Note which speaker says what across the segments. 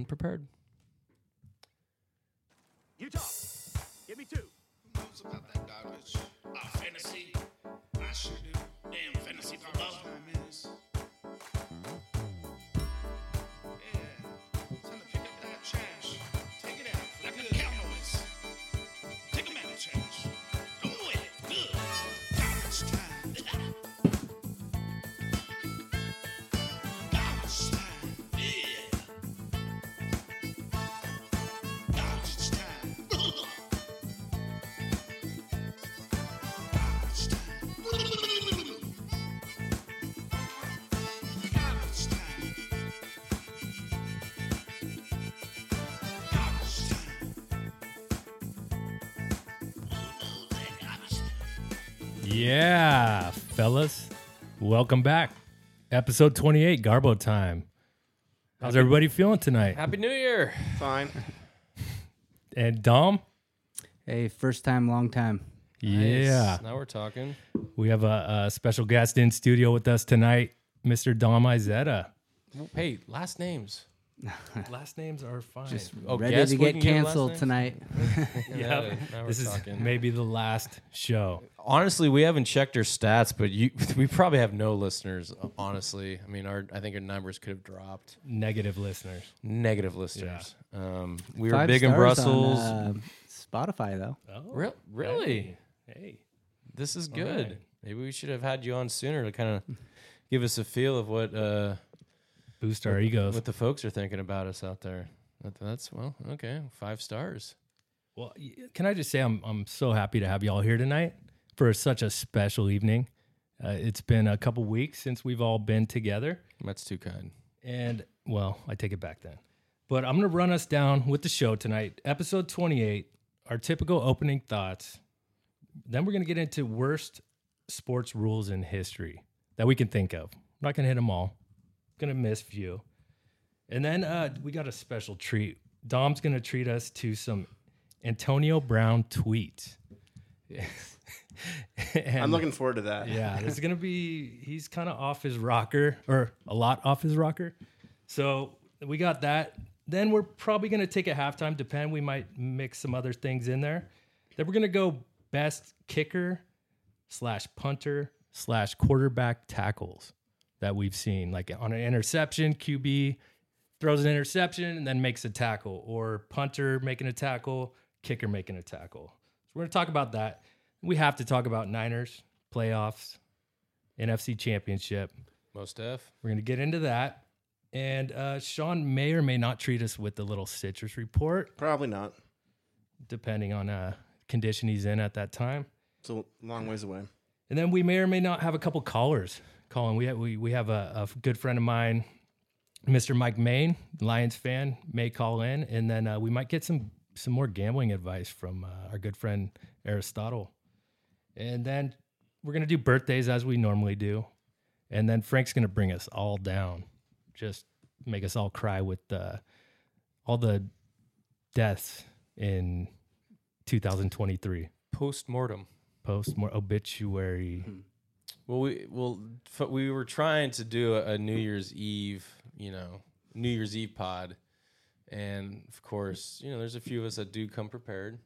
Speaker 1: unprepared.
Speaker 2: You talk. Give me two.
Speaker 3: knows about that garbage?
Speaker 4: Our fantasy,
Speaker 3: I sure do.
Speaker 4: damn fantasy football.
Speaker 3: Garbage time is. Yeah. Time to pick up that trash. Take it out.
Speaker 4: Like
Speaker 3: Good.
Speaker 4: the Cowboys. Take 'em out of trash. Don't wear it. Good. Garbage time. Garbage time. Yeah. Garbage time. Garbage time. Garbage time. Garbage time.
Speaker 1: Yeah, fellas, welcome back. Episode 28, Garbo time. How's everybody feeling tonight?
Speaker 5: Happy New Year.
Speaker 2: Fine.
Speaker 1: And Dom?
Speaker 6: Hey, first time, long time.
Speaker 1: Yeah.
Speaker 5: Nice. Now we're talking.
Speaker 1: We have a, a special guest in studio with us tonight, Mr. Dom Izetta.
Speaker 5: Hey, last names.
Speaker 1: Last names are fine.
Speaker 5: Oh,
Speaker 6: Ready
Speaker 5: guess
Speaker 6: to
Speaker 5: we
Speaker 6: get
Speaker 5: can give last
Speaker 6: canceled
Speaker 5: names?
Speaker 6: tonight.
Speaker 5: Yeah. Now we're
Speaker 1: this is
Speaker 5: talking.
Speaker 1: maybe the last show.
Speaker 5: honestly, we haven't checked our stats, but you, we probably have no listeners. uh, Honestly, I mean, our I think our numbers could have dropped.
Speaker 1: Negative listeners.
Speaker 5: Negative listeners. Um, we were
Speaker 6: Five
Speaker 5: big in
Speaker 6: stars
Speaker 5: Brussels.
Speaker 6: On, uh, Spotify, though.
Speaker 1: Oh,
Speaker 5: Re- really?
Speaker 1: Hey.
Speaker 5: This is good.
Speaker 1: right.
Speaker 5: Maybe we should have had you on sooner to kind of give us a feel of what uh,
Speaker 1: Boost our egos.
Speaker 5: what the folks are thinking about us out there. That- That's well, okay. Five stars.
Speaker 1: Well, y- can I just say I'm I'm so happy to have you all here tonight for such a special evening. Uh, it's been a couple weeks since we've all been together,
Speaker 5: That's too kind.
Speaker 1: and well, I take it back then. But I'm gonna run us down with the show tonight, episode 28, our typical opening thoughts. Then we're gonna get into worst sports rules in history that we can think of. I'm not gonna hit them all. gonna miss few. And then uh, we got a special treat. Dom's gonna treat us to some Antonio Brown tweets. And-
Speaker 2: I'm looking forward to that.
Speaker 1: yeah, this is gonna be. He's kind of off his rocker, or a lot off his rocker. So we got that. Then we're probably gonna take a halftime. Depend. We might mix some other things in there. Then we're gonna go best kicker slash punter slash quarterback tackles that we've seen, like on an interception, QB throws an interception and then makes a tackle, or punter making a tackle, kicker making a tackle. So we're going to talk about that. We have to talk about Niners, playoffs, NFC Championship.
Speaker 5: Most F.
Speaker 1: We're going to get into that. And uh, Sean may or may not treat us with the little citrus report,
Speaker 2: Probably not.
Speaker 1: depending on uh, condition he's in at that time.
Speaker 2: It's a long ways away.
Speaker 1: And then we may or may not have a couple callers calling. We have, we, we have a, a good friend of mine, Mr. Mike Main, Lions fan, may call in, and then uh, we might get some some more gambling advice from uh, our good friend Aristotle. And then we're gonna do birthdays as we normally do, and then Frank's gonna bring us all down, just make us all cry with uh, all the deaths in 2023
Speaker 5: Post mortem.
Speaker 1: post more obituary.
Speaker 5: Hmm. Well, we well f- we were trying to do a, a New Year's Eve, you know, New Year's Eve pod, and of course, you know, there's a few of us that do come prepared,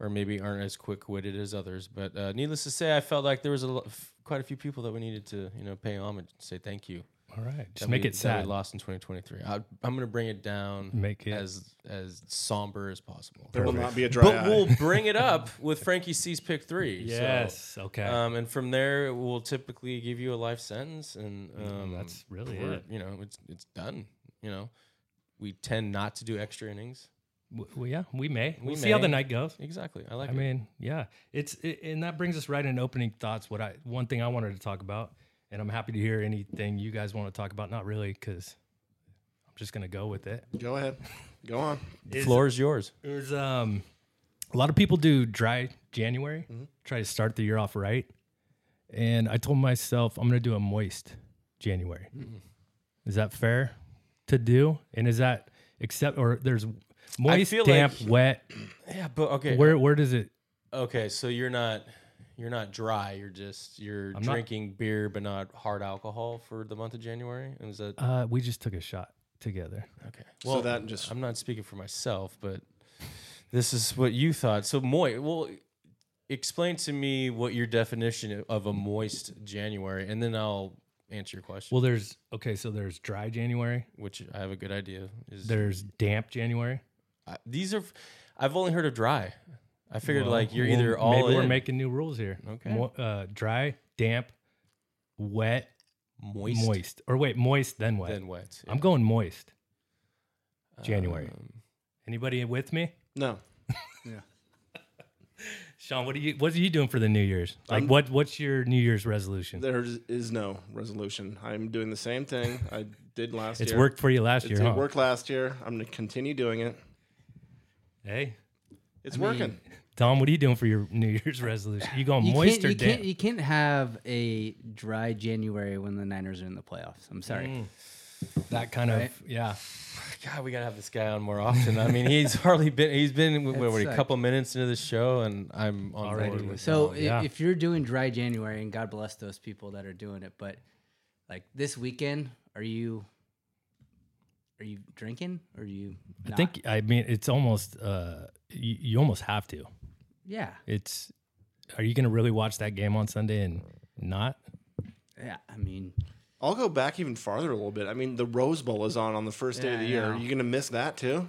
Speaker 5: or maybe aren't as quick witted as others. But uh, needless to say, I felt like there was a lo- f- quite a few people that we needed to, you know, pay homage and say thank you.
Speaker 1: All right, just
Speaker 5: that
Speaker 1: make
Speaker 5: we-
Speaker 1: it
Speaker 5: that
Speaker 1: sad.
Speaker 5: we lost in 2023. I, I'm going to bring it down,
Speaker 1: Make it-
Speaker 5: as as somber as possible.
Speaker 2: There will not be a dry
Speaker 5: But
Speaker 2: eye.
Speaker 5: we'll bring it up with Frankie C's pick three. so-
Speaker 1: Yes. okay.
Speaker 5: um, and from there, we'll typically give you a life sentence, and um,
Speaker 1: Mm, that's really
Speaker 5: we're-
Speaker 1: it.
Speaker 5: You know, it's it's done. You know, we tend not to do extra innings.
Speaker 1: W- well, yeah, we may.
Speaker 5: We
Speaker 1: We'll see how the
Speaker 5: may.
Speaker 1: night goes.
Speaker 5: Exactly. I like.
Speaker 1: I mean, yeah, it's i and that brings us right into opening thoughts. What I one thing I wanted to talk about, and I'm happy to hear anything you guys want to talk about. Not really, because I'm just gonna go with it.
Speaker 2: Go ahead. Go on.
Speaker 5: it. Floor is yours.
Speaker 1: There's um a lot of people do dry January, try to start the year off right. And I told myself I'm gonna do a moist January. Is that fair to do? And is that except or there's moist,
Speaker 5: feel
Speaker 1: damp,
Speaker 5: like-
Speaker 1: wet?
Speaker 5: Yeah, but okay.
Speaker 1: Where where does it?
Speaker 5: okay, so you're not you're not dry. You're just you're
Speaker 1: not-
Speaker 5: drinking beer, but not hard alcohol for the month of January. Is that
Speaker 1: Uh, we just took a shot. together.
Speaker 5: Okay. Well,
Speaker 2: that just-
Speaker 5: I'm not speaking for myself, but this is what you thought. So moist. Well, explain to me what your definition of a moist January, and then I'll answer your question.
Speaker 1: Well, there's okay, so there's dry January,
Speaker 5: which I have a good idea is
Speaker 1: there's damp January.
Speaker 5: I- these are. I've only heard of dry. I figured
Speaker 1: Well,
Speaker 5: like you're
Speaker 1: well,
Speaker 5: either all
Speaker 1: Maybe we're
Speaker 5: in,
Speaker 1: making new rules here.
Speaker 5: Okay.
Speaker 1: Mo- uh, dry, damp, wet,
Speaker 5: moist,
Speaker 1: moist. or wait, moist then wet.
Speaker 5: then wet.
Speaker 1: I'm going moist. January.
Speaker 5: Um,
Speaker 1: Anybody with me?
Speaker 2: No.
Speaker 1: Sean, what are you what are you doing for the New Year's? Like
Speaker 2: I'm-
Speaker 1: what what's your New Year's resolution?
Speaker 2: There is- is no resolution. I'm doing the same thing I did last
Speaker 1: it's
Speaker 2: year.
Speaker 1: worked for you last
Speaker 2: It
Speaker 1: year,
Speaker 2: did
Speaker 1: huh?
Speaker 2: work last year. I'm going to continue doing it.
Speaker 1: Hey,
Speaker 2: It's working.
Speaker 1: Tom, what are you doing for your New Year's resolution? You going
Speaker 6: You
Speaker 1: moist
Speaker 6: can't,
Speaker 1: or
Speaker 6: you,
Speaker 1: damp?
Speaker 6: can't, you can't have a dry January when the Niners are in the playoffs. I'm sorry.
Speaker 5: Mm.
Speaker 1: that kind
Speaker 6: Right.
Speaker 1: of yeah.
Speaker 5: God, we gotta have this guy on more often. I mean, he's hardly been. He's been what, what, a
Speaker 6: It's like-
Speaker 5: couple minutes into the show, and I'm on
Speaker 1: Already
Speaker 5: board
Speaker 1: with
Speaker 5: with
Speaker 6: So
Speaker 1: Oh,
Speaker 6: i-
Speaker 1: yeah.
Speaker 6: if you're doing dry January, and God bless those people that are doing it, but like this weekend, are you are you drinking? Or are you? Not?
Speaker 1: I think I mean it's almost uh you, you almost have to.
Speaker 6: Yeah.
Speaker 1: It's are you gonna really watch that game on Sunday and not?
Speaker 6: Yeah. I mean,
Speaker 2: I'll go back even farther a little bit. I mean, the Rose Bowl is on on the first day of the
Speaker 6: Yeah, I
Speaker 2: year.
Speaker 6: know.
Speaker 2: Are you going to miss that too?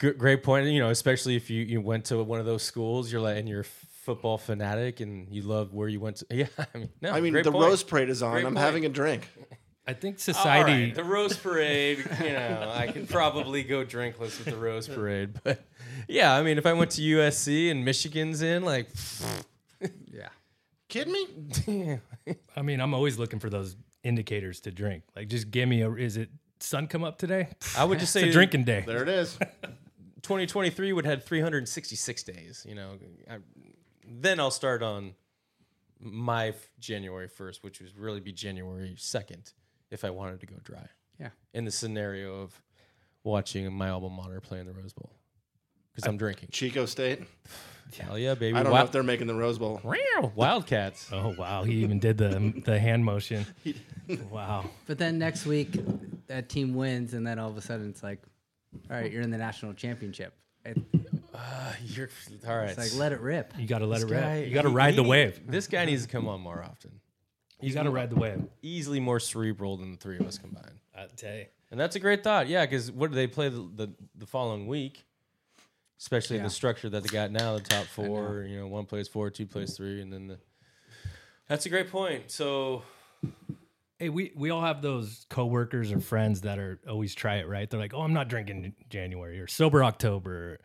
Speaker 5: G- great point. You know, especially if you, you went to one of those schools, you're like, and you're a football fanatic, and you love where you went to. Yeah, I mean, no,
Speaker 2: I mean,
Speaker 5: great
Speaker 2: the
Speaker 5: point.
Speaker 2: Rose Parade is on.
Speaker 5: Great
Speaker 2: I'm
Speaker 5: point.
Speaker 2: having a drink.
Speaker 1: I think
Speaker 5: All right,
Speaker 1: society
Speaker 5: the Rose Parade. You know, I could probably go drinkless with the Rose Parade, but yeah, I mean, if I went to USC and Michigan's in, like,
Speaker 6: yeah.
Speaker 2: Kidding me?
Speaker 5: damn,
Speaker 1: I mean, I'm always looking for those indicators to drink. Like, just give me a. Is it sun come up today? Pfft,
Speaker 5: I would just
Speaker 1: It's
Speaker 5: say
Speaker 1: a drinking day.
Speaker 2: There it is.
Speaker 5: 2023 would have 366 days. You know, I, then I'll start on my f- January 1st, which would really be January 2nd if I wanted to go dry.
Speaker 6: Yeah.
Speaker 5: In the scenario of watching my alma mater play in the Rose Bowl because I'm drinking.
Speaker 2: Chico State.
Speaker 5: Hell yeah, baby!
Speaker 2: I don't know
Speaker 5: Wild-
Speaker 2: if they're making the Rose Bowl.
Speaker 5: Meow. Wildcats.
Speaker 1: Oh wow, he even did the the hand motion. Wow.
Speaker 6: But then next week, that team wins, and then all of a sudden it's like, all right, you're in the national championship. It-
Speaker 5: You're, all right.
Speaker 6: It's like let it rip.
Speaker 1: You got to let
Speaker 5: This
Speaker 1: it rip.
Speaker 5: guy-
Speaker 1: you got to
Speaker 5: he-
Speaker 1: ride
Speaker 5: he
Speaker 1: the
Speaker 5: need-
Speaker 1: wave.
Speaker 5: This guy needs to come on more often.
Speaker 1: You got to ride the wave.
Speaker 5: Easily more cerebral than the three of us combined.
Speaker 1: I tell you.
Speaker 5: And that's a great thought. Yeah, because what do they play the, the, the following week? Especially
Speaker 6: Yeah.
Speaker 5: the structure that they got now, the top four, you know, one plays four, two plays three, and then the. That's a great point. So,
Speaker 1: Hey, we we all have those coworkers or friends that are always try it right. They're like, oh, I'm not drinking in January or sober October.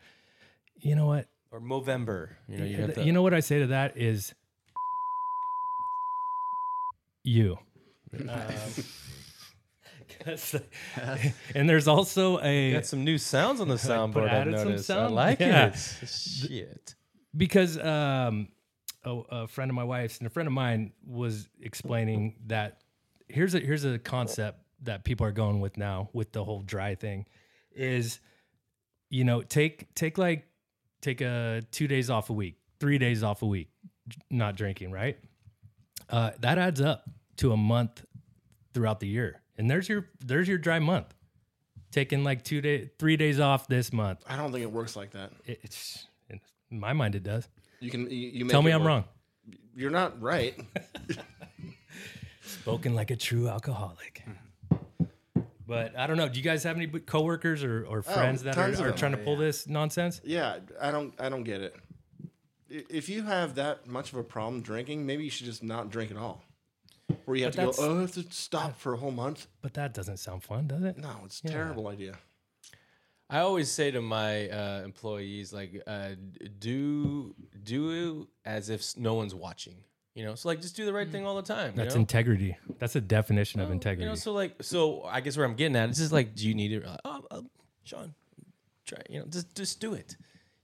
Speaker 1: You know what?
Speaker 5: or Movember, you know, you have to.
Speaker 1: You know what I say to that is, you. Um, 'cause- and there's also
Speaker 5: you
Speaker 1: a
Speaker 5: got some new sounds on the soundboard. I've
Speaker 1: added some
Speaker 5: noticed.
Speaker 1: sound?
Speaker 5: I like
Speaker 1: Yeah.
Speaker 5: it. Shit.
Speaker 1: because um, a, a friend of my wife's and a friend of mine was explaining that here's a here's a concept that people are going with now with the whole dry thing is you know take take like take a two days off a week three days off a week not drinking right uh, that adds up to a month throughout the year and there's your there's your dry month taking like two day three days off this month
Speaker 2: I don't think it works like that.
Speaker 1: It- it's in my mind it does
Speaker 2: You can. You, you make
Speaker 1: tell me
Speaker 2: it
Speaker 1: i'm
Speaker 2: work.
Speaker 1: wrong
Speaker 2: You're not right.
Speaker 1: spoken like a true alcoholic. But I don't know. Do you guys have any b- coworkers or,
Speaker 5: Oh,
Speaker 1: or friends that
Speaker 2: tons
Speaker 1: are,
Speaker 2: of
Speaker 1: are
Speaker 2: them.
Speaker 1: trying to pull this nonsense?
Speaker 2: Yeah, I don't. I don't get it. I- If you have that much of a problem drinking, maybe you should just not drink at all. Where you have
Speaker 1: But
Speaker 2: to go.
Speaker 1: that's-
Speaker 2: Oh, I have to stop for a whole month.
Speaker 1: But that doesn't sound fun, does it?
Speaker 2: No, it's a terrible idea.
Speaker 5: I always say to my uh, employees, like, uh, do do as if s- no one's watching. You know, so like, just do the right thing all the time. you
Speaker 1: Mm. That's
Speaker 5: know?
Speaker 1: integrity. That's a definition of integrity.
Speaker 5: You know, so like, so I guess where I'm getting at is just like, do you need it? Uh, oh, uh, Sean, try. You know, just just do it.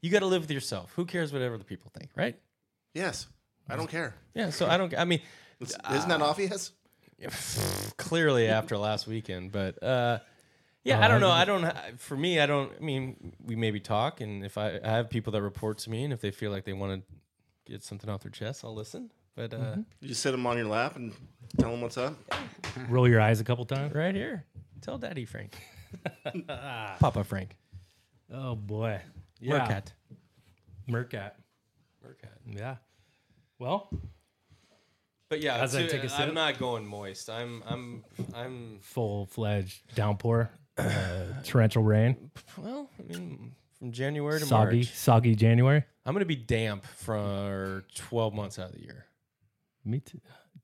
Speaker 5: You got to live with yourself. Who cares what other people think, right?
Speaker 2: Yes, I don't care.
Speaker 5: Yeah. So I don't. I mean,
Speaker 2: It's, isn't that obvious?
Speaker 5: clearly after last weekend, but uh, yeah, I don't know. I don't. For me, I don't. I mean, we maybe talk, and if I, I have people that report to me, and if they feel like they want to get something off their chest, I'll listen. But uh,
Speaker 2: Mm-hmm. You sit them on your lap and tell them what's up.
Speaker 1: Roll your eyes a couple times.
Speaker 5: right here, Tell Daddy Frank. Papa Frank.
Speaker 1: Oh boy.
Speaker 5: Yeah.
Speaker 1: Yeah. Mercat. Yeah. Well,
Speaker 5: But yeah,
Speaker 1: As I
Speaker 5: to-
Speaker 1: take a sip.
Speaker 5: I'm not going moist. I'm I'm I'm
Speaker 1: full fledged downpour, uh, torrential rain,
Speaker 5: well, I mean from January to
Speaker 1: soggy,
Speaker 5: March.
Speaker 1: soggy January.
Speaker 5: I'm gonna be damp for twelve months out of the year.
Speaker 1: Me too.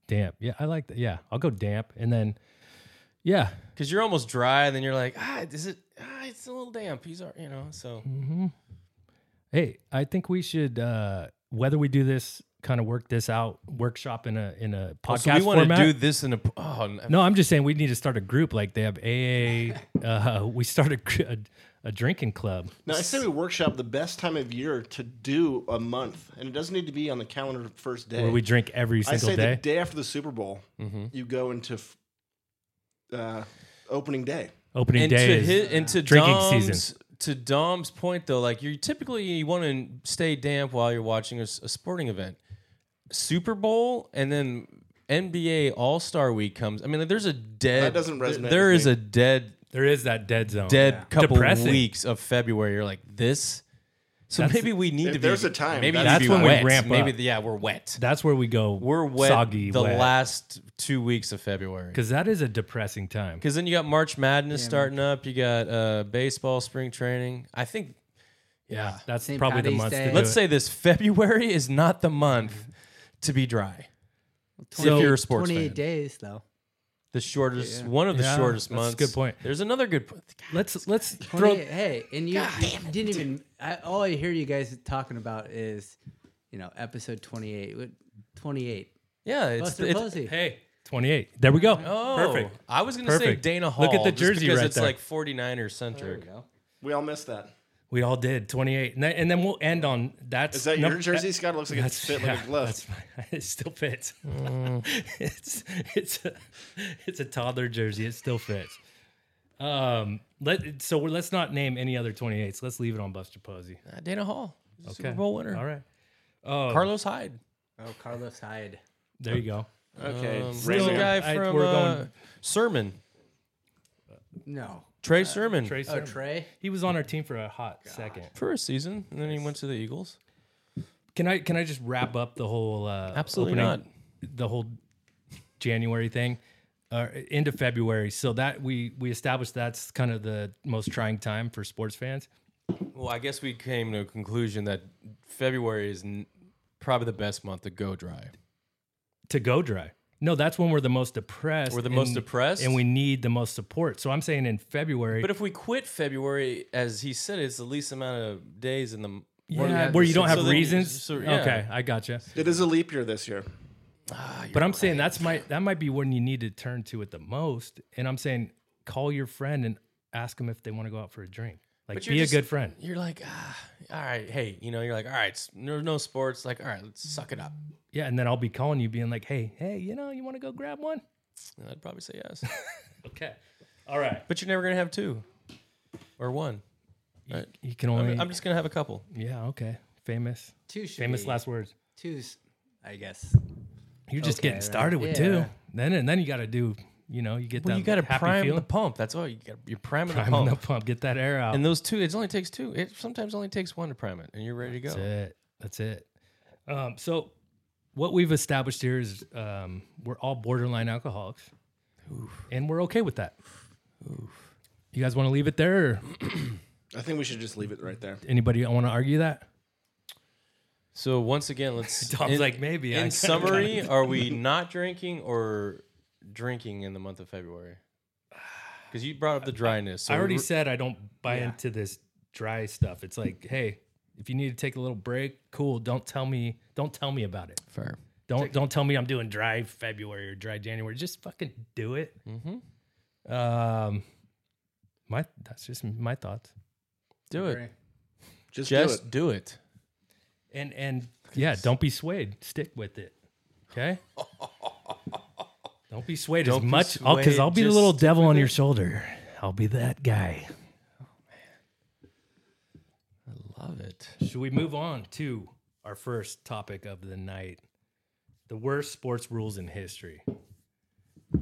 Speaker 1: Damp. Yeah, I like that. Yeah, I'll go damp, and then, yeah,
Speaker 5: Cause you're almost dry, and then you're like, ah, is it? Ah, it's a little damp. He's, al- you know, so
Speaker 1: Mm. Hey, I think we should uh whether we do this kind of work this out workshop in a in a
Speaker 5: Oh,
Speaker 1: podcast
Speaker 5: so we want to
Speaker 1: format.
Speaker 5: do this in a. Oh, n-
Speaker 1: no, I'm just saying we need to start a group like they have AA. uh, we start a, gr- a a drinking club.
Speaker 2: Now, I say we workshop the best time of year to do a month, and it doesn't need to be on the calendar first day.
Speaker 1: Where we drink every
Speaker 2: I
Speaker 1: single
Speaker 2: say
Speaker 1: day. Mm-hmm.
Speaker 2: the day after the Super Bowl, you go into f- uh, opening day.
Speaker 1: Opening
Speaker 5: and
Speaker 1: day
Speaker 5: to
Speaker 1: is
Speaker 5: hit and to
Speaker 1: drinking
Speaker 5: Dom's,
Speaker 1: season.
Speaker 5: To Dom's point, though, like you typically you want to stay damp while you're watching a, s- a sporting event, Super Bowl, and then NBA All Star Week comes. I mean, like, there's a dead.
Speaker 2: That doesn't resonate
Speaker 5: there
Speaker 2: with
Speaker 5: is
Speaker 2: me.
Speaker 5: a dead
Speaker 1: there is that dead zone.
Speaker 5: dead couple
Speaker 1: Depressing.
Speaker 5: weeks of February. You're like this. So
Speaker 1: That's-
Speaker 5: maybe we need
Speaker 2: If
Speaker 5: to.
Speaker 2: there's
Speaker 5: be,
Speaker 2: a time,
Speaker 5: Maybe
Speaker 2: that's
Speaker 5: we
Speaker 1: when we
Speaker 5: wet.
Speaker 1: ramp
Speaker 5: Maybe
Speaker 1: up.
Speaker 5: yeah, we're wet.
Speaker 1: That's where we go.
Speaker 5: We're wet.
Speaker 1: Soggy.
Speaker 5: the last two weeks of February.
Speaker 1: because that is a depressing time.
Speaker 5: Because then you got March Madness starting up. You got uh, baseball spring training. I think. Yeah.
Speaker 1: That's
Speaker 6: St.
Speaker 1: probably the
Speaker 6: Patty's
Speaker 1: month.
Speaker 6: Day.
Speaker 1: To
Speaker 5: Let's
Speaker 1: do it.
Speaker 5: say this: February is not the month to be dry.
Speaker 1: So-
Speaker 5: if you're a sports
Speaker 6: 28
Speaker 5: fan,
Speaker 6: days though.
Speaker 5: the shortest, one of the
Speaker 1: Yeah,
Speaker 5: shortest
Speaker 1: that's a
Speaker 5: months.
Speaker 1: good point.
Speaker 5: There's another good point. God,
Speaker 1: let's let's throw
Speaker 6: 28 hey, and you, you didn't even. I, all I hear you guys talking about is, you know, episode 28. What- 28.
Speaker 5: Yeah, it's,
Speaker 6: Buster
Speaker 5: it's-
Speaker 6: Posey.
Speaker 1: hey 28. There we go.
Speaker 5: Oh,
Speaker 1: Perfect.
Speaker 5: I was gonna
Speaker 1: Perfect.
Speaker 5: say Dana Hall.
Speaker 1: Look at the
Speaker 5: just
Speaker 1: jersey
Speaker 5: because
Speaker 1: right
Speaker 5: it's
Speaker 1: there.
Speaker 5: like 49er centric.
Speaker 2: We all missed that.
Speaker 1: We all did 28, and, then- and then we'll end on that's
Speaker 2: Is that
Speaker 1: no-
Speaker 2: your jersey, Scott? It looks like it's fit like a glove.
Speaker 1: that's fine. It still fits. Mm. it's it's a, it's a toddler jersey. It still fits. Um, let so we're, let's not name any other 28s. Let's leave it on Buster Posey.
Speaker 5: Uh, Dana Hall, he's a Super
Speaker 1: Okay.
Speaker 5: Bowl winner.
Speaker 1: All right. Oh,
Speaker 5: Carlos Hyde,
Speaker 6: Oh, Carlos Hyde.
Speaker 1: there you go.
Speaker 2: Okay.
Speaker 5: um,
Speaker 2: Ray
Speaker 5: little
Speaker 1: Sermon.
Speaker 5: guy
Speaker 1: I-
Speaker 5: from
Speaker 1: we're
Speaker 5: uh,
Speaker 1: going-
Speaker 5: Sermon,
Speaker 6: No.
Speaker 5: Trey Sermon,
Speaker 1: Trey
Speaker 6: Oh,
Speaker 1: Sermon.
Speaker 6: Trey.
Speaker 1: He was on our team for a hot second.
Speaker 5: for a season, and then he went to the Eagles.
Speaker 1: Can I can I just wrap up the whole uh,
Speaker 5: Absolutely
Speaker 1: opening- the whole January thing uh, into February? So that we we established that's kind of the most trying time for sports fans.
Speaker 5: Well, I guess we came to a conclusion that February is n- probably the best month to go dry.
Speaker 1: to go dry. No, that's when we're the most depressed.
Speaker 5: We're the most
Speaker 1: and-
Speaker 5: depressed?
Speaker 1: and we need the most support. So I'm saying in February,
Speaker 5: But if we quit February, as he said, it's the least amount of days in the m-
Speaker 1: yeah,
Speaker 5: where-
Speaker 1: where you don't have
Speaker 5: so then-
Speaker 1: reasons.
Speaker 5: so, yeah.
Speaker 1: Okay, I gotcha.
Speaker 2: It is a leap year this year.
Speaker 1: But I'm saying that's my that might be when you need to turn to it the most. And I'm saying call your friend and ask them if they want to go out for a drink. Like
Speaker 5: But you're
Speaker 1: be
Speaker 5: just-
Speaker 1: a good friend.
Speaker 5: You're like, ah, all right, hey, you know, you're like, all right, s- no, no sports, like, all right, let's suck it up.
Speaker 1: Yeah, and then I'll be calling you, being like, hey, hey, you know, you want to go grab one?
Speaker 5: And I'd probably say yes,
Speaker 1: Okay. All right.
Speaker 5: but you're never gonna have two or one.
Speaker 1: You can only.
Speaker 5: I'm, I'm just gonna have a couple.
Speaker 1: yeah. Okay. Famous.
Speaker 6: Two should
Speaker 1: Famous
Speaker 6: be-
Speaker 1: last words.
Speaker 6: Two's, I guess.
Speaker 1: You're just
Speaker 6: Okay,
Speaker 1: getting
Speaker 6: right.
Speaker 1: started with
Speaker 6: Yeah.
Speaker 1: two. Then and then you got to do. You know, you get
Speaker 5: Well,
Speaker 1: that.
Speaker 5: you gotta
Speaker 1: happy
Speaker 5: prime
Speaker 1: feeling.
Speaker 5: the pump. That's all you got. You're priming,
Speaker 1: prime
Speaker 5: the
Speaker 1: on
Speaker 5: pump.
Speaker 1: the pump. Get that air out.
Speaker 5: And those two, it only takes two. It sometimes only takes one to prime it, and you're ready to go.
Speaker 1: That's it. That's it. Um, so, what we've established here is um, we're all borderline alcoholics, and we're okay with that. You guys want to leave it there? Or
Speaker 2: I think we should just leave it right there.
Speaker 1: anybody want to argue that?
Speaker 5: So once again, let's.
Speaker 1: Tom's like, maybe. I
Speaker 5: In
Speaker 1: kinda-
Speaker 5: summary, are we not drinking or drinking in the month of February? Because you brought up the dryness. So
Speaker 1: I already
Speaker 5: we're-
Speaker 1: said I don't buy into this dry stuff. It's like, hey, if you need to take a little break, cool. Don't tell me. Don't tell me about it.
Speaker 5: fair.
Speaker 1: Don't don't tell me I'm doing dry February or dry January. Just fucking do it.
Speaker 5: Mm-hmm.
Speaker 1: Um, my that's just my thoughts.
Speaker 5: Do it.
Speaker 2: Just do
Speaker 5: Just
Speaker 2: it.
Speaker 5: do it.
Speaker 1: And and yeah, don't be swayed. Stick with it. Okay. don't be swayed
Speaker 5: Don't
Speaker 1: as
Speaker 5: be
Speaker 1: much. I'll because
Speaker 5: swayed,
Speaker 1: I'll be the
Speaker 5: just
Speaker 1: little
Speaker 5: stick
Speaker 1: devil
Speaker 5: with
Speaker 1: on
Speaker 5: it.
Speaker 1: your shoulder. I'll be that guy.
Speaker 5: Love it.
Speaker 1: Should we move on to our first topic of the night? The worst sports rules in history.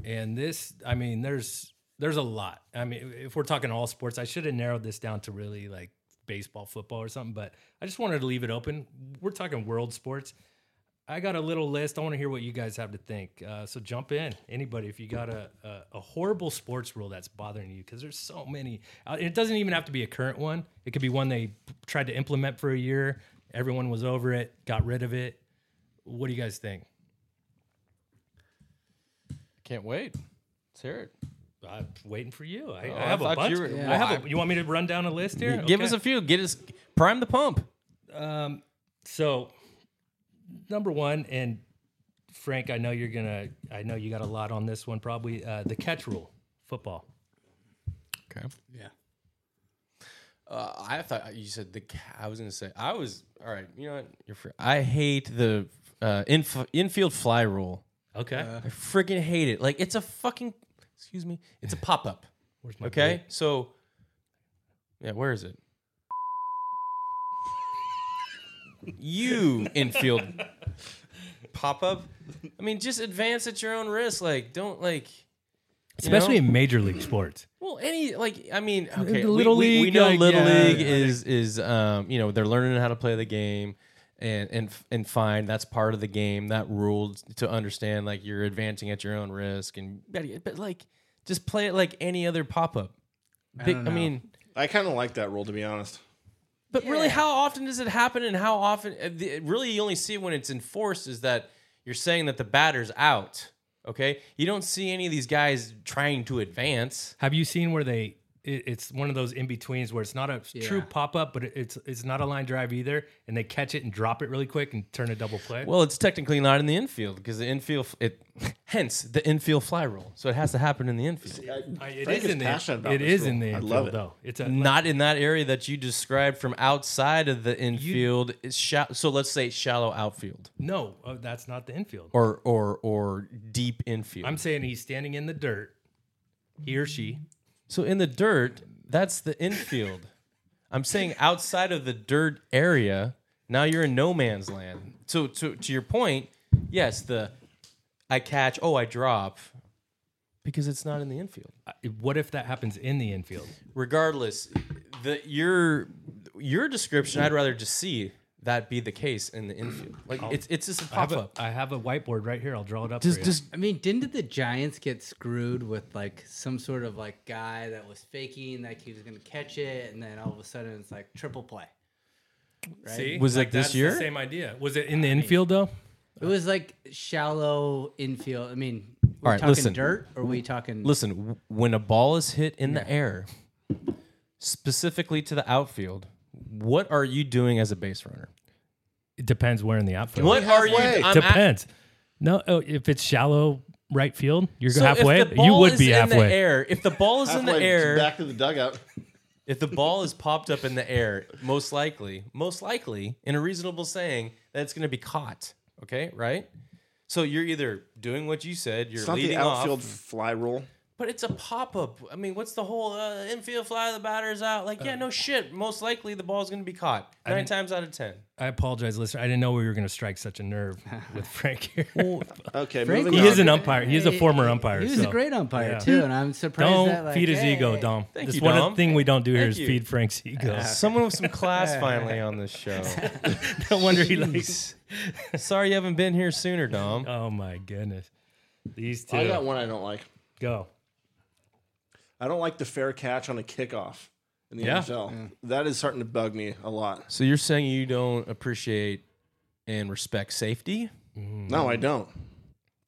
Speaker 1: And this, I mean, there's there's a lot. I mean, if we're talking all sports, I should have narrowed this down to really like baseball, football, or something. But I just wanted to leave it open. We're talking world sports. I got a little list. I want to hear what you guys have to think. Uh, so jump in, anybody, if you got a, a, a horrible sports rule that's bothering you, because there's so many. Uh, it doesn't even have to be a current one. It could be one they tried to implement for a year. Everyone was over it, got rid of it. What do you guys think?
Speaker 5: Can't wait. Let's hear it.
Speaker 1: I'm waiting for you. I,
Speaker 5: Oh,
Speaker 1: I
Speaker 5: I
Speaker 1: have a
Speaker 5: thought
Speaker 1: bunch.
Speaker 5: you were-
Speaker 1: I have.
Speaker 5: Well,
Speaker 1: A, you want me to run down a list here?
Speaker 5: Give
Speaker 1: Okay.
Speaker 5: us a few. Get us prime the pump.
Speaker 1: So, number one, and Frank, I know you're gonna. I know you got a lot on this one. Probably uh, the catch rule, football.
Speaker 5: Okay. Yeah. Uh, I thought you said the. ca- I was gonna say I was all right. You know what? You're. Fr- I hate the uh, inf- infield fly rule.
Speaker 1: Okay.
Speaker 5: I freaking hate it. Like it's a fucking. Excuse me. It's a pop up.
Speaker 1: Where's my
Speaker 5: Okay.
Speaker 1: book?
Speaker 5: So. Yeah. Where is it? you infield pop up. I mean, just advance at your own risk. Like, don't like. you know?
Speaker 1: Especially in major league sports.
Speaker 5: Well, any like I mean, okay,
Speaker 1: the
Speaker 5: we-
Speaker 1: Little
Speaker 5: we, we
Speaker 1: League,
Speaker 5: know
Speaker 1: like,
Speaker 5: little
Speaker 1: yeah,
Speaker 5: league
Speaker 1: yeah.
Speaker 5: is is um you know they're learning how to play the game, and and and fine that's part of the game that ruled to understand like you're advancing at your own risk and but, but, like just play it like any other pop up. I,
Speaker 6: don't know.
Speaker 5: mean,
Speaker 2: I kind of like that rule to be honest.
Speaker 5: but really, how often does it happen? And how often? uh, the- Really, you only see it when it's enforced. Is that you're saying that the batter's out? Okay, you don't see any of these guys trying to advance.
Speaker 1: Have you seen where they? It, it's one of those in betweens where it's not a true
Speaker 6: Yeah.
Speaker 1: pop up, but it, it's it's not a line drive either, and they catch it and drop it really quick and turn a double play.
Speaker 5: Well, it's technically not in the infield because the infield it hence the infield fly rule. So it has to happen in the infield.
Speaker 1: I- it
Speaker 2: It is
Speaker 1: is in
Speaker 2: passionate
Speaker 1: the
Speaker 2: about
Speaker 1: it
Speaker 2: this
Speaker 1: is
Speaker 2: rule.
Speaker 1: in the
Speaker 2: I
Speaker 1: infield,
Speaker 2: love it.
Speaker 1: though. It's a
Speaker 5: Not in that area that you described from outside of the infield. It's sha- so let's say shallow outfield
Speaker 1: no. uh, that's not the infield.
Speaker 5: or or or deep infield.
Speaker 1: I'm saying he's standing in the dirt. He or she.
Speaker 5: so in the dirt, that's the infield. I'm saying outside of the dirt area, now you're in no man's land. So to to your point, yes, the I catch, oh I drop because it's not in the infield.
Speaker 1: What if that happens in the infield?
Speaker 5: regardless, the your your description, I'd rather just see that be the case in the infield. Like it's it's just Oh. a
Speaker 1: I have
Speaker 5: pop
Speaker 1: a,
Speaker 5: up.
Speaker 1: I have a whiteboard right here. I'll draw it up.
Speaker 5: Just
Speaker 1: for you.
Speaker 5: just
Speaker 6: I mean, didn't the Giants get screwed with like some sort of like guy that was faking, like he was gonna catch it, and then all of a sudden it's like triple play. Right?
Speaker 1: See?
Speaker 5: Was it this
Speaker 1: that's the
Speaker 5: year?
Speaker 1: same idea. Was it in the infield though?
Speaker 6: It was like shallow infield. I mean, we're
Speaker 5: All right,
Speaker 6: talking
Speaker 5: listen.
Speaker 6: dirt, or we talking?
Speaker 5: listen. w- When a ball is hit in the air, specifically to the outfield, what are you doing as a base runner?
Speaker 1: It depends where in the outfield.
Speaker 5: What are you?
Speaker 2: halfway.
Speaker 5: I'm at-
Speaker 1: Depends. no, oh, if it's shallow right field, you're
Speaker 5: so if the
Speaker 1: halfway. You
Speaker 5: ball
Speaker 1: would
Speaker 5: is
Speaker 1: be
Speaker 5: In the
Speaker 1: halfway.
Speaker 5: air, if the ball is in the
Speaker 2: Halfway
Speaker 5: air,
Speaker 2: back to the dugout.
Speaker 5: If the ball is popped up in the air, most likely, most likely, in a reasonable saying, that it's going to be caught. Okay, right? So you're either doing what you said, you're
Speaker 2: It's not the
Speaker 5: leading
Speaker 2: outfield
Speaker 5: off,
Speaker 2: fly rule.
Speaker 5: but it's a pop up. I mean, what's the whole uh, infield fly? The batter's out. Like, yeah, no shit. Most likely, the ball's going to be caught nine times out of ten.
Speaker 1: I apologize, listener. I didn't know we were going to strike such a nerve with Frank here.
Speaker 2: Okay,
Speaker 6: Frank
Speaker 2: moving
Speaker 1: he
Speaker 2: on.
Speaker 1: is an umpire. He is a
Speaker 6: Hey,
Speaker 1: former umpire.
Speaker 6: He was
Speaker 1: so
Speaker 6: a great umpire
Speaker 1: yeah.
Speaker 6: too, and I'm surprised.
Speaker 1: Don't
Speaker 6: that, like,
Speaker 1: feed his ego,
Speaker 6: hey,
Speaker 1: Dom.
Speaker 5: Thank
Speaker 1: That's
Speaker 5: you,
Speaker 1: one
Speaker 5: Dom.
Speaker 1: thing we don't do here
Speaker 5: Thank
Speaker 1: is
Speaker 5: you.
Speaker 1: feed Frank's ego.
Speaker 5: Someone with some class finally on this show.
Speaker 1: no wonder he likes.
Speaker 5: Jeez. Sorry you haven't been here sooner, Dom.
Speaker 1: Oh my goodness, these two
Speaker 2: I got one I don't like.
Speaker 1: go.
Speaker 2: I don't like the fair catch on a kickoff in the
Speaker 1: Yeah.
Speaker 2: NFL. That is starting to bug me a lot.
Speaker 5: So you're saying you don't appreciate and respect safety?
Speaker 2: No, I don't.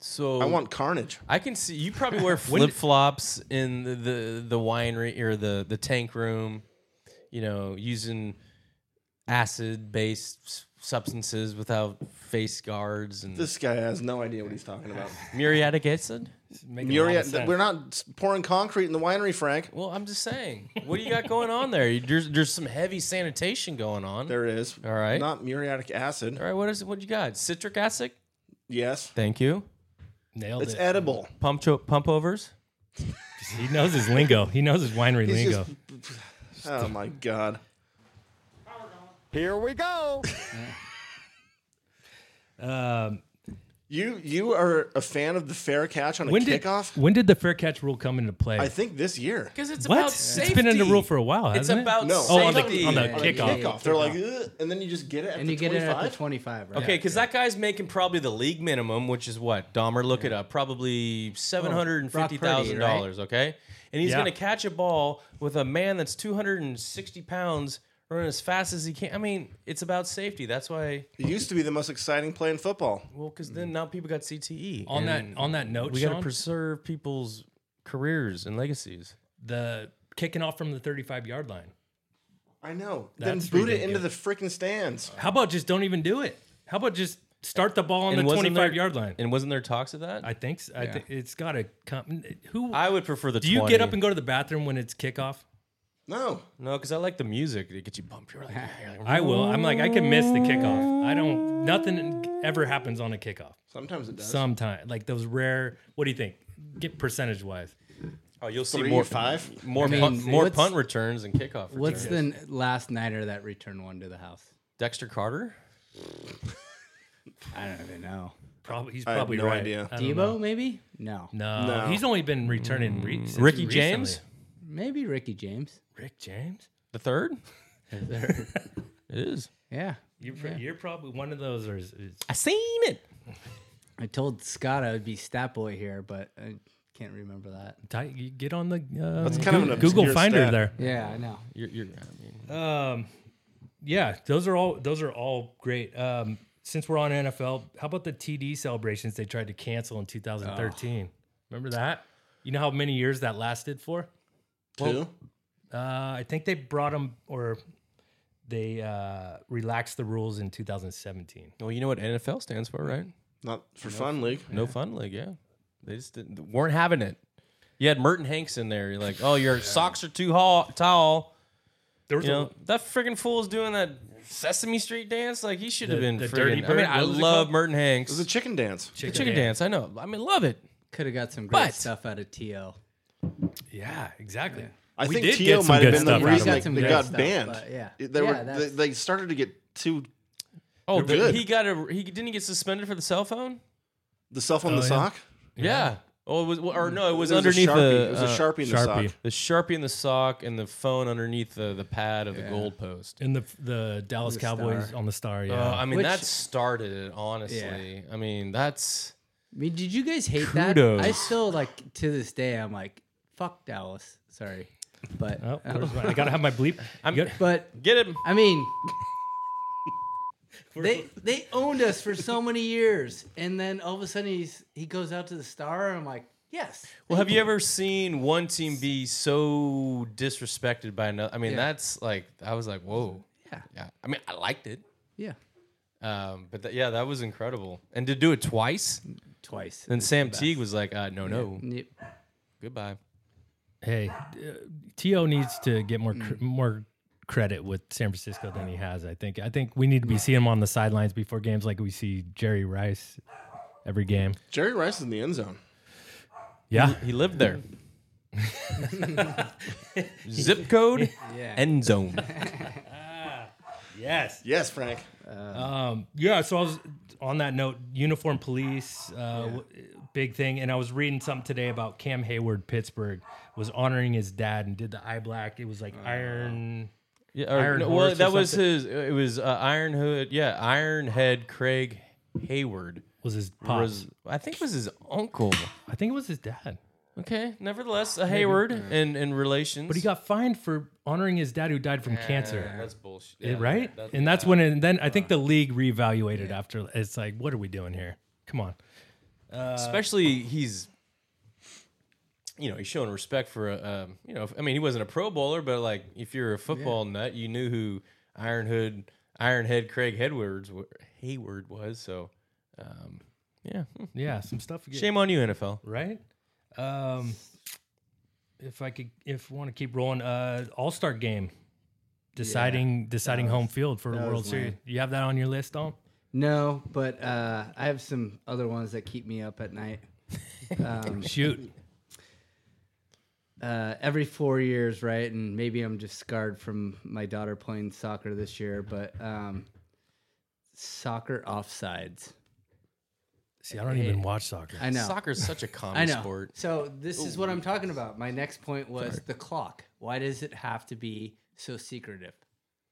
Speaker 5: So
Speaker 2: I want carnage.
Speaker 5: I can see you probably wear flip flops in the, the the winery or the the tank room, you know, using acid based substances without face guards and
Speaker 2: This guy has no idea what he's talking about.
Speaker 5: muriatic acid.
Speaker 1: Making a lot of
Speaker 2: Muriel,
Speaker 1: sense.
Speaker 2: we're not s- pouring concrete in the winery, Frank.
Speaker 5: Well, I'm just saying, what do you got going on there? You- There's there's some heavy sanitation going on.
Speaker 2: There it is.
Speaker 5: All right.
Speaker 2: Not muriatic acid.
Speaker 5: All right, what is it? What you got? Citric acid.
Speaker 2: Yes.
Speaker 5: Thank you.
Speaker 1: Nailed
Speaker 2: It's
Speaker 1: it.
Speaker 2: edible.
Speaker 5: Pump cho- pump overs.
Speaker 1: He knows his lingo. He knows his winery
Speaker 2: He's
Speaker 1: lingo.
Speaker 2: just- oh my god.
Speaker 7: Here we go.
Speaker 1: Um,
Speaker 2: You you are a fan of the fair catch on a
Speaker 1: When did
Speaker 2: kickoff?
Speaker 1: when did the fair catch rule come into play?
Speaker 2: I think this year.
Speaker 5: Because it's
Speaker 1: what?
Speaker 5: about
Speaker 1: It's been in the rule for a while,
Speaker 5: It's
Speaker 1: hasn't
Speaker 5: about
Speaker 1: it?
Speaker 2: No.
Speaker 1: Oh, on the,
Speaker 5: safety.
Speaker 1: on the
Speaker 6: Yeah,
Speaker 1: kickoff.
Speaker 6: yeah,
Speaker 2: Kickoff. They're like, Ugh, and then you just get it at
Speaker 6: and
Speaker 2: the
Speaker 6: you get it at the
Speaker 2: 25.
Speaker 6: 25, right?
Speaker 5: Okay, because that guy's making probably the league minimum, which is what Dahmer. Look it up. Probably seven hundred and fifty thousand dollars. Okay, and he's
Speaker 1: Yeah.
Speaker 5: going to catch a ball with a man that's two hundred and sixty pounds running as fast as he can. I mean, it's about safety. That's why.
Speaker 2: It used to be the most exciting play in football.
Speaker 5: Well, because then now people got CTE.
Speaker 1: On that
Speaker 5: and
Speaker 1: on that note,
Speaker 5: we got to
Speaker 1: Sean,
Speaker 5: preserve people's careers and legacies.
Speaker 1: the kicking off from the 35 yard line.
Speaker 2: I know.
Speaker 1: That's
Speaker 2: then boot it into the
Speaker 1: ridiculous.
Speaker 2: freaking stands.
Speaker 1: How about just don't even do it? How about just start the ball on
Speaker 5: And
Speaker 1: the
Speaker 5: wasn't
Speaker 1: 25
Speaker 5: there-
Speaker 1: yard line?
Speaker 5: And wasn't there talks of that?
Speaker 1: I think so. I think it's got to come. Who
Speaker 5: I would prefer the.
Speaker 1: do you get
Speaker 5: 20.
Speaker 1: up and go to the bathroom when it's kickoff?
Speaker 2: No.
Speaker 5: No, because I like the music. It gets you pumped. You're like,
Speaker 1: I will. I'm like I can miss the kickoff. I don't. Nothing ever happens on a kickoff.
Speaker 2: Sometimes it does.
Speaker 1: Sometime like those rare. What do you think? Get percentage wise.
Speaker 5: oh, you'll see
Speaker 2: Three,
Speaker 5: more
Speaker 2: five.
Speaker 5: more
Speaker 6: mean,
Speaker 5: punt, more
Speaker 6: what's-
Speaker 5: punt returns and kickoff. Returns.
Speaker 6: What's the n- last nighter that returned one to the house?
Speaker 5: Dexter Carter?
Speaker 6: I don't even know.
Speaker 1: Probably he's
Speaker 2: I have
Speaker 1: probably
Speaker 2: no
Speaker 1: right.
Speaker 2: idea.
Speaker 1: I don't know.
Speaker 6: Debo, maybe? No.
Speaker 1: No,
Speaker 2: No.
Speaker 1: he's only been returning re- since
Speaker 5: Mm. Ricky
Speaker 1: recently.
Speaker 5: James?
Speaker 6: Maybe Ricky James.
Speaker 1: Rick James.
Speaker 5: The third? it is.
Speaker 6: Yeah.
Speaker 1: You're, pr- you're probably one of those. Or is, is-
Speaker 5: I seen it.
Speaker 6: I told Scott I would be stat boy here, but I can't remember that.
Speaker 1: Ty- you get on the uh,
Speaker 2: That's kind of
Speaker 1: Goo-
Speaker 2: an
Speaker 1: Google
Speaker 2: obscure
Speaker 1: Finder
Speaker 2: stat.
Speaker 1: there.
Speaker 6: Yeah, I know.
Speaker 5: You're, you're, I mean,
Speaker 1: Um, yeah, those are all those are all great. Um, since we're on NFL, how about the TD celebrations they tried to cancel in 2013? Remember that? You know how many years that lasted for?
Speaker 2: Two.
Speaker 1: Uh, I think they brought them or they uh, relaxed the rules in 2017.
Speaker 5: well, you know what NFL stands for, right?
Speaker 2: Not for fun league.
Speaker 5: No fun league, yeah. They just didn't, weren't having it. You had Merton Hanks in there. You're like, oh, your socks are too ha- tall.
Speaker 1: There was
Speaker 5: You
Speaker 1: a-
Speaker 5: know, that friggin' fool's doing that Sesame Street dance. Like, he should have
Speaker 1: The-
Speaker 5: been
Speaker 1: the
Speaker 5: friggin'.
Speaker 1: Dirty
Speaker 5: I
Speaker 1: Bird,
Speaker 5: mean, I
Speaker 1: what was it
Speaker 5: love
Speaker 1: called?
Speaker 5: Merton
Speaker 2: It
Speaker 5: Hanks.
Speaker 2: was a chicken dance.
Speaker 1: chicken,
Speaker 5: Chicken
Speaker 1: dance.
Speaker 5: dance, I know. I mean, love it.
Speaker 6: Could have got some great
Speaker 5: But-
Speaker 6: stuff out of TL.
Speaker 1: Yeah, exactly.
Speaker 2: I
Speaker 1: We
Speaker 2: think
Speaker 1: did get
Speaker 2: T.O.
Speaker 1: some
Speaker 2: might
Speaker 1: good
Speaker 2: have been the
Speaker 1: stuff out of
Speaker 2: reason
Speaker 1: it.
Speaker 2: they,
Speaker 6: Got some
Speaker 2: they
Speaker 6: good
Speaker 2: got
Speaker 6: stuff,
Speaker 2: banned.
Speaker 6: but yeah.
Speaker 2: It- They,
Speaker 6: Yeah,
Speaker 2: were, they,
Speaker 6: that's-
Speaker 2: they started to get too.
Speaker 5: Oh,
Speaker 2: They're
Speaker 5: but
Speaker 2: good.
Speaker 5: he got a he didn't he get suspended for the cell phone.
Speaker 2: The cell phone,
Speaker 1: Oh,
Speaker 2: the
Speaker 1: yeah.
Speaker 2: sock.
Speaker 5: Yeah. Oh, it was or no, it was
Speaker 2: There
Speaker 5: underneath
Speaker 2: a sharpie.
Speaker 5: the
Speaker 2: It was a
Speaker 5: uh,
Speaker 2: sharpie in the
Speaker 1: Sharpie.
Speaker 2: sock.
Speaker 5: the sharpie in the sock and the phone underneath the the pad of the goalpost.
Speaker 1: And the the Dallas Cowboys on the star. Yeah,
Speaker 5: Oh,
Speaker 2: Uh,
Speaker 5: I mean
Speaker 6: Which-
Speaker 5: that started it. Honestly, I mean that's
Speaker 6: I mean, did you guys hate that? I
Speaker 5: Kudos.
Speaker 6: still like to this day. I'm like, fuck Dallas. Sorry, but
Speaker 1: oh, there's my- I gotta have my bleep. I'm good.
Speaker 6: but
Speaker 5: get him.
Speaker 6: I mean, they they owned us for so many years, and then all of a sudden he's he goes out to the star. And I'm like, yes,
Speaker 5: Well, have you ever seen one team be so disrespected by another? I mean,
Speaker 6: Yeah.
Speaker 5: that's like I was like, whoa.
Speaker 6: Yeah.
Speaker 5: Yeah. I mean, I liked it.
Speaker 6: yeah,
Speaker 5: Um, but that yeah, that was incredible. And to do it twice,
Speaker 6: twice.
Speaker 5: then Sam Teague was like, uh, no, no,
Speaker 6: Yep.
Speaker 5: goodbye.
Speaker 1: Hey, uh, To needs to get more cr- more credit with San Francisco than he has. I think. I think we need to be seeing him on the sidelines before games, like we see Jerry Rice every game.
Speaker 2: Jerry Rice is in the end zone.
Speaker 1: Yeah,
Speaker 5: He lived there. Zip code,
Speaker 6: Yeah.
Speaker 5: end zone.
Speaker 1: yes,
Speaker 2: Yes, Frank.
Speaker 1: yeah. So I was on that note. Uniform police, uh, w- big thing. And I was reading something today about Cam Hayward. Pittsburgh was honoring his dad and did the eye black. It was like iron.
Speaker 5: Yeah, or-
Speaker 1: Iron
Speaker 5: no,
Speaker 1: Horse
Speaker 5: well,
Speaker 1: or
Speaker 5: that was
Speaker 1: something.
Speaker 5: his. It was uh, Iron Hood. Yeah, Iron Head Craig Hayward
Speaker 1: Was his pops?
Speaker 5: was. I think was his uncle.
Speaker 1: I think it was his dad.
Speaker 5: Okay, nevertheless, a Hayward in in relations.
Speaker 1: But he got fined for honoring his dad who died from cancer.
Speaker 5: That's bullshit.
Speaker 1: It- right? and that's when, it, and
Speaker 6: Uh-huh.
Speaker 1: then I think the league reevaluated after. It's like, what are we doing here? Come on.
Speaker 5: especially he's. You know, he's showing respect for a. Um, you know, I mean, he wasn't a Pro Bowler, but like, if you're a football nut, you knew who Iron Hood, Iron Head Craig Hayward's Hayward was. So, um, yeah. Hmm.
Speaker 1: Yeah, some stuff. you get-
Speaker 5: Shame on you, NFL.
Speaker 1: right? Um, if I could, if want to keep rolling, uh, All Star Game, deciding deciding home field for the
Speaker 6: that
Speaker 1: World
Speaker 6: was
Speaker 1: Series.
Speaker 6: lame.
Speaker 1: You have that on your list, Dom?
Speaker 6: No, but uh, I have some other ones that keep me up at night. Um,
Speaker 1: Shoot,
Speaker 6: uh, every four years, right? And maybe I'm just scarred from my daughter playing soccer this year, but um, soccer offsides.
Speaker 1: See, I don't even watch soccer.
Speaker 6: I know.
Speaker 5: Soccer's such a
Speaker 6: I
Speaker 5: common
Speaker 6: know.
Speaker 5: sport.
Speaker 6: So this is what I'm talking about. My next point was the clock. Why does it have to be so secretive?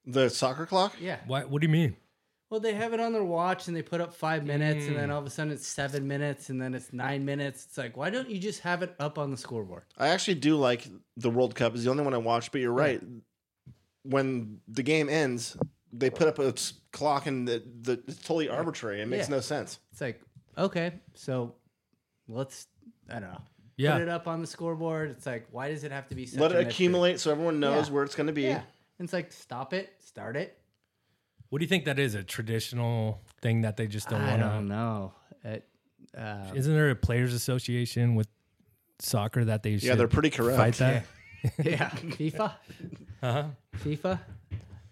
Speaker 2: The soccer clock?
Speaker 6: Yeah.
Speaker 1: Why, what do you mean?
Speaker 6: Well, they have it on their watch and they put up five minutes, and then all of a sudden it's seven minutes, and then it's nine minutes. It's like, why don't you just have it up on the scoreboard?
Speaker 2: I actually do like the World Cup. Is the only one I watch. But you're right. When the game ends, they put up a s- clock, and the, the it's totally arbitrary. It makes
Speaker 6: Yeah.
Speaker 2: no sense.
Speaker 6: It's like, okay, so let's, I don't know,
Speaker 1: Yeah.
Speaker 6: put it up on the scoreboard. It's like, why does it have to be? Such
Speaker 2: Let
Speaker 6: a
Speaker 2: it
Speaker 6: mystery?
Speaker 2: accumulate so everyone knows
Speaker 6: Yeah.
Speaker 2: where it's going to be.
Speaker 6: Yeah. And it's like, stop it, start it.
Speaker 1: What do you think that is? A traditional thing that they just don't
Speaker 6: I
Speaker 1: want
Speaker 6: don't
Speaker 1: to.
Speaker 6: know. It, uh,
Speaker 1: Isn't there a players' association with soccer that they should
Speaker 2: Yeah, they're pretty corrupt.
Speaker 1: fight that?
Speaker 6: yeah, FIFA. FIFA.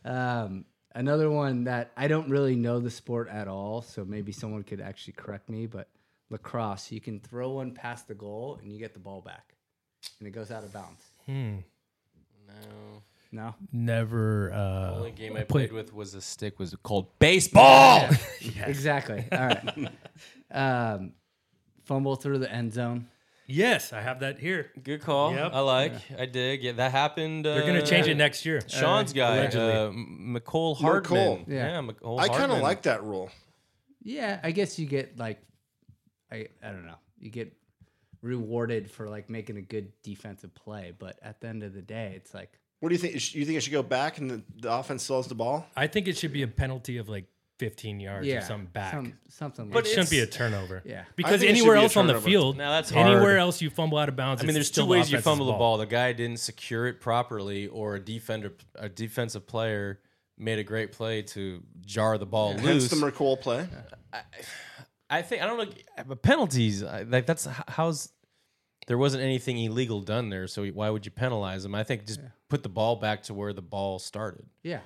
Speaker 6: Um, another one that I don't really know the sport at all, so maybe someone could actually correct me. But lacrosse, you can throw one past the goal and you get the ball back, and it goes out of bounds.
Speaker 5: No.
Speaker 6: No,
Speaker 1: Never. Uh,
Speaker 5: The only game I
Speaker 1: put-
Speaker 5: played with was a stick was called baseball.
Speaker 6: exactly. All right. Um, fumble through the end zone.
Speaker 1: Yes, I have that here.
Speaker 5: Good call.
Speaker 1: Yep.
Speaker 5: I like. I dig. Yeah, that happened. Uh,
Speaker 1: They're gonna change it next year. Uh,
Speaker 5: Sean's guy,
Speaker 1: allegedly.
Speaker 5: uh, McCole Hardman.
Speaker 6: Yeah.
Speaker 5: yeah McCole
Speaker 2: I kind of
Speaker 5: Hardman.
Speaker 2: like that rule.
Speaker 6: Yeah, I guess you get like, I I don't know, you get rewarded for like making a good defensive play, but at the end of the day, it's like
Speaker 2: What do you think? It sh- You think it should go back and the, the offense still has the ball?
Speaker 1: I think it should be a penalty of like 15 yards
Speaker 6: yeah,
Speaker 1: or something back.
Speaker 6: some- something.
Speaker 1: but
Speaker 6: like
Speaker 1: it shouldn't be a
Speaker 5: it's-
Speaker 1: turnover.
Speaker 6: Yeah. I
Speaker 1: Because
Speaker 2: think it should
Speaker 1: anywhere
Speaker 2: be a
Speaker 1: else on the
Speaker 2: turnover.
Speaker 1: field,
Speaker 5: Now, that's hard.
Speaker 1: anywhere else you fumble out of bounds.
Speaker 5: I mean,
Speaker 1: it's
Speaker 5: there's two
Speaker 1: still
Speaker 5: ways you
Speaker 1: offense's
Speaker 5: fumble the ball. The guy didn't secure it properly, or a defender, a defensive player made a great play to jar the ball
Speaker 2: Hence
Speaker 5: loose.
Speaker 2: the McCool play.
Speaker 5: I think I don't know, but penalties I- like that's h- how's there wasn't anything illegal done there, so why would you penalize him? I think just put the ball back to where the ball started.
Speaker 6: yeah.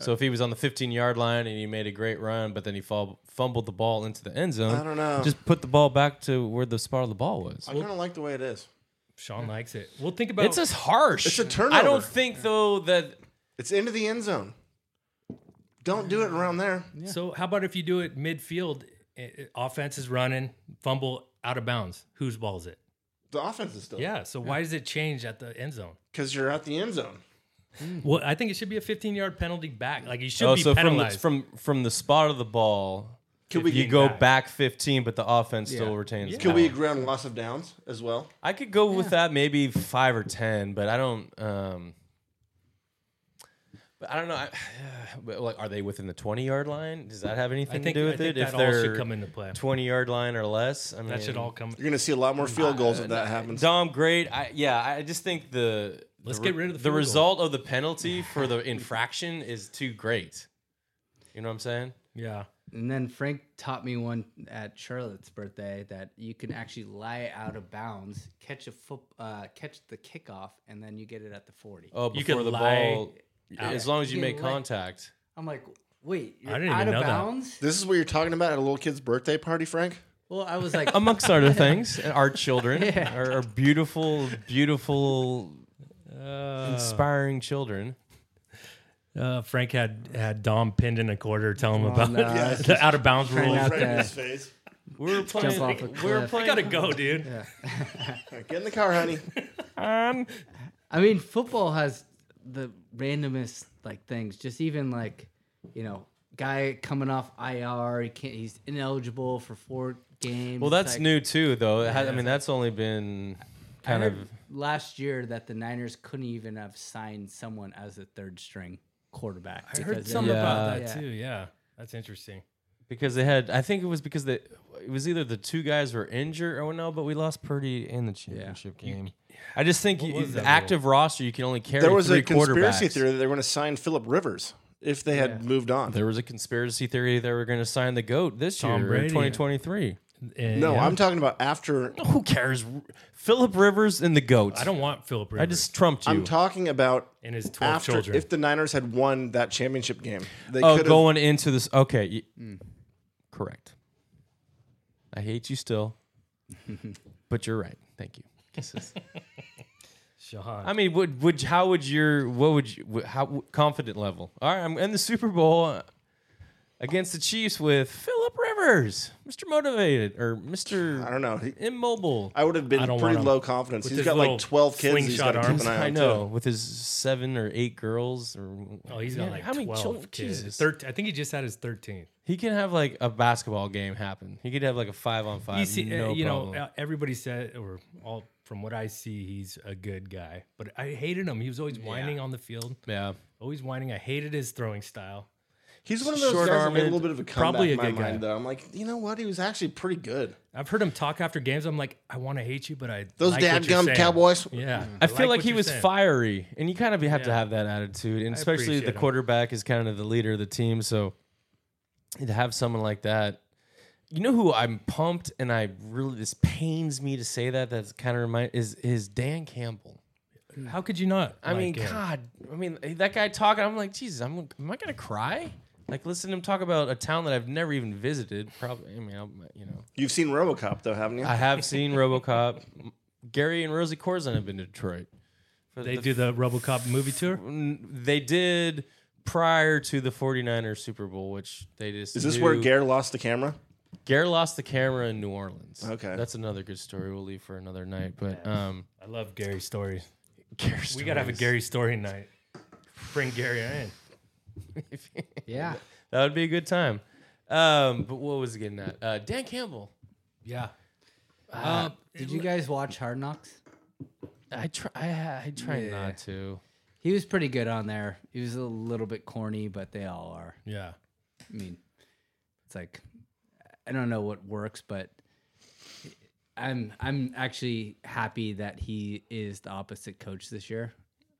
Speaker 5: So if he was on the 15 yard line and he made a great run, but then he fall, fumbled the ball into the end zone,
Speaker 2: I don't know.
Speaker 5: Just put the ball back to where the spot of the ball was.
Speaker 2: I kind of like the way it is.
Speaker 1: Sean likes it. Well, think about
Speaker 5: It's as harsh.
Speaker 2: It's a
Speaker 5: I
Speaker 2: turnover.
Speaker 5: don't think though that
Speaker 2: It's into the end zone. Don't do it around there.
Speaker 1: So how about if you do it midfield? eh, eh, Offense is running, fumble out of bounds. Whose ball is it?
Speaker 2: The offense is still.
Speaker 1: Yeah. So why does it change at the end zone?
Speaker 2: Because you're at the end zone.
Speaker 1: Well, I think it should be a 15 yard penalty back. Like you should
Speaker 5: oh,
Speaker 1: be
Speaker 5: so from the,
Speaker 1: penalized.
Speaker 5: from from the spot of the ball,
Speaker 2: Could we
Speaker 5: you
Speaker 2: get
Speaker 5: go
Speaker 2: back?
Speaker 5: back. 15, but the offense still retains.
Speaker 2: Could we
Speaker 5: power.
Speaker 2: agree on loss of downs as well?
Speaker 5: I could go with that maybe five or ten, but I don't. Um, but I don't know. I, but like, are they within the twenty yard line? Does that have anything
Speaker 1: I think,
Speaker 5: to do with
Speaker 1: I think
Speaker 5: it?
Speaker 1: that
Speaker 5: if
Speaker 1: all
Speaker 5: they're
Speaker 1: should come into play.
Speaker 5: twenty yard line or less, I mean,
Speaker 1: That should all come.
Speaker 2: You're going to see a lot more field goals if that happens.
Speaker 5: Dom, great. I, yeah, I just think the
Speaker 1: Let's
Speaker 5: the,
Speaker 1: get rid of the
Speaker 5: the
Speaker 1: field goal.
Speaker 5: result of the penalty for the infraction is too great. You know what I'm saying?
Speaker 1: Yeah.
Speaker 6: And then Frank taught me one at Charlotte's birthday that you can actually lie out of bounds, catch a foot, uh, catch the kickoff, and then you get it at the forty.
Speaker 5: Oh,
Speaker 1: You
Speaker 5: before
Speaker 1: could
Speaker 5: the
Speaker 1: lie
Speaker 5: ball, as long as you
Speaker 6: You
Speaker 5: make
Speaker 6: can lie-
Speaker 5: contact.
Speaker 6: I'm like, wait, you're
Speaker 1: didn't
Speaker 6: out
Speaker 1: even
Speaker 6: of
Speaker 1: know that.
Speaker 6: bounds?
Speaker 2: This is what you're talking about at a little kid's birthday party, Frank?
Speaker 6: Well, I was like,
Speaker 5: Amongst other things, our children are, are beautiful, beautiful, inspiring children.
Speaker 1: Uh, Frank had had Dom pinned in a quarter. Tell
Speaker 2: Oh,
Speaker 1: him about
Speaker 6: no, it's
Speaker 1: the out of bounds rule.
Speaker 6: out
Speaker 1: I
Speaker 6: there.
Speaker 2: his face.
Speaker 5: We were playing.
Speaker 6: off
Speaker 5: we
Speaker 6: a
Speaker 5: were
Speaker 6: cliff.
Speaker 5: playing.
Speaker 1: gotta go, dude.
Speaker 2: All right, get in the car, honey.
Speaker 6: I mean, football has the randomest like things. Just even like, you know, guy coming off IR, he can't, he's ineligible for four games.
Speaker 5: Well,
Speaker 6: It's
Speaker 5: that's
Speaker 6: like-
Speaker 5: new too, though. It has- I mean, that's only been kind
Speaker 6: I
Speaker 5: of.
Speaker 6: heard last year that the Niners couldn't even have signed someone as a third string quarterback.
Speaker 1: I heard
Speaker 6: because they-
Speaker 1: something about
Speaker 5: Yeah.
Speaker 1: that too. Yeah, that's interesting.
Speaker 5: because they had I think it was because they it was either the two guys were injured or no, but we lost Purdy in the championship game. I just think you,
Speaker 1: was
Speaker 5: the
Speaker 1: that
Speaker 5: active roster you can only carry
Speaker 2: There was
Speaker 5: three
Speaker 2: a conspiracy
Speaker 5: quarterbacks.
Speaker 2: theory that they were going to sign Philip Rivers if they had moved on.
Speaker 5: There was a conspiracy theory they were going to sign the goat this
Speaker 1: Tom
Speaker 5: year,
Speaker 1: Brady.
Speaker 5: in 2023.
Speaker 1: And,
Speaker 2: no,
Speaker 1: yeah,
Speaker 2: I'm talking about after.
Speaker 5: Who cares? Philip Rivers and the goat.
Speaker 1: I don't want Philip Rivers
Speaker 5: I just trumped you.
Speaker 2: I'm talking about
Speaker 1: and his twelve
Speaker 2: after
Speaker 1: children.
Speaker 2: if the Niners had won that championship game. They
Speaker 5: oh,
Speaker 2: could have
Speaker 5: going into this. Okay, y-
Speaker 2: Hmm.
Speaker 5: correct. I hate you still, but you're right. Thank you. Kisses.
Speaker 1: Sean,
Speaker 5: I mean, would would how would your what would you wh- how wh- confident level? All right, I'm in the Super Bowl uh, against the Chiefs with Philip Devers, Mr. Motivated or Mr.
Speaker 2: I don't know. He,
Speaker 5: Immobile.
Speaker 2: I would have been
Speaker 1: I don't
Speaker 2: pretty
Speaker 1: want him.
Speaker 2: low confidence.
Speaker 1: With
Speaker 2: He's
Speaker 1: his
Speaker 2: got
Speaker 1: little
Speaker 2: like 12 kids he's
Speaker 1: slingshot
Speaker 2: got to keep
Speaker 1: arms.
Speaker 2: an eye on.
Speaker 5: I
Speaker 2: too.
Speaker 5: know with his seven or eight girls or
Speaker 1: Oh, he's
Speaker 5: Man,
Speaker 1: got like
Speaker 5: how many children-
Speaker 1: 12 kids.
Speaker 5: Jesus.
Speaker 1: 13 I think he just had his 13th.
Speaker 5: He can have like a basketball game happen. He could have like a five on
Speaker 1: You
Speaker 5: five.
Speaker 1: see, uh,
Speaker 5: no
Speaker 1: you
Speaker 5: problem.
Speaker 1: know, uh, everybody said, or all from what I see, he's a good guy. But I hated him. He was always whining on the field,
Speaker 5: yeah.
Speaker 1: always whining. I hated his throwing style.
Speaker 2: He's one of those guys that
Speaker 5: Short-armed,
Speaker 2: made a little bit of a comeback
Speaker 1: probably a
Speaker 2: in my
Speaker 1: good guy.
Speaker 2: mind, though. I'm like, you know what? He was actually pretty good.
Speaker 1: I've heard him talk after games. I'm like, I want to hate you, but I
Speaker 2: Those
Speaker 1: like what you're
Speaker 2: dadgum
Speaker 1: saying.
Speaker 2: Cowboys.
Speaker 1: Yeah,
Speaker 5: I feel like,
Speaker 1: what
Speaker 5: he
Speaker 1: you're
Speaker 5: was
Speaker 1: saying.
Speaker 5: fiery, and you kind of have to
Speaker 1: Yeah.
Speaker 5: have that attitude, and especially
Speaker 1: appreciate
Speaker 5: the
Speaker 1: him.
Speaker 5: quarterback is kind of the leader of the team. So to have someone like that, you know who I'm pumped, and I really this pains me to say that. That's kind of remind is is Dan Campbell.
Speaker 1: Oh How could you not?
Speaker 5: I mean,
Speaker 1: like him?
Speaker 5: God, I mean eh, that guy talking. I'm like, Jesus, I'm am I gonna cry? Like, listen to him talk about a town that I've never even visited. Probably, I mean, I'm, you know.
Speaker 2: You've seen RoboCop, though, haven't you?
Speaker 5: I have seen RoboCop. Gary and Rosie Corzine have been to Detroit. For
Speaker 1: they
Speaker 5: the-
Speaker 1: do the RoboCop movie tour.
Speaker 5: They did prior to the 49ers Super Bowl, which they just
Speaker 2: Is this
Speaker 5: knew-
Speaker 2: where Gare lost the camera?
Speaker 5: Gare lost the camera in New Orleans?
Speaker 2: Okay.
Speaker 5: that's another good story. We'll leave for another night, but um,
Speaker 1: I love Gary stories.
Speaker 5: Gare
Speaker 1: We gotta have a
Speaker 5: stories.
Speaker 1: Gary story night. Bring Gary in.
Speaker 6: Yeah.
Speaker 5: that would be a good time. Um, but what was he getting at? Uh, Dan Campbell.
Speaker 1: Yeah.
Speaker 6: Uh, did you guys watch Hard Knocks?
Speaker 5: I try. I, I try
Speaker 6: Yeah.
Speaker 5: not to.
Speaker 6: He was pretty good on there. He was a little bit corny, but they all are.
Speaker 1: Yeah.
Speaker 6: I mean, it's like I don't know what works, but I'm I'm actually happy that he is the opposite coach this year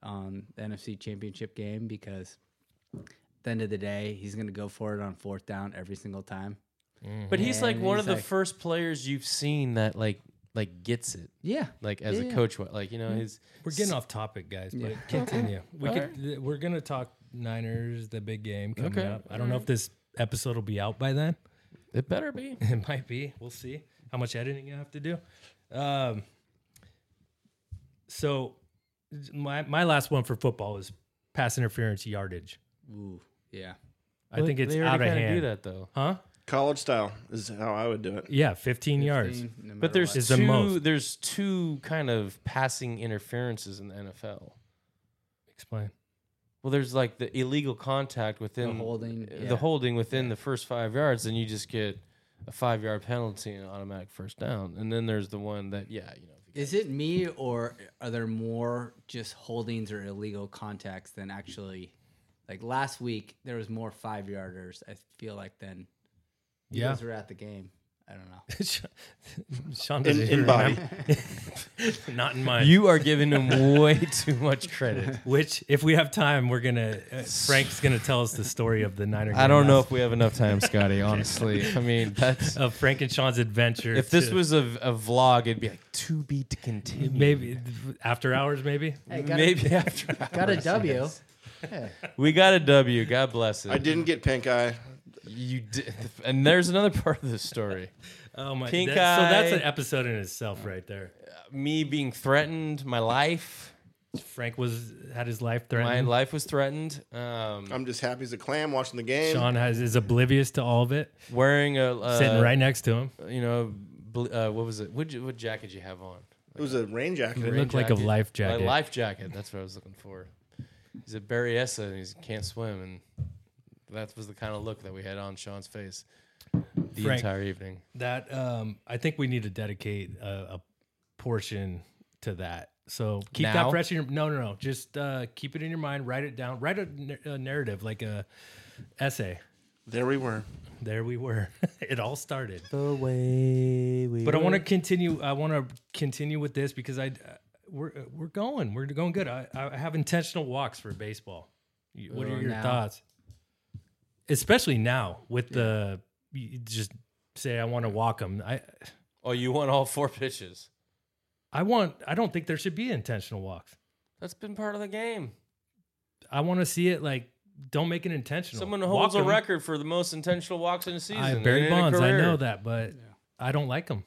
Speaker 6: on the NFC Championship game because at the end of the day, he's going to go for it on fourth down every single time.
Speaker 5: But he's
Speaker 6: Yeah,
Speaker 5: like
Speaker 6: and
Speaker 5: one
Speaker 6: he's
Speaker 5: of the
Speaker 6: like-
Speaker 5: first players you've seen that like like gets it.
Speaker 6: Yeah,
Speaker 5: Like as
Speaker 6: Yeah,
Speaker 5: a
Speaker 6: yeah.
Speaker 5: coach, like you know
Speaker 1: Mm-hmm.
Speaker 5: his
Speaker 1: We're getting off topic, guys, but continue. We could th- we're gonna talk Niners, the big game coming
Speaker 5: Okay.
Speaker 1: up. I don't know if this episode will be out by then.
Speaker 5: It better be.
Speaker 1: It might be. We'll see how much editing you have to do. Um, so my my last one for football is pass interference yardage.
Speaker 6: Ooh, yeah.
Speaker 1: I think it's
Speaker 5: They
Speaker 1: out
Speaker 5: already
Speaker 1: of
Speaker 5: kinda
Speaker 1: hand.
Speaker 5: Do that though.
Speaker 1: Huh?
Speaker 2: College style is how I would do it.
Speaker 1: Yeah, 15, yards.
Speaker 6: Fifteen, no matter
Speaker 5: But there's
Speaker 6: what.
Speaker 1: Is the
Speaker 5: two.
Speaker 1: most.
Speaker 5: There's two kind of passing interferences in the NFL.
Speaker 1: Explain.
Speaker 5: Well, there's like the illegal contact within
Speaker 6: holding,
Speaker 5: uh,
Speaker 6: yeah.
Speaker 5: the holding within the first five yards, and you just get a five yard penalty and an automatic first down. And then there's the one that yeah, you know. if you-
Speaker 6: Is it me or are there more just holdings or illegal contacts than actually like last week there was more five yarders, I feel like than you
Speaker 1: Yeah.
Speaker 6: guys were at the game. I don't know.
Speaker 1: Sean
Speaker 2: In,
Speaker 1: doesn't
Speaker 2: in
Speaker 1: even
Speaker 2: body.
Speaker 1: remember. Not in mine.
Speaker 5: You are giving him way too much credit.
Speaker 1: Which, if we have time, we're gonna uh, Frank's gonna tell us the story of the Niner.
Speaker 5: I
Speaker 1: game
Speaker 5: don't know
Speaker 1: last-
Speaker 5: if we have enough time, Scotty. Honestly, I mean that's
Speaker 1: of Frank and Sean's adventure.
Speaker 5: if this
Speaker 1: to-
Speaker 5: was a, a vlog, it'd be like to be continued.
Speaker 1: maybe after hours, maybe
Speaker 6: Hey, got,
Speaker 5: Maybe after
Speaker 6: a, got a W. Hey,
Speaker 5: we got a W. God bless it.
Speaker 2: I didn't get pink eye.
Speaker 5: You did, and there's another part of the story.
Speaker 1: Oh my!
Speaker 5: Pink
Speaker 1: that- So that's
Speaker 5: eye.
Speaker 1: an episode in itself, right there.
Speaker 5: Me being threatened, my life,
Speaker 1: Frank was had his life
Speaker 5: my
Speaker 1: threatened.
Speaker 5: life was threatened. Um,
Speaker 2: I'm just happy as a clam watching the game.
Speaker 1: Sean has is oblivious to all of it,
Speaker 5: wearing a uh,
Speaker 1: sitting right next to him.
Speaker 5: you know, bl- uh, what was it? What, what jacket you have on?
Speaker 2: It was a rain jacket.
Speaker 1: It looked like a life jacket.
Speaker 5: A life jacket. That's what I was looking for. He's at Berryessa and he can't swim, and that was the kind of look that we had on Sean's face the
Speaker 1: Frank.
Speaker 5: entire evening.
Speaker 1: That um, I think we need to dedicate a, a portion to that. So keep that
Speaker 5: Now?
Speaker 1: fresh in your no no no. Just uh, keep it in your mind. Write it down. Write a, nar- a narrative like a essay.
Speaker 2: There we were.
Speaker 1: There we were. it all started.
Speaker 5: The way we.
Speaker 1: But I want to continue. I want to continue with this because I we're we're going. We're going good. I, I have intentional walks for baseball. You- What are
Speaker 6: Oh,
Speaker 1: your
Speaker 6: now.
Speaker 1: thoughts? Especially now with the you just say I want to walk them. I
Speaker 5: Oh, you want all four pitches?
Speaker 1: I want. I don't think there should be intentional walks.
Speaker 5: That's been part of the game.
Speaker 1: I want to see it like don't make it intentional.
Speaker 5: Someone
Speaker 1: Walk
Speaker 5: holds a
Speaker 1: 'em.
Speaker 5: record for the most intentional walks in a season.
Speaker 1: I
Speaker 5: and
Speaker 1: Barry
Speaker 5: in a
Speaker 1: Bonds. I
Speaker 5: career.
Speaker 1: know that, but I don't like him.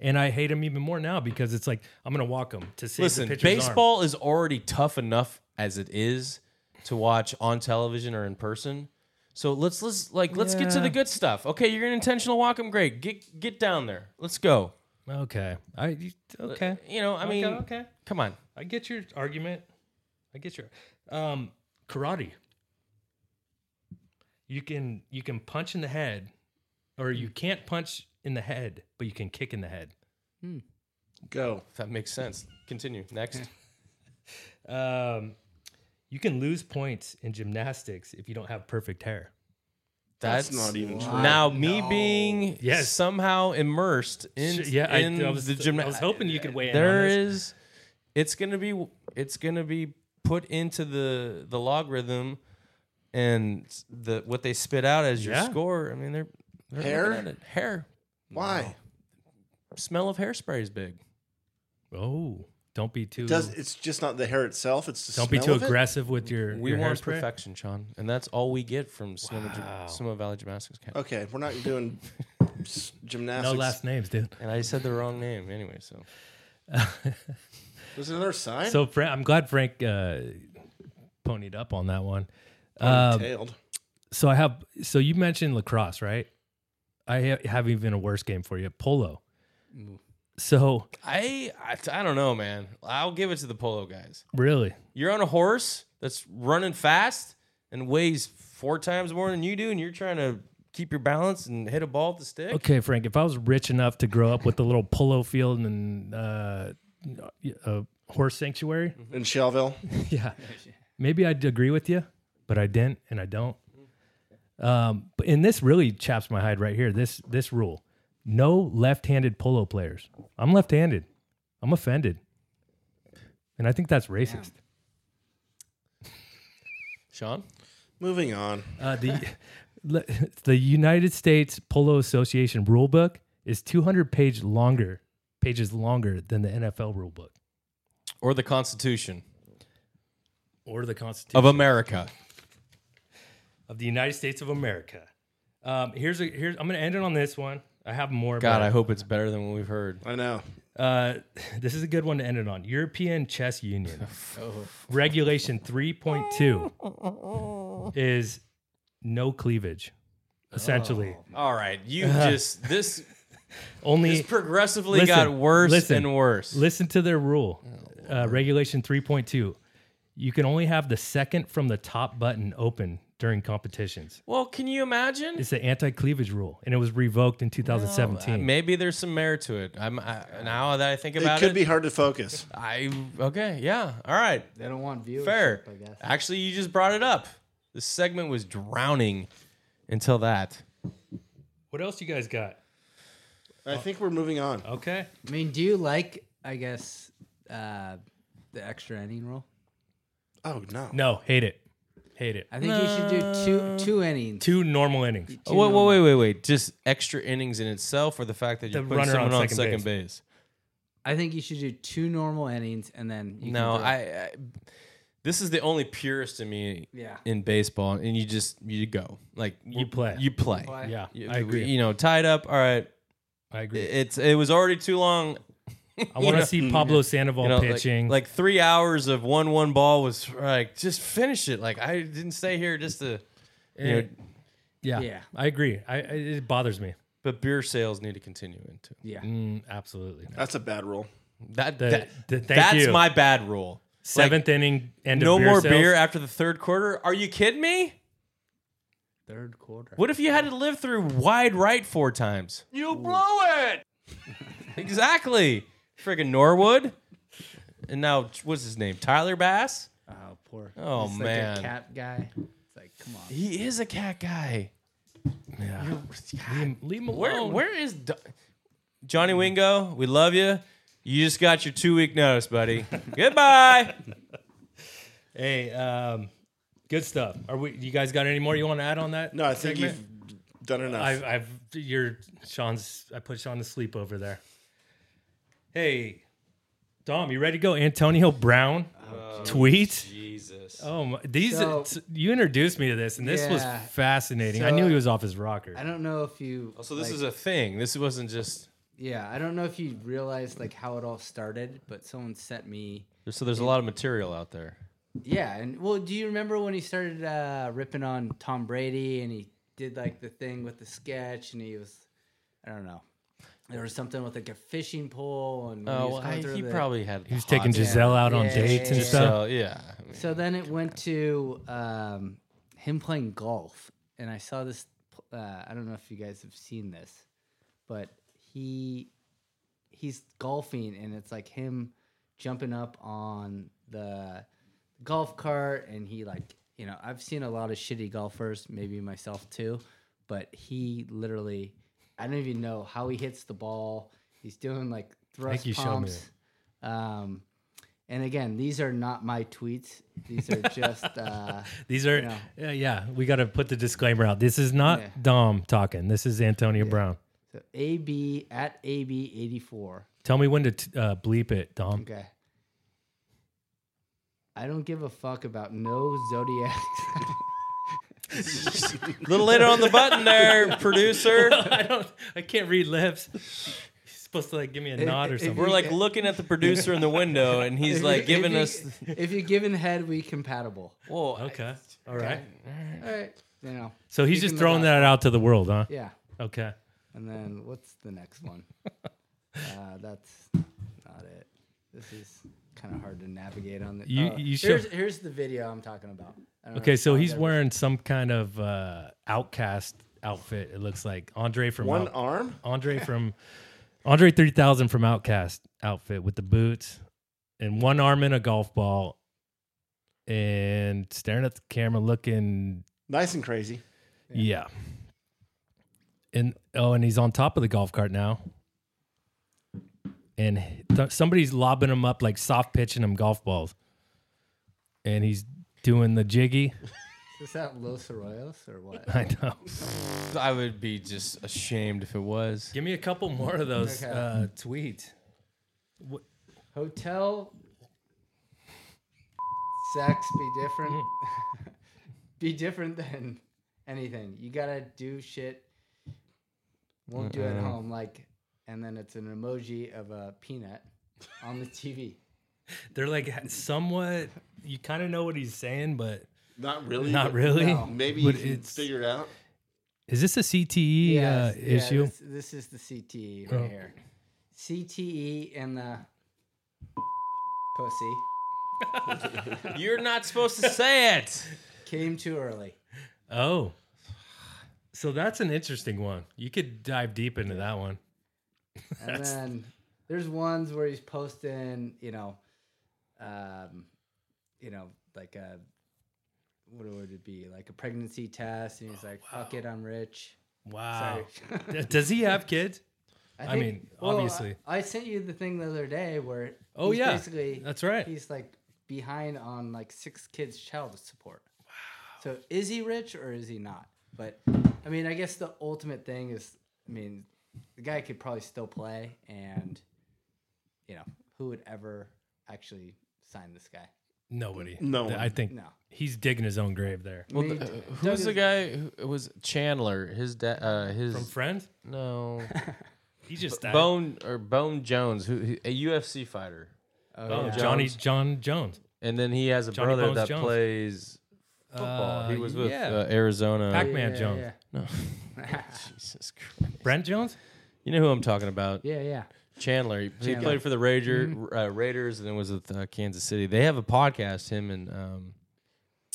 Speaker 1: And I hate him even more now because it's like I'm gonna walk him to save the
Speaker 5: Listen,
Speaker 1: pitcher's arm.
Speaker 5: baseball is already tough enough as it is to watch on television or in person. So let's let's like let's get to
Speaker 1: Yeah.
Speaker 5: the good stuff. Okay, you're an intentional walk 'em. Great. Get get down there. Let's go.
Speaker 1: Okay. Uh, I you- okay.
Speaker 5: You know, I mean,
Speaker 1: okay, okay.
Speaker 5: come on.
Speaker 1: I get your argument. I get your um karate. You can you can punch in the head, or you can't punch in the head, but you can kick in the head.
Speaker 2: Go.
Speaker 5: If that makes sense. Continue. Next.
Speaker 1: Um, you can lose points in gymnastics if you don't have perfect hair.
Speaker 2: That's, not even true.
Speaker 5: Now, me being
Speaker 1: Yes.
Speaker 5: somehow immersed in,
Speaker 1: Sh- yeah, I-
Speaker 5: in
Speaker 1: I, was,
Speaker 5: the gym,
Speaker 1: I was hoping you could weigh in.
Speaker 5: there
Speaker 1: on this.
Speaker 5: is, it's gonna be, it's gonna be put into the the logarithm, and the what they spit out as your
Speaker 1: Yeah.
Speaker 5: score. I mean, they're, they're looking
Speaker 2: Hair?
Speaker 5: at it. hair,
Speaker 2: Why?
Speaker 5: smell of hairspray is big.
Speaker 1: Oh, don't be too.
Speaker 2: Does it's just not the hair itself? It's the
Speaker 1: don't be
Speaker 2: smell
Speaker 1: too
Speaker 2: of it?
Speaker 1: aggressive with your.
Speaker 5: We
Speaker 1: your
Speaker 5: want
Speaker 1: hairspray.
Speaker 5: perfection, Sean, and that's all we get from Sonoma, Gym-
Speaker 1: Wow.
Speaker 5: Sonoma Valley Gymnastics Camp.
Speaker 2: Okay, we're not doing s-
Speaker 1: No
Speaker 2: gymnastics.
Speaker 1: last names, dude.
Speaker 5: And I said the wrong name anyway, so
Speaker 2: There's another side.
Speaker 1: So Fra- I'm glad Frank uh, ponied up on that one. Um,
Speaker 2: tailed.
Speaker 1: so I have. So you mentioned lacrosse, right? I ha- have even a worse game for you, polo. So
Speaker 5: I, I I don't know, man. I'll give it to the polo guys.
Speaker 1: really,
Speaker 5: You're on a horse that's running fast and weighs four times more than you do, and you're trying to keep your balance and hit a ball with the stick.
Speaker 1: okay, Frank. If I was rich enough to grow up with a little polo field and uh, a horse sanctuary,
Speaker 2: in Shellville.
Speaker 1: yeah. Maybe I'd agree with you, but I didn't and I don't. Um, but and this really chaps my hide right here. This this rule. No left-handed polo players. I'm left-handed. I'm offended. And I think that's racist.
Speaker 5: Sean,
Speaker 2: Moving on.
Speaker 1: Uh, the le- the United States Polo Association rule book is 200 page longer pages longer than the NFL rule book
Speaker 5: or the Constitution
Speaker 1: or the Constitution.
Speaker 5: of America.
Speaker 1: of the United States of America. Um, here's a here's I'm gonna end it on this one. I have more.
Speaker 5: God, I
Speaker 1: but,
Speaker 5: hope it's better than what we've heard.
Speaker 2: I know.
Speaker 1: uh, this is a good one to end it on. European Chess Union Regulation 3.2 is no cleavage, essentially.
Speaker 5: All right, you just this
Speaker 1: Only
Speaker 5: this progressively
Speaker 1: Listen,
Speaker 5: got worse
Speaker 1: listen,
Speaker 5: and worse.
Speaker 1: listen to their rule.
Speaker 5: Oh,
Speaker 1: Uh, regulation 3.2. You can only have the second from the top button open during competitions.
Speaker 5: Well, can you imagine?
Speaker 1: It's the anti-cleavage rule, and it was revoked in 2017.
Speaker 5: Uh, Maybe there's some merit to it. I'm I, now that I think
Speaker 2: It
Speaker 5: about it.
Speaker 2: could be hard to focus.
Speaker 5: I okay, yeah, all right.
Speaker 6: They don't want viewership,
Speaker 5: Fair.
Speaker 6: I guess.
Speaker 5: Actually, you just brought it up. This segment was drowning until that.
Speaker 1: What else you guys got?
Speaker 2: I think we're moving on.
Speaker 1: Okay.
Speaker 6: I mean, do you like, I guess, uh, the extra inning rule?
Speaker 2: Oh no.
Speaker 1: No, hate it. Hate it.
Speaker 6: I think you should
Speaker 5: Uh,
Speaker 6: do two two innings.
Speaker 1: Two normal innings.
Speaker 6: Two
Speaker 5: Wait, wait,
Speaker 6: normal.
Speaker 5: wait, wait, wait. Just extra innings in itself, or the fact that
Speaker 1: The
Speaker 5: you're putting
Speaker 1: runner
Speaker 5: someone
Speaker 1: on
Speaker 5: on
Speaker 1: second
Speaker 5: second base.
Speaker 6: I think you should do two normal innings and then you
Speaker 5: No,
Speaker 6: Can throw-
Speaker 5: I, I. This is the only purist in me.
Speaker 6: Yeah.
Speaker 5: In baseball, and you just you go like you
Speaker 1: play.
Speaker 5: you play.
Speaker 6: Play.
Speaker 1: Yeah,
Speaker 5: You,
Speaker 1: I agree.
Speaker 5: You know, tied up. All right.
Speaker 1: I agree.
Speaker 5: It's it was already too long.
Speaker 1: I want to
Speaker 5: know-
Speaker 1: see Pablo Sandoval
Speaker 5: You know, like-
Speaker 1: pitching.
Speaker 5: like, three hours of one one ball was like just finish it. Like I didn't stay here just to. You know,
Speaker 1: yeah,
Speaker 6: yeah.
Speaker 1: I agree. I, I it bothers me.
Speaker 5: but beer sales need to continue into
Speaker 6: yeah.
Speaker 1: Mm, absolutely.
Speaker 2: That's a bad rule.
Speaker 5: that.
Speaker 1: The-
Speaker 5: that
Speaker 1: the- thank
Speaker 5: that's
Speaker 1: you.
Speaker 5: my bad rule.
Speaker 1: Seventh inning and
Speaker 5: no more
Speaker 1: sales.
Speaker 5: beer after the third quarter. Are you kidding me?
Speaker 6: Third quarter.
Speaker 5: What if you had to live through wide right four times? You blow it. exactly. Friggin' Norwood. And now what's his name? Tyler Bass.
Speaker 6: Oh, poor.
Speaker 5: Oh,
Speaker 6: It's
Speaker 5: man.
Speaker 6: Like a cat guy. It's like, come on.
Speaker 5: He is a cat guy.
Speaker 1: Yeah. Leave, leave him alone.
Speaker 5: Where
Speaker 6: Oh.
Speaker 5: where is Do- Johnny Wingo? We love you. You just got your two week notice, buddy. Goodbye.
Speaker 1: Hey, um, good stuff. Are we? You guys got any more you want to add on that?
Speaker 2: No, I think
Speaker 1: segment?
Speaker 2: you've done enough.
Speaker 1: I've, I've you're Sean's. I put Sean to sleep over there. Hey, Dom, you ready to go? Antonio Brown tweet.
Speaker 5: Jesus.
Speaker 1: Oh, my, these
Speaker 6: So-
Speaker 1: it's- you introduced me to this, and this
Speaker 6: Yeah.
Speaker 1: was fascinating. I
Speaker 6: So-
Speaker 1: knew he was off his rocker.
Speaker 6: I don't know if you.
Speaker 5: Oh, So this
Speaker 6: like-
Speaker 5: is a thing. This wasn't just.
Speaker 6: Yeah, I don't know if you realized like how it all started, but someone sent me.
Speaker 5: So there's a lot of material out there.
Speaker 6: Yeah, and well, do you remember when he started uh, ripping on Tom Brady and he did like the thing with the sketch and he was, I don't know, there was something with like a fishing pole and when
Speaker 5: Oh,
Speaker 6: was
Speaker 5: well,
Speaker 6: going
Speaker 5: I-
Speaker 6: through
Speaker 5: he
Speaker 6: the-
Speaker 5: probably had.
Speaker 1: He was taking Giselle out on
Speaker 6: Yeah,
Speaker 1: dates and
Speaker 6: yeah,
Speaker 1: stuff.
Speaker 5: Giselle, Oh, yeah. I mean,
Speaker 6: So then it went to um, him playing golf, and I saw this. pl- Uh, I don't know if you guys have seen this, but he he's golfing, and it's like him jumping up on the golf cart, and he like you know I've seen a lot of shitty golfers, maybe myself too, but he literally I don't even know how he hits the ball. He's doing like thrust
Speaker 1: you showed me
Speaker 6: pumps. Um, and again, these are not my tweets. These are just uh,
Speaker 1: These are,
Speaker 6: Yeah.
Speaker 1: yeah, yeah. We got to put the disclaimer out. This is not
Speaker 6: Yeah.
Speaker 1: Dom talking. This is Antonio Brown.
Speaker 6: so AB at AB eighty four.
Speaker 1: Tell me when to t- uh, bleep it, Dom.
Speaker 6: Okay. I don't give a fuck about no zodiac.
Speaker 5: a little later on the button there, producer.
Speaker 1: I don't. I can't read lips. He's supposed to like give me a nod or
Speaker 6: if
Speaker 1: something.
Speaker 5: We're like looking at the producer in the window, and he's like giving us.
Speaker 6: If you- if you're giving head, we compatible.
Speaker 5: Whoa, I-
Speaker 1: okay. All right.
Speaker 6: All right, you know.
Speaker 1: So he's
Speaker 6: You
Speaker 1: just
Speaker 6: can
Speaker 1: throwing
Speaker 6: look up.
Speaker 1: that out to the world, huh?
Speaker 6: Yeah,
Speaker 1: Okay.
Speaker 6: and then what's the next one? Uh, that's not it. This is kind of hard to navigate on the.
Speaker 1: You-
Speaker 6: oh,
Speaker 1: you show-
Speaker 6: here's, here's the video I'm talking about. I don't know
Speaker 1: Okay.
Speaker 6: if
Speaker 1: So
Speaker 6: y'all
Speaker 1: he's
Speaker 6: ever-
Speaker 1: wearing some kind of uh, outcast outfit. It looks like Andre from
Speaker 2: One
Speaker 1: Out-
Speaker 2: arm?
Speaker 1: Andre from Andre three thousand from Outcast outfit with the boots and one arm in a golf ball and staring at the camera, looking
Speaker 2: Nice and crazy.
Speaker 1: Yeah. And oh, and he's on top of the golf cart now. And th- somebody's lobbing him up like soft pitching him golf balls. And he's doing the jiggy.
Speaker 6: Is that Los Arroyos or what?
Speaker 1: I know.
Speaker 5: I would be just ashamed if it was.
Speaker 1: Give me a couple more of those
Speaker 6: Okay.
Speaker 1: uh, tweets.
Speaker 6: Hotel sex be
Speaker 1: Mm.
Speaker 6: different. be different than anything. You gotta do shit. Won't do
Speaker 1: Uh-uh.
Speaker 6: at home. Like, and then it's an emoji of a peanut on the TV.
Speaker 1: They're like somewhat. You kind of know what he's saying, but
Speaker 2: Not really.
Speaker 1: not
Speaker 2: but
Speaker 1: really.
Speaker 2: Maybe
Speaker 1: But
Speaker 2: you can
Speaker 1: it's-
Speaker 2: figure it out.
Speaker 1: Is this a CTE uh,
Speaker 6: Yes, yeah,
Speaker 1: issue? Oh.
Speaker 6: This, this is the CTE right here. CTE and the pussy
Speaker 5: You're not supposed to say it.
Speaker 6: came too early.
Speaker 1: Oh. So that's an interesting one. You could dive deep into that one.
Speaker 6: And then there's ones where he's posting, you know, um, you know, like a what would it be? Like a pregnancy test, and he's
Speaker 1: Oh,
Speaker 6: like, "Fuck it, I'm rich."
Speaker 1: Wow.
Speaker 6: Sorry.
Speaker 1: D- Does he have kids? I
Speaker 6: think-
Speaker 1: mean,
Speaker 6: well,
Speaker 1: obviously.
Speaker 6: I, I sent you the thing the other day where
Speaker 1: Oh,
Speaker 6: he's
Speaker 1: yeah.
Speaker 6: basically
Speaker 1: That's right.
Speaker 6: He's like behind on like six kids' child support. Wow. So is he rich or is he not? But I mean, I guess the ultimate thing is, I mean, the guy could probably still play, and you know, who would ever actually sign this guy?
Speaker 1: Nobody.
Speaker 2: No
Speaker 1: Th- I think
Speaker 6: No.
Speaker 1: he's digging his own grave there.
Speaker 6: I mean, Doug
Speaker 5: Who's the uh,
Speaker 6: is-
Speaker 5: guy? Who, it was Chandler. His dad. Uh, his
Speaker 1: From Friends,
Speaker 5: no
Speaker 1: he just died.
Speaker 5: Bone or Bone Jones, who who- a UFC fighter,
Speaker 6: Oh,
Speaker 1: Oh,
Speaker 6: yeah.
Speaker 1: Johnny John Jones.
Speaker 5: and then he has a
Speaker 1: Johnny
Speaker 5: brother
Speaker 1: Bones
Speaker 5: that
Speaker 1: Jones.
Speaker 5: plays football. he
Speaker 1: Uh,
Speaker 5: was with
Speaker 1: yeah.
Speaker 5: uh, Arizona.
Speaker 1: Pac-Man Jones.
Speaker 5: no, Jesus Christ.
Speaker 1: Brent Jones.
Speaker 5: You know who I'm talking about?
Speaker 6: Yeah, yeah.
Speaker 5: Chandler. He
Speaker 6: Chandler.
Speaker 5: played for the Ranger, uh, Raiders, and then was with uh, Kansas City. They have a podcast. Him and um,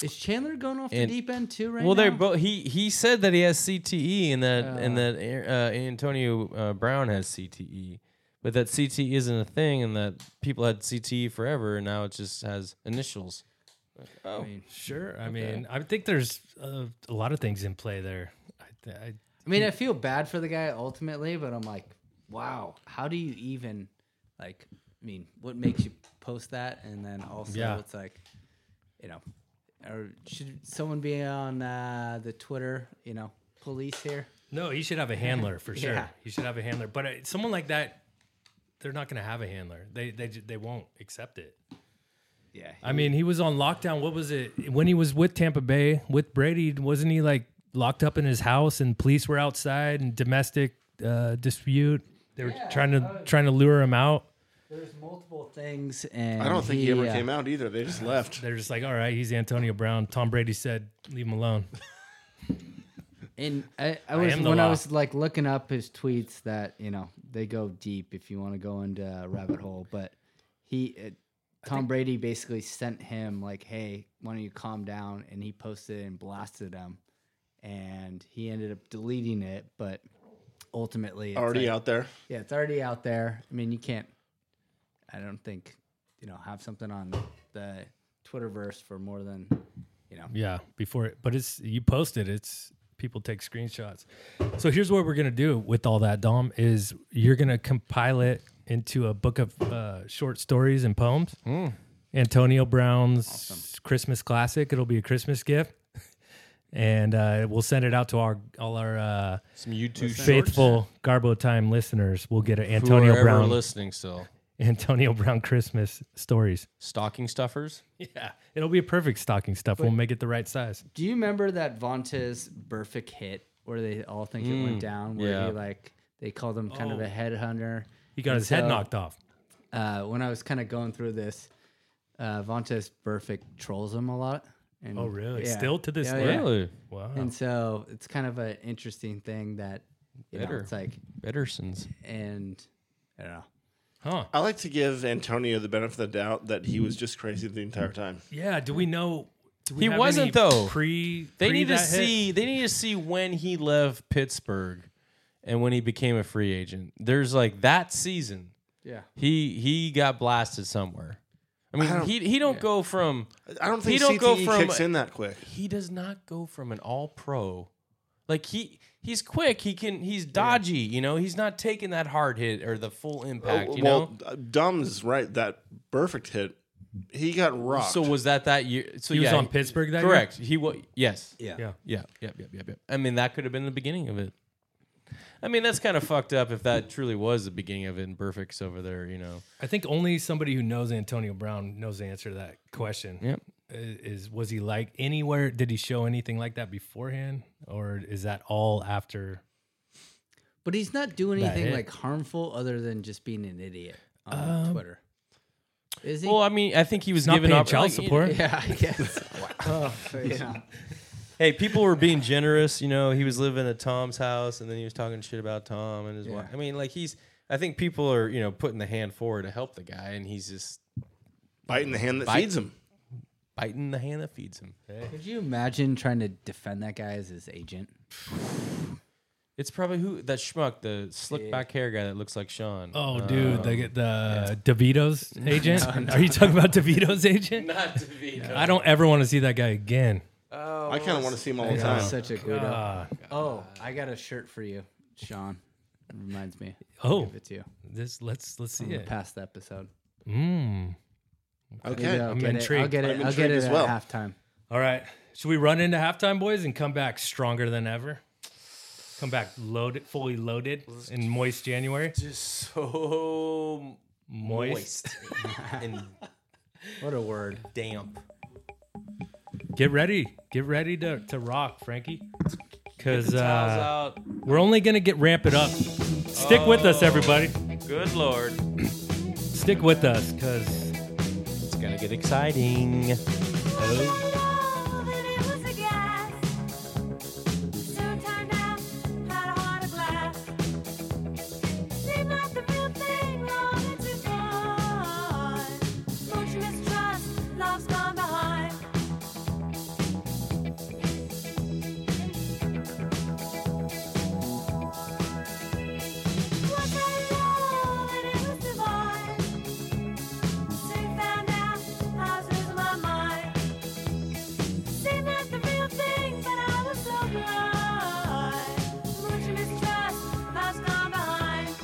Speaker 6: Is Chandler going off
Speaker 5: And-
Speaker 6: the deep end too right
Speaker 5: well,
Speaker 6: now?
Speaker 5: they're both. He he said that he has CTE and that and that uh, Antonio uh, Brown has CTE, but that CTE isn't a thing, and that people had CTE forever, and now it just has initials. oh,
Speaker 1: Sure. I mean, I think there's uh, a lot of things in play there. I, th- I,
Speaker 6: I mean, I feel bad for the guy ultimately, but I'm like, wow, how do you even like? I mean, what makes you post that? And then also,
Speaker 1: Yeah.
Speaker 6: it's like, you know, or should someone be on uh, the Twitter? You know, police here.
Speaker 1: no, he should have a handler for sure.
Speaker 6: Yeah.
Speaker 1: He should have a handler. But uh, someone like that, they're not going to have a handler. They they ju- they won't accept it.
Speaker 6: Yeah,
Speaker 1: I mean, he was on lockdown. What was it when he was with Tampa Bay with Brady? Wasn't he like locked up in his house and police were outside and domestic uh, dispute? They were trying to trying to lure him out.
Speaker 6: There's multiple things, and
Speaker 2: I don't think he ever
Speaker 6: uh,
Speaker 2: came out either. They just left.
Speaker 1: They're just like, all right, he's Antonio Brown. Tom Brady said, leave him alone.
Speaker 6: And I, I was
Speaker 1: am the
Speaker 6: when I
Speaker 1: law.
Speaker 6: was like looking up his tweets that you know they go deep if you want to go into a rabbit hole, but he uh, Tom Brady basically sent him like, "Hey, why don't you calm down?" And he posted and blasted him, and he ended up deleting it, but ultimately it's
Speaker 2: Already
Speaker 6: like-
Speaker 2: out there.
Speaker 6: Yeah, it's already out there. I mean, you can't. I don't think you know have something on the Twitterverse for more than you know.
Speaker 1: Yeah, before it, but it's you post it. It's people take screenshots. So here's what we're gonna do with all that, Dom. Is you're gonna compile it into a book of uh, short stories and poems. Antonio Brown's Christmas classic. It'll be a Christmas gift, and uh, we'll send it out to our all our uh,
Speaker 5: Some YouTube
Speaker 1: faithful Garbo Time listeners. We'll get an Antonio Brown
Speaker 5: listening still.
Speaker 1: Antonio Brown Christmas stories.
Speaker 5: Stocking stuffers.
Speaker 1: Yeah, it'll be a perfect stocking stuff. we'll make it the right size.
Speaker 6: Do you remember that Vontaze perfect hit where they all think it went down? Where
Speaker 5: yeah.
Speaker 6: he like they called him kind of a headhunter.
Speaker 1: Oh. He got
Speaker 6: And
Speaker 1: his head
Speaker 6: so,
Speaker 1: knocked off.
Speaker 6: Uh, when I was kind of going through this, uh, Vontaze perfect trolls him a lot. And,
Speaker 1: Oh, really?
Speaker 6: yeah.
Speaker 1: Still to this
Speaker 6: Yeah,
Speaker 1: day?
Speaker 6: yeah.
Speaker 5: Really?
Speaker 1: Wow.
Speaker 6: And so it's kind of an interesting thing that you know,
Speaker 5: Better.
Speaker 6: it's like
Speaker 5: Ederson's.
Speaker 6: and I don't know.
Speaker 1: Huh.
Speaker 2: I like to give Antonio the benefit of the doubt that he was just crazy the entire time.
Speaker 1: Yeah. Do we know? Do we
Speaker 5: Hmm. He
Speaker 1: have
Speaker 5: wasn't,
Speaker 1: any
Speaker 5: though.
Speaker 1: Pre.
Speaker 5: They
Speaker 1: pre
Speaker 5: need to
Speaker 1: that hit?
Speaker 5: see. They need to see when he left Pittsburgh, and when he became a free agent. There's like that season.
Speaker 6: Yeah.
Speaker 5: He he got blasted somewhere. I mean,
Speaker 2: don't- Uh,
Speaker 5: he he don't go from
Speaker 2: I don't think
Speaker 5: He don't go
Speaker 2: CTE
Speaker 5: from-
Speaker 2: kicks in that quick.
Speaker 5: he does not go from an all pro. Like he he's quick. He can he's dodgy. You know, he's not taking that hard hit or the full impact. you know.
Speaker 2: well, uh, Dom's right. That perfect hit, he got rocked.
Speaker 5: So was that that year? So
Speaker 1: He was
Speaker 5: yeah,
Speaker 1: on Pittsburgh that year?
Speaker 5: correct. He was yes.
Speaker 1: Yeah.
Speaker 5: Yeah, yep, yep, yep, yep. I mean, that could have been the beginning of it. I mean, that's kind of fucked up if that truly was the beginning of it and Burfick's over there, you know.
Speaker 1: I think only somebody who knows Antonio Brown knows the answer to that question.
Speaker 5: Yep.
Speaker 1: I- Is was he like anywhere? Did he show anything like that beforehand, or is that all after?
Speaker 6: But he's not doing anything
Speaker 1: hit.
Speaker 6: like harmful other than just being an idiot on
Speaker 1: Um,
Speaker 6: Twitter. Is he?
Speaker 5: Well, I mean, I think he was
Speaker 1: Not
Speaker 5: given
Speaker 1: paying
Speaker 5: up
Speaker 1: child
Speaker 5: like,
Speaker 1: support.
Speaker 6: yeah, I guess. oh, yeah.
Speaker 5: Hey, people were being generous, you know. He was living at Tom's house and then he was talking shit about Tom and his wife. I mean, like he's I think people are, you know, putting the hand forward to help the guy and he's just
Speaker 2: biting the hand that
Speaker 5: Bite-
Speaker 2: feeds him.
Speaker 5: biting the hand that feeds him.
Speaker 6: Could you imagine trying to defend that guy as his agent?
Speaker 5: It's probably who that schmuck, the slick back hair guy that looks like Sean. Uh,
Speaker 1: Oh, dude, the
Speaker 5: Oh.
Speaker 1: the DeVito's agent. Are you talking about DeVito's agent?
Speaker 5: Not DeVito.
Speaker 1: I don't ever want to see that guy again.
Speaker 8: Oh,
Speaker 2: I kind of want to see him all the
Speaker 6: That's
Speaker 2: time.
Speaker 6: such a Guido.
Speaker 1: Uh,
Speaker 6: oh, I got a shirt for you, Sean. Reminds me.
Speaker 1: oh,
Speaker 6: Give it to you.
Speaker 1: this let's let's see
Speaker 5: Oh,
Speaker 6: Yeah. The
Speaker 1: it.
Speaker 6: past episode.
Speaker 1: Mm.
Speaker 6: Maybe
Speaker 2: Okay.
Speaker 6: I'll
Speaker 1: I'm
Speaker 6: get It. I'll
Speaker 1: intrigued.
Speaker 6: get it.
Speaker 2: I'm
Speaker 6: I'll get
Speaker 2: intrigued
Speaker 6: it
Speaker 2: as
Speaker 6: at
Speaker 2: well.
Speaker 6: halftime.
Speaker 1: All right. Should we run into halftime, boys, and come back stronger than ever? Come back loaded, fully loaded in moist January.
Speaker 5: Just so
Speaker 1: Moist.
Speaker 5: and
Speaker 6: What a word.
Speaker 5: damp.
Speaker 1: Get ready. Get ready to, to rock, Frankie. Because
Speaker 5: Towels
Speaker 1: uh,
Speaker 5: out.
Speaker 1: we're only going to get ramp it up. Stick with us, everybody.
Speaker 5: Good lord.
Speaker 1: Stick with us because
Speaker 5: It's gonna get exciting.
Speaker 7: Love's gone behind. What a love, and it was divine. Soon found out I was losing my mind. Seemed like the real thing, but I was so blind. Much mistrust, love's gone behind.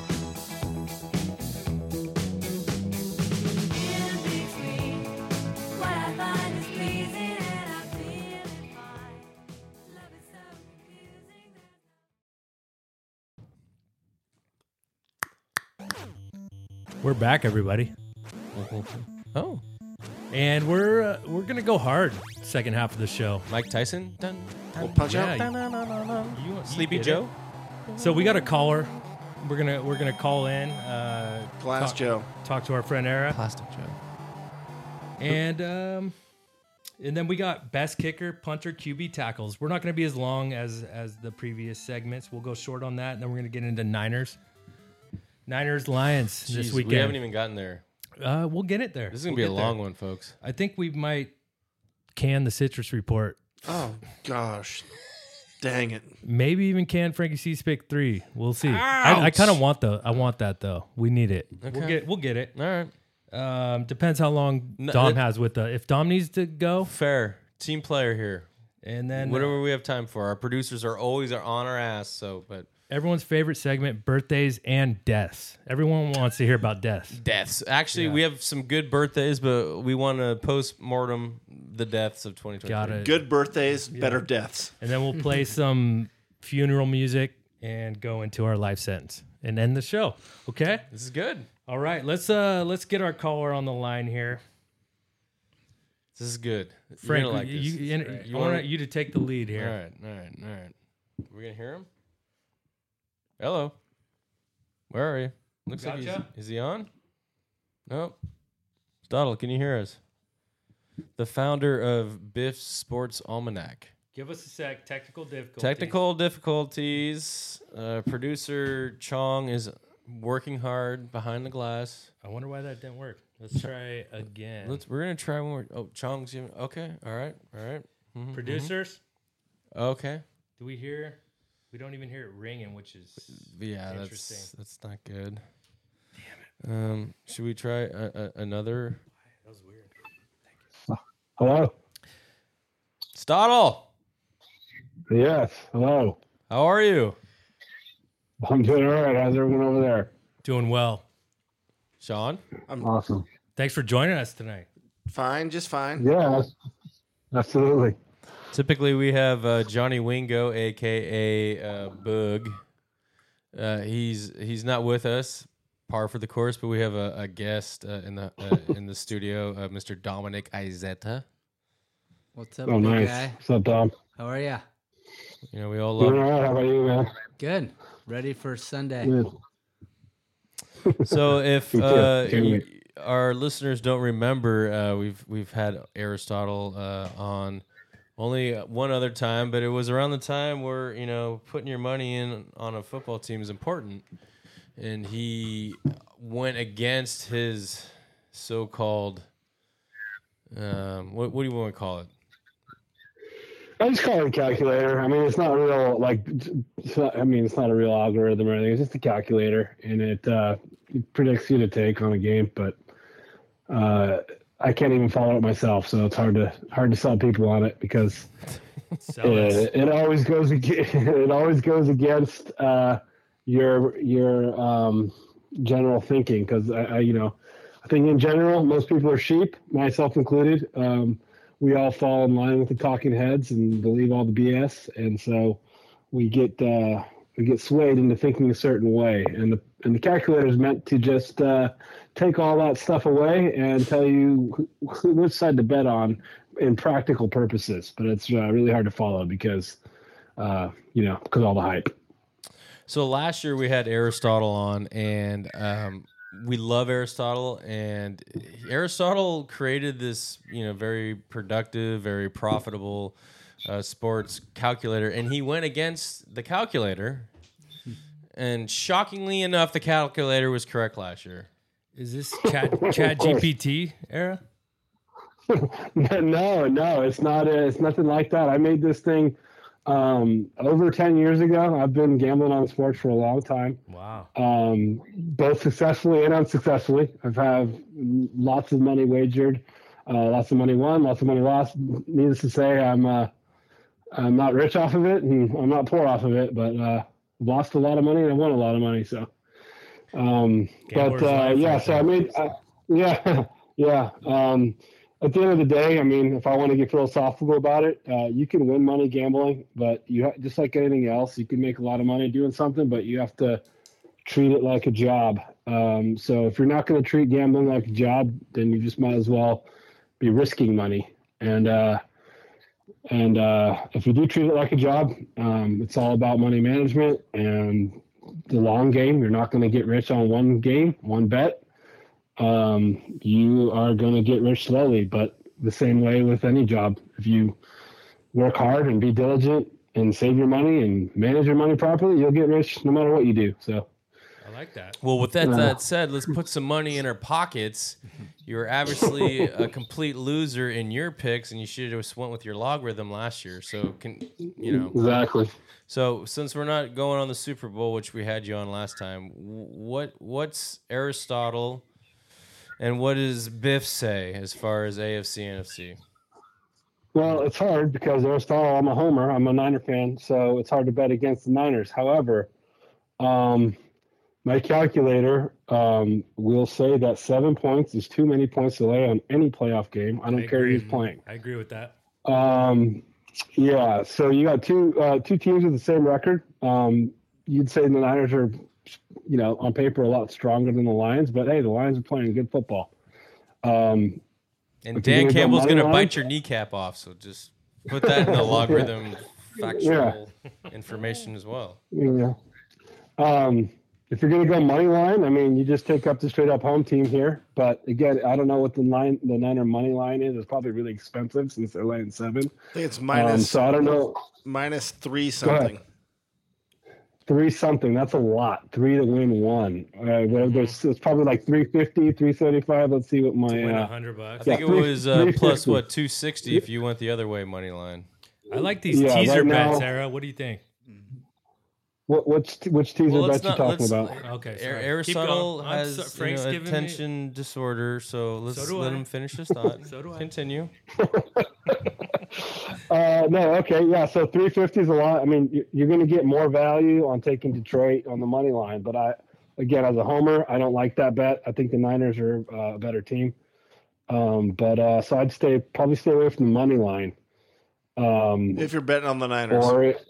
Speaker 7: In between, what I find is pleasing, and I'm feeling fine. Love is so confusing.
Speaker 1: we're back, everybody.
Speaker 5: Oh,
Speaker 1: And we're uh, we're going to go hard second half of the show.
Speaker 5: Mike Tyson. Dun, dun,
Speaker 2: We'll punch
Speaker 1: Yeah,
Speaker 2: out.
Speaker 5: dun, dun, dun, dun, dun.
Speaker 1: You- you
Speaker 5: Sleepy
Speaker 1: get
Speaker 5: Joe.
Speaker 1: it. So we got a caller We're gonna we're gonna call in. Uh,
Speaker 2: Glass
Speaker 1: talk,
Speaker 2: Joe.
Speaker 1: Talk to our friend Era,
Speaker 5: Plastic Joe.
Speaker 1: and um, and then we got best kicker, punter, QB tackles. We're not gonna be as long as as the previous segments. We'll go short on that, and then we're gonna get into Niners, Niners Lions this
Speaker 5: Jeez,
Speaker 1: weekend.
Speaker 5: we haven't even gotten there.
Speaker 1: uh, we'll get it there.
Speaker 5: This is gonna
Speaker 1: We'll
Speaker 5: be a
Speaker 1: get there.
Speaker 5: long one, folks.
Speaker 1: I think we might can the citrus report.
Speaker 2: Oh gosh, dang it!
Speaker 1: Maybe even can Frankie C's pick three. We'll see. I, I kind of want the. I want that though. We need it. We'll
Speaker 5: Okay.
Speaker 1: get. We'll get it.
Speaker 5: All right,
Speaker 1: Um, depends how long
Speaker 5: No,
Speaker 1: Dom
Speaker 5: that-
Speaker 1: has with us. If Dom needs to go,
Speaker 5: fair team player here.
Speaker 1: and then uh,
Speaker 5: Whatever we have time for. Our producers are always on our ass. So, but
Speaker 1: everyone's favorite segment: birthdays and deaths. Everyone wants to hear about deaths.
Speaker 5: deaths. Actually, we have some good birthdays, but we want to post mortem the deaths of 2020.
Speaker 1: Got it.
Speaker 2: Good birthdays, better deaths.
Speaker 1: And then we'll play some funeral music and go into our life sentence and end the show. Okay.
Speaker 5: This is good.
Speaker 1: All right. Let's uh let's get our caller on the line here.
Speaker 5: This is good. You're
Speaker 1: Frank,
Speaker 5: gonna like
Speaker 1: you,
Speaker 5: this.
Speaker 1: you- and-
Speaker 5: Great.
Speaker 1: I want
Speaker 5: wanna-
Speaker 1: you to take the lead here.
Speaker 5: All right, all right, all right. We're gonna hear him. Hello, where are you? Looks like he's,
Speaker 1: Gotcha.
Speaker 5: is he on? Nope. Donald, can you hear us? The founder of Biff's Sports Almanac.
Speaker 1: Give us a sec. Technical difficulty.
Speaker 5: Technical difficulties. Uh, producer Chong is working hard behind the glass.
Speaker 1: I wonder why that didn't work. Let's try again.
Speaker 5: Let's. We're gonna try one more. Oh, Chong's. Giving, okay. All right. All right. mhm,
Speaker 1: Producers,
Speaker 5: mhm. Okay.
Speaker 1: do we hear? We don't even hear it ringing, which is
Speaker 5: Yeah, that's
Speaker 1: Interesting.
Speaker 5: that's not good. Damn it. Um, should we try a, a, another?
Speaker 1: that was weird.
Speaker 8: Hello.
Speaker 5: Stoddle,
Speaker 8: Yes. Hello.
Speaker 5: how are you?
Speaker 8: I'm doing all right. How's everyone over there?
Speaker 1: Doing well.
Speaker 5: Sean,
Speaker 8: Awesome.
Speaker 1: Thanks for joining us tonight.
Speaker 2: Fine, just fine.
Speaker 8: Yes. Absolutely.
Speaker 5: typically we have uh, Johnny Wingo, aka uh, Boog. Uh, he's he's not with us, par for the course, but we have a, a guest uh, in the uh, in the studio, uh, Mr. Dominic Izetta.
Speaker 6: What's up,
Speaker 8: Oh,
Speaker 6: big
Speaker 8: nice.
Speaker 6: guy?
Speaker 8: What's up, Tom?
Speaker 6: How are ya?
Speaker 5: You know, we all
Speaker 8: Doing
Speaker 5: love
Speaker 8: all right. How about you, man?
Speaker 6: Good. Ready for Sunday.
Speaker 8: Good.
Speaker 5: So if
Speaker 8: Me too.
Speaker 5: uh,
Speaker 8: Can't
Speaker 5: you-
Speaker 8: wait.
Speaker 5: our listeners don't remember, uh, we've we've had Aristotle uh, on only one other time, but it was around the time where you know putting your money in on a football team is important, and he went against his so-called um, what what do you want to call it?
Speaker 8: I just call it a calculator. I mean, it's not real. Like, it's not, I mean, it's not a real algorithm or anything. It's just a calculator, and it, uh, it predicts you to take on a game. But uh, I can't even follow it myself, so it's hard to hard to sell people on it because
Speaker 1: Sell us.
Speaker 8: it, it always goes against, it always goes against uh, your your um, general thinking because I, I you know I think in general most people are sheep myself included um, we all fall in line with the talking heads and believe all the BS and so we get uh, we get swayed into thinking a certain way and the and the calculator is meant to just uh, take all that stuff away and tell you wh- wh- which side to bet on in practical purposes, but it's uh, really hard to follow because, uh, you know, because all the hype.
Speaker 5: So last year we had Aristotle on, and um, we love Aristotle. And Aristotle created this, you know, very productive, very profitable uh, sports calculator, and he went against the calculator. And shockingly enough, the calculator was correct last year.
Speaker 1: Is this Chat Chat GPT era?
Speaker 8: no, no, it's not. A, it's nothing like that. I made this thing um, over ten years ago. I've been gambling on sports for a long time.
Speaker 1: Wow.
Speaker 8: um, both successfully and unsuccessfully. I've had lots of money wagered, uh, lots of money won, lots of money lost. Needless to say, I'm uh, I'm not rich off of it, and I'm not poor off of it, but uh, lost a lot of money and I won a lot of money. So, um,
Speaker 1: Gambler's
Speaker 8: but uh,
Speaker 1: life
Speaker 8: yeah,
Speaker 1: right
Speaker 8: so I mean, uh, yeah, yeah. Um, at the end of the day, I mean, if I want to get philosophical about it, uh, you can win money gambling, but you ha- just like anything else, you can make a lot of money doing something, but you have to treat it like a job. Um, so if you're not going to treat gambling like a job, then you just might as well be risking money. And uh, and uh, if you do treat it like a job, um, it's all about money management and the long game. You're not going to get rich on one game, one bet. Um, you are going to get rich slowly, but the same way with any job. If you work hard and be diligent and save your money and manage your money properly, you'll get rich no matter what you do. So,
Speaker 1: I like that.
Speaker 5: Well, with that,
Speaker 8: Yeah.
Speaker 5: that said, let's put some money in our pockets. You're obviously a complete loser in your picks, and you should have just went with your logarithm last year. So can you know?
Speaker 8: exactly.
Speaker 5: So since we're not going on the Super Bowl, which we had you on last time, wh- what what's Aristotle, and what does Biff say as far as AFC NFC?
Speaker 8: Well, it's hard because Aristotle, I'm a homer. I'm a Niner fan, so it's hard to bet against the Niners. However, um, my calculator um, will say that seven points is too many points to lay on any playoff game. I don't
Speaker 1: I
Speaker 8: care
Speaker 1: agree.
Speaker 8: who's playing.
Speaker 1: I agree with that.
Speaker 8: Um, yeah, so you got two uh, two teams with the same record. Um, you'd say the Niners are, you know, on paper a lot stronger than the Lions, but hey, the Lions are playing good football. Um,
Speaker 5: And
Speaker 8: you
Speaker 5: Dan
Speaker 8: think about
Speaker 5: Campbell's
Speaker 8: money
Speaker 5: gonna
Speaker 8: line?
Speaker 5: bite your kneecap off. So just put that in the logarithm factual information as well.
Speaker 8: Yeah. Um, if you're going to go money line, I mean, you just take up the straight up home team here. But again, I don't know what the line, the Niner money line is. It's probably really expensive since they're laying seven.
Speaker 2: I think it's
Speaker 8: Um,
Speaker 2: minus
Speaker 8: so I don't know
Speaker 2: minus three
Speaker 8: ahead.
Speaker 2: something.
Speaker 8: three something. That's a lot. Three to win one. Uh, whatever. There's it's probably like 350, 375. Let's see what my
Speaker 1: Win a
Speaker 8: uh,
Speaker 1: hundred bucks.
Speaker 5: I think
Speaker 8: Yeah,
Speaker 5: it
Speaker 8: three-
Speaker 5: was uh, plus
Speaker 8: 350.
Speaker 5: what two sixty if you went the other way money line.
Speaker 1: I like these
Speaker 8: Yeah,
Speaker 1: teaser
Speaker 8: right
Speaker 1: bets,
Speaker 8: now-
Speaker 1: Era. What do you think?
Speaker 8: what which which teaser
Speaker 5: Well, let's
Speaker 8: bet you
Speaker 5: not.
Speaker 8: talking
Speaker 5: Let's,
Speaker 8: about?
Speaker 1: Okay,
Speaker 5: Ar-
Speaker 1: sorry. Keep going.
Speaker 5: Aristotle
Speaker 1: I'm
Speaker 5: has
Speaker 1: so-
Speaker 5: you know,
Speaker 1: Frank's giving me-
Speaker 5: attention disorder, so let's
Speaker 1: do
Speaker 5: let
Speaker 1: I.
Speaker 5: him finish his thought.
Speaker 1: So do I.
Speaker 5: Continue.
Speaker 8: Uh, no, okay, yeah. So 350 is a lot. I mean, you- you're going to get more value on taking Detroit on the money line, but I, again, as a homer, I don't like that bet. I think the Niners are uh, a better team. Um, but uh, so I'd stay probably stay away from the money line. Um,
Speaker 2: If you're betting on the Niners,
Speaker 8: or it-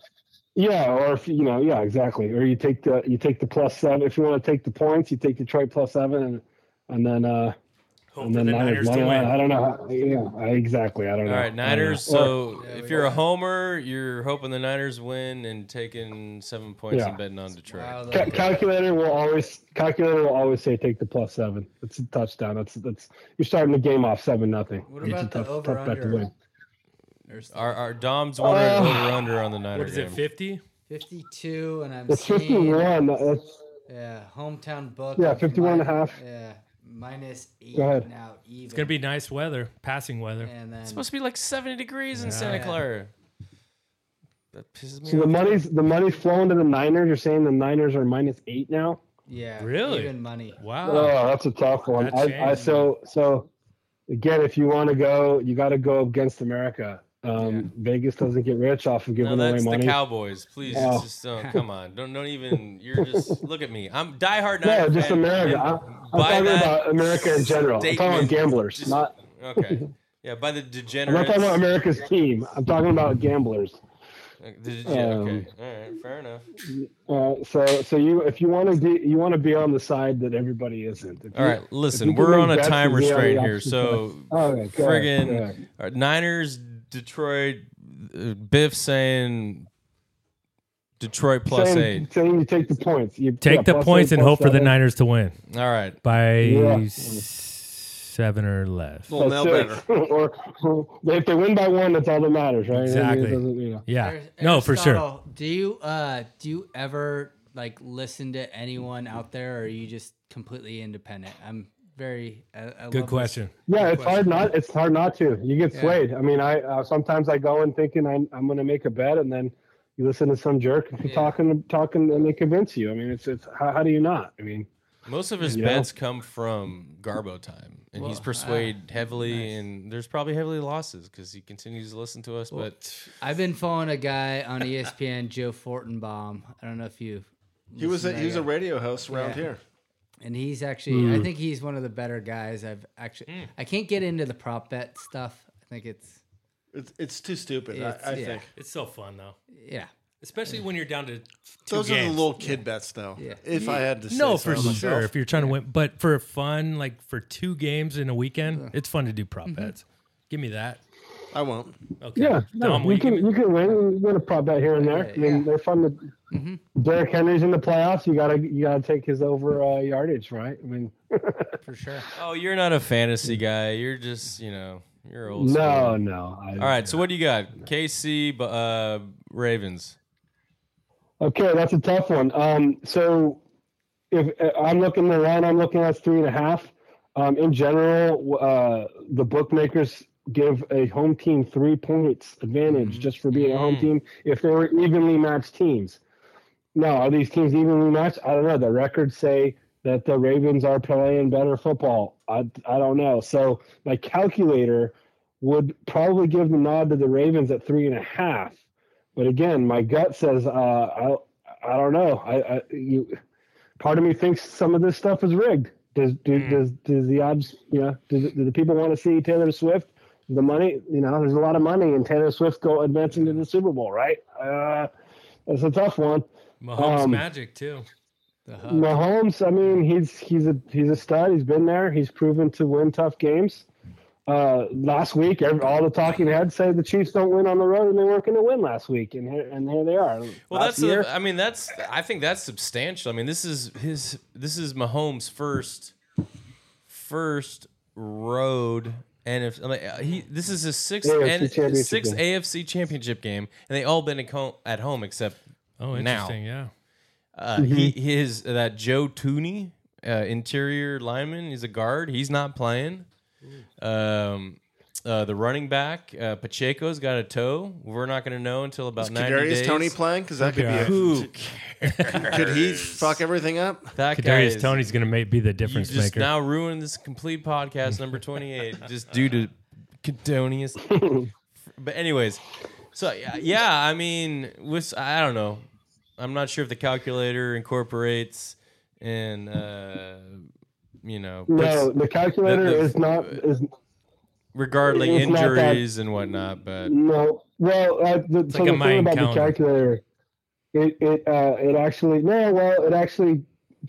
Speaker 8: yeah, or if you know, yeah, exactly. Or you take the you take the plus seven. If you want to take the points, you take Detroit plus seven, and and then uh,
Speaker 1: Hope
Speaker 8: and
Speaker 1: for the
Speaker 8: then
Speaker 1: Niners to
Speaker 8: money line. I
Speaker 1: win.
Speaker 8: don't know. How, yeah, I- exactly. I don't
Speaker 5: All
Speaker 8: know.
Speaker 5: right,
Speaker 8: I don't know.
Speaker 5: Niners. So
Speaker 8: Or-
Speaker 5: if you're a homer, you're hoping the Niners win and taking seven points
Speaker 8: Yeah.
Speaker 5: and betting on Detroit.
Speaker 6: Wow,
Speaker 8: Ca-
Speaker 6: that-
Speaker 8: calculator will always calculator will always say take the plus seven. It's a touchdown. That's that's you're starting the game off seven nothing.
Speaker 6: What
Speaker 8: it's
Speaker 6: about the over-under? There's
Speaker 5: Our, our Dom's wondering
Speaker 8: Uh,
Speaker 5: over under on the Niners.
Speaker 1: What is it?
Speaker 5: game.
Speaker 1: Fifty?
Speaker 6: 52, and I'm
Speaker 8: It's fifty
Speaker 6: seeing-
Speaker 8: one. That's
Speaker 6: Yeah, hometown book.
Speaker 8: Yeah,
Speaker 6: is
Speaker 8: 51 and a
Speaker 6: mi-
Speaker 8: half.
Speaker 6: Yeah, minus eight
Speaker 8: Go ahead.
Speaker 6: now. Even.
Speaker 1: It's gonna be nice weather, passing weather.
Speaker 6: And then
Speaker 5: It's supposed to be like seventy degrees in Santa
Speaker 6: Yeah.
Speaker 5: Clara. That pisses me
Speaker 8: so the
Speaker 5: off.
Speaker 8: money's the money's flowing to the Niners. You're saying the Niners are minus eight now?
Speaker 6: yeah,
Speaker 1: Really?
Speaker 6: even money.
Speaker 1: Wow.
Speaker 8: Oh, that's a tough one.
Speaker 1: That
Speaker 8: I, I
Speaker 1: changed.
Speaker 8: so so again, if you want to go, you got to go against America. Um, Vegas doesn't get rich off
Speaker 5: No,
Speaker 8: of giving away
Speaker 5: that's
Speaker 8: money.
Speaker 5: the Cowboys. Please,
Speaker 8: Oh.
Speaker 5: just don't. Come on, don't don't even. You're just look at me. I'm diehard.
Speaker 8: no,
Speaker 5: Niner
Speaker 8: just
Speaker 5: fan,
Speaker 8: America.
Speaker 5: and
Speaker 8: I'm, I'm
Speaker 5: by
Speaker 8: talking
Speaker 5: that
Speaker 8: about America in general. I'm talking about
Speaker 5: statement,
Speaker 8: gamblers,
Speaker 5: just-
Speaker 8: not
Speaker 5: Okay. Yeah, by the
Speaker 8: I'm not
Speaker 5: degenerates.
Speaker 8: talking about America's team. I'm talking about gamblers.
Speaker 5: Okay, the dege-
Speaker 8: Um,
Speaker 5: okay. All right. Fair enough.
Speaker 8: Uh, so, so you, if you want to be, you want to be on the side that everybody isn't. If
Speaker 5: All
Speaker 8: you-
Speaker 5: right. Listen,
Speaker 8: you can
Speaker 5: we're on a
Speaker 8: make bets
Speaker 5: time
Speaker 8: and be on the
Speaker 5: restraint here,
Speaker 8: opposite
Speaker 5: so
Speaker 8: Oh, yeah, go ahead, go
Speaker 5: friggin'
Speaker 8: ahead.
Speaker 5: all right, Niners, Detroit, uh, Biff saying Detroit plus
Speaker 8: saying,
Speaker 5: eight.
Speaker 8: saying you take the points. You
Speaker 1: Take
Speaker 8: yeah,
Speaker 1: the
Speaker 8: plus
Speaker 1: points
Speaker 8: eight,
Speaker 1: and
Speaker 8: plus
Speaker 1: hope for the
Speaker 8: seven.
Speaker 1: Niners to win
Speaker 5: All right.
Speaker 1: by
Speaker 8: Yeah.
Speaker 1: s- seven or less.
Speaker 2: well, now
Speaker 8: Plus six.
Speaker 2: better.
Speaker 8: or, or if they win by one, that's all that matters, right? I mean, it
Speaker 1: Exactly.
Speaker 8: doesn't, you know.
Speaker 1: Yeah.
Speaker 6: Ar-
Speaker 1: No, for sure.
Speaker 6: Aristotle, Do you uh do you ever like listen to anyone out there, or are you just completely independent? I'm very I, I love
Speaker 1: Good
Speaker 6: this-
Speaker 1: question.
Speaker 8: Yeah, it's hard not. It's hard not to. You get swayed. I mean, I uh, sometimes I go in thinking I'm I'm going to make a bet, and then you listen to some jerk talking talking, and they convince you. I mean, it's it's how, how do you not? I mean,
Speaker 5: Most of his
Speaker 8: You know?
Speaker 5: bets come from Garbo time, and he's persuaded heavily, and there's probably heavily losses because he continues to listen to us. but
Speaker 6: I've been following a guy on E ESPN, Joe Fortenbaum. I don't know if you.
Speaker 2: He was a,
Speaker 6: listen to
Speaker 2: he was
Speaker 6: that
Speaker 2: a radio host around
Speaker 6: Yeah.
Speaker 2: here.
Speaker 6: and he's actually I think he's one of the better guys I've actually
Speaker 5: Hmm.
Speaker 6: I can't get into the prop bet stuff. I think it's
Speaker 2: It's, it's too stupid.
Speaker 6: It's-
Speaker 2: I, I
Speaker 6: yeah.
Speaker 2: think
Speaker 1: It's so fun though,
Speaker 6: yeah.
Speaker 1: especially when you're down to two
Speaker 2: those are the
Speaker 1: games.
Speaker 2: little kid bets, though.
Speaker 6: Yeah.
Speaker 2: If I had to,
Speaker 1: No,
Speaker 2: say
Speaker 1: for
Speaker 2: so
Speaker 1: sure.
Speaker 2: myself.
Speaker 1: If you're trying to win, but Mm-hmm. for fun, like for two games in a weekend, it's fun to do prop bets. Give me that.
Speaker 2: I won't.
Speaker 1: Okay.
Speaker 8: Yeah, no,
Speaker 1: Dom, will
Speaker 8: you
Speaker 1: you give
Speaker 8: can
Speaker 1: me-
Speaker 8: you can win. You win a prop bet here and there. I mean,
Speaker 6: yeah.
Speaker 8: they're fun. To, Derrick Henry's in the playoffs. You gotta you gotta take his over uh, yardage, right? I mean,
Speaker 6: for sure.
Speaker 5: Oh, you're not a fantasy guy. You're just, you know, you're old. school.
Speaker 8: no, no. I,
Speaker 5: All right. So what do you got? KC, bu- uh, Ravens.
Speaker 8: Okay, that's a tough one. Um, so if uh, I'm looking the line, I'm looking at three and a half. Um, in general, w- uh, the bookmakers give a home team three points advantage just for being a home team if they were evenly matched teams. Now, are these teams evenly matched? I don't know. The records say that the Ravens are playing better football. I, I don't know. So my calculator would probably give the nod to the Ravens at three and a half. But again, my gut says uh, I I don't know. I, I you part of me thinks some of this stuff is rigged. Does do, does does the odds? You know, do, the- do the people want to see Taylor Swift? The money, you know, there's a lot of money in Taylor Swift go advancing to the Super Bowl, right? Uh, that's a tough one.
Speaker 1: Mahomes
Speaker 8: Um,
Speaker 1: magic too.
Speaker 6: The
Speaker 5: Um,
Speaker 6: hub.
Speaker 8: Mahomes, I mean, he's he's a he's a stud. He's been there. He's proven to win tough games. Uh, last week, ev all the talking heads say the Chiefs don't win on the road, and they weren't going to win last week, and here, and here they are.
Speaker 5: Well, that's.
Speaker 8: Last year-
Speaker 5: A, I mean, that's. I think that's substantial. I mean, this is his. This is Mahomes' first, first road NF I mean, uh, he, this is his sixth
Speaker 8: AFC
Speaker 5: and
Speaker 8: championship
Speaker 5: sixth
Speaker 8: game.
Speaker 5: AFC championship game, and they all been at home, at home except
Speaker 1: Oh,
Speaker 5: now.
Speaker 1: interesting. Yeah.
Speaker 5: Uh, he
Speaker 8: Mm-hmm.
Speaker 5: his that Joe Tooney, uh, interior lineman. He's a guard. He's not playing. Um, uh, the running back uh, Pacheco's got a toe. We're not going to know until about
Speaker 2: Is
Speaker 5: ninety days.
Speaker 2: Kadarius Tony playing? Because that could be. A,
Speaker 5: Who
Speaker 2: could he fuck everything up?
Speaker 5: that guy
Speaker 1: Kadarius
Speaker 5: is-
Speaker 1: Tony's gonna make be the
Speaker 5: You
Speaker 1: difference
Speaker 5: just
Speaker 1: maker.
Speaker 5: now ruined this complete podcast number twenty-eight just due to Kadonius. but anyways, so yeah, yeah, I mean, with I don't know, I'm not sure if the calculator incorporates and uh, you know,
Speaker 8: no,
Speaker 5: puts-
Speaker 8: the calculator
Speaker 5: the- the-
Speaker 8: is not
Speaker 1: uh,
Speaker 8: is
Speaker 5: regarding
Speaker 8: it's not that-
Speaker 5: injuries and whatnot. But
Speaker 8: No, well, uh, the, so
Speaker 1: uh, like a
Speaker 8: the thing
Speaker 1: Mayan
Speaker 8: about
Speaker 1: calendar.
Speaker 8: the calculator, it it uh, it actually no, well, it actually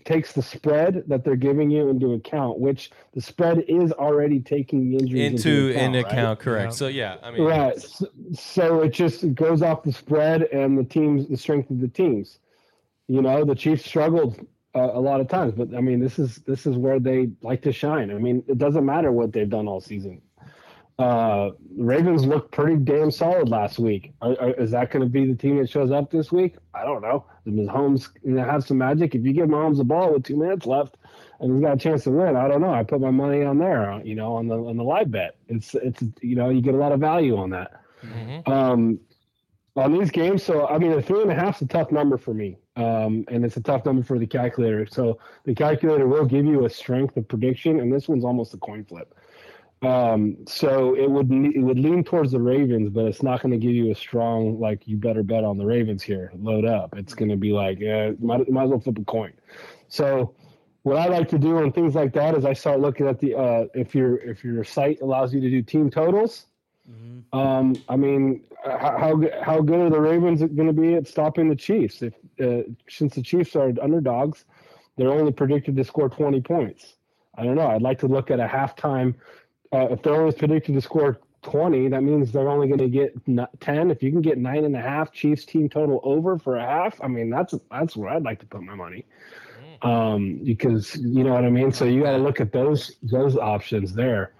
Speaker 8: takes the spread that they're giving you into account, which the spread is already taking the injuries
Speaker 5: into
Speaker 8: into
Speaker 5: in
Speaker 8: right?
Speaker 5: account, correct?
Speaker 1: Yeah.
Speaker 5: So yeah, I mean,
Speaker 8: Right. S- So it just goes off the spread and the teams, the strength of the teams. You know, the Chiefs struggled uh, a lot of times, but I mean, this is this is where they like to shine. I mean, it doesn't matter what they've done all season. Uh, Ravens looked pretty damn solid last week. Are, are, is that going to be the team that shows up this week? I don't know. Does Holmes you know, have some magic? If you give Mahomes the ball with two minutes left, and he's got a chance to win. I don't know. I put my money on there, uh, you know, on the on the live bet. It's it's you know you get a lot of value on that.
Speaker 5: mhm.
Speaker 8: Um, on these games, so I mean, a three and a half is a tough number for me, um, and it's a tough number for the calculator. So the calculator will give you a strength of prediction, and this one's almost a coin flip. Um, so it would ne- it would lean towards the Ravens, but it's not going to give you a strong like you better bet on the Ravens here. Load up. It's going to be like uh, might might as well flip a coin. So what I like to do on things like that is I start looking at the uh, if your if your site allows you to do team totals. Um, I mean, h- how g- how good are the Ravens going to be at stopping the Chiefs? If uh, since the Chiefs are underdogs, they're only predicted to score twenty points. I don't know. I'd like to look at a halftime. Uh, if they're only predicted to score twenty, that means they're only going to get n- ten. If you can get nine and a half Chiefs team total over for a half, I mean that's that's where I'd like to put my money um, because you know what I mean. So you got to look at those those options there,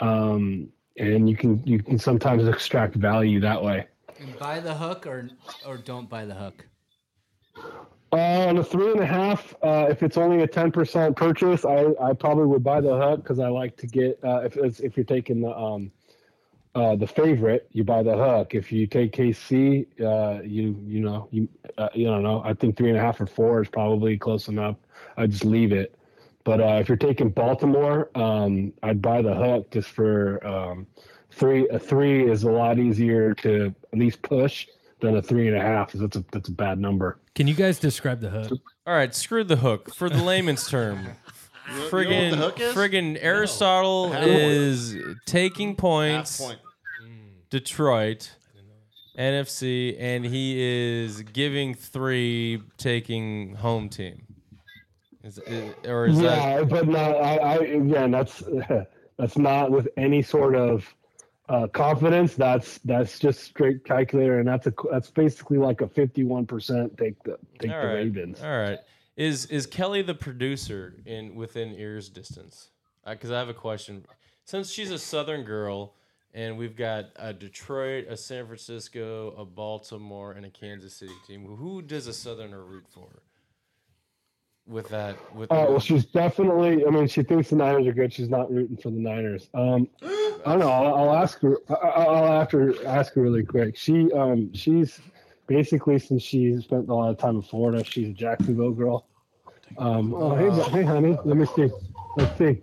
Speaker 8: um, and you can you can sometimes extract value that way.
Speaker 6: And buy the hook or or don't buy the hook.
Speaker 8: Uh, on a three and a half, uh, if it's only a ten percent purchase, I, I probably would buy the hook because I like to get uh, if it's, if you're taking the um, uh, the favorite, you buy the hook. If you take KC, uh, you you know you uh, you don't know. I think three and a half or four is probably close enough. I just leave it. But uh, if you're taking Baltimore, um, I'd buy the hook just for um, three. A three is a lot easier to at least push than a three and a half. 'cause That's a that's a bad number.
Speaker 1: Can you guys describe the hook?
Speaker 5: all right, screw the hook for the layman's term.
Speaker 2: you know what the
Speaker 5: Friggin'
Speaker 2: hook is?
Speaker 5: friggin' Aristotle
Speaker 2: Half point.
Speaker 5: is taking
Speaker 2: Half
Speaker 5: points.
Speaker 2: point.
Speaker 5: Detroit, NFC, and he is giving three, taking home team. Is, is- or is
Speaker 8: yeah, but no, I, I again, that's that's not with any sort of uh, confidence, that's that's just straight calculator, and that's a that's basically like a fifty-one percent take the take
Speaker 5: All
Speaker 8: the
Speaker 5: right.
Speaker 8: Ravens.
Speaker 5: All right. Is is Kelly the producer in within ears distance? Because I have a question. Since she's a Southern girl, and we've got a Detroit, a San Francisco, a Baltimore, and a Kansas City team, who does a Southerner root for? With that, with
Speaker 8: Oh well, she's definitely. I mean, she thinks the Niners are good. She's not rooting for the Niners. Um, I don't know. I'll, I'll ask her. I- I'll I'll have to ask her really quick. She um she's basically since she spent a lot of time in Florida, she's a Jacksonville girl. Um, oh hey, hey honey, let me see. Let's see,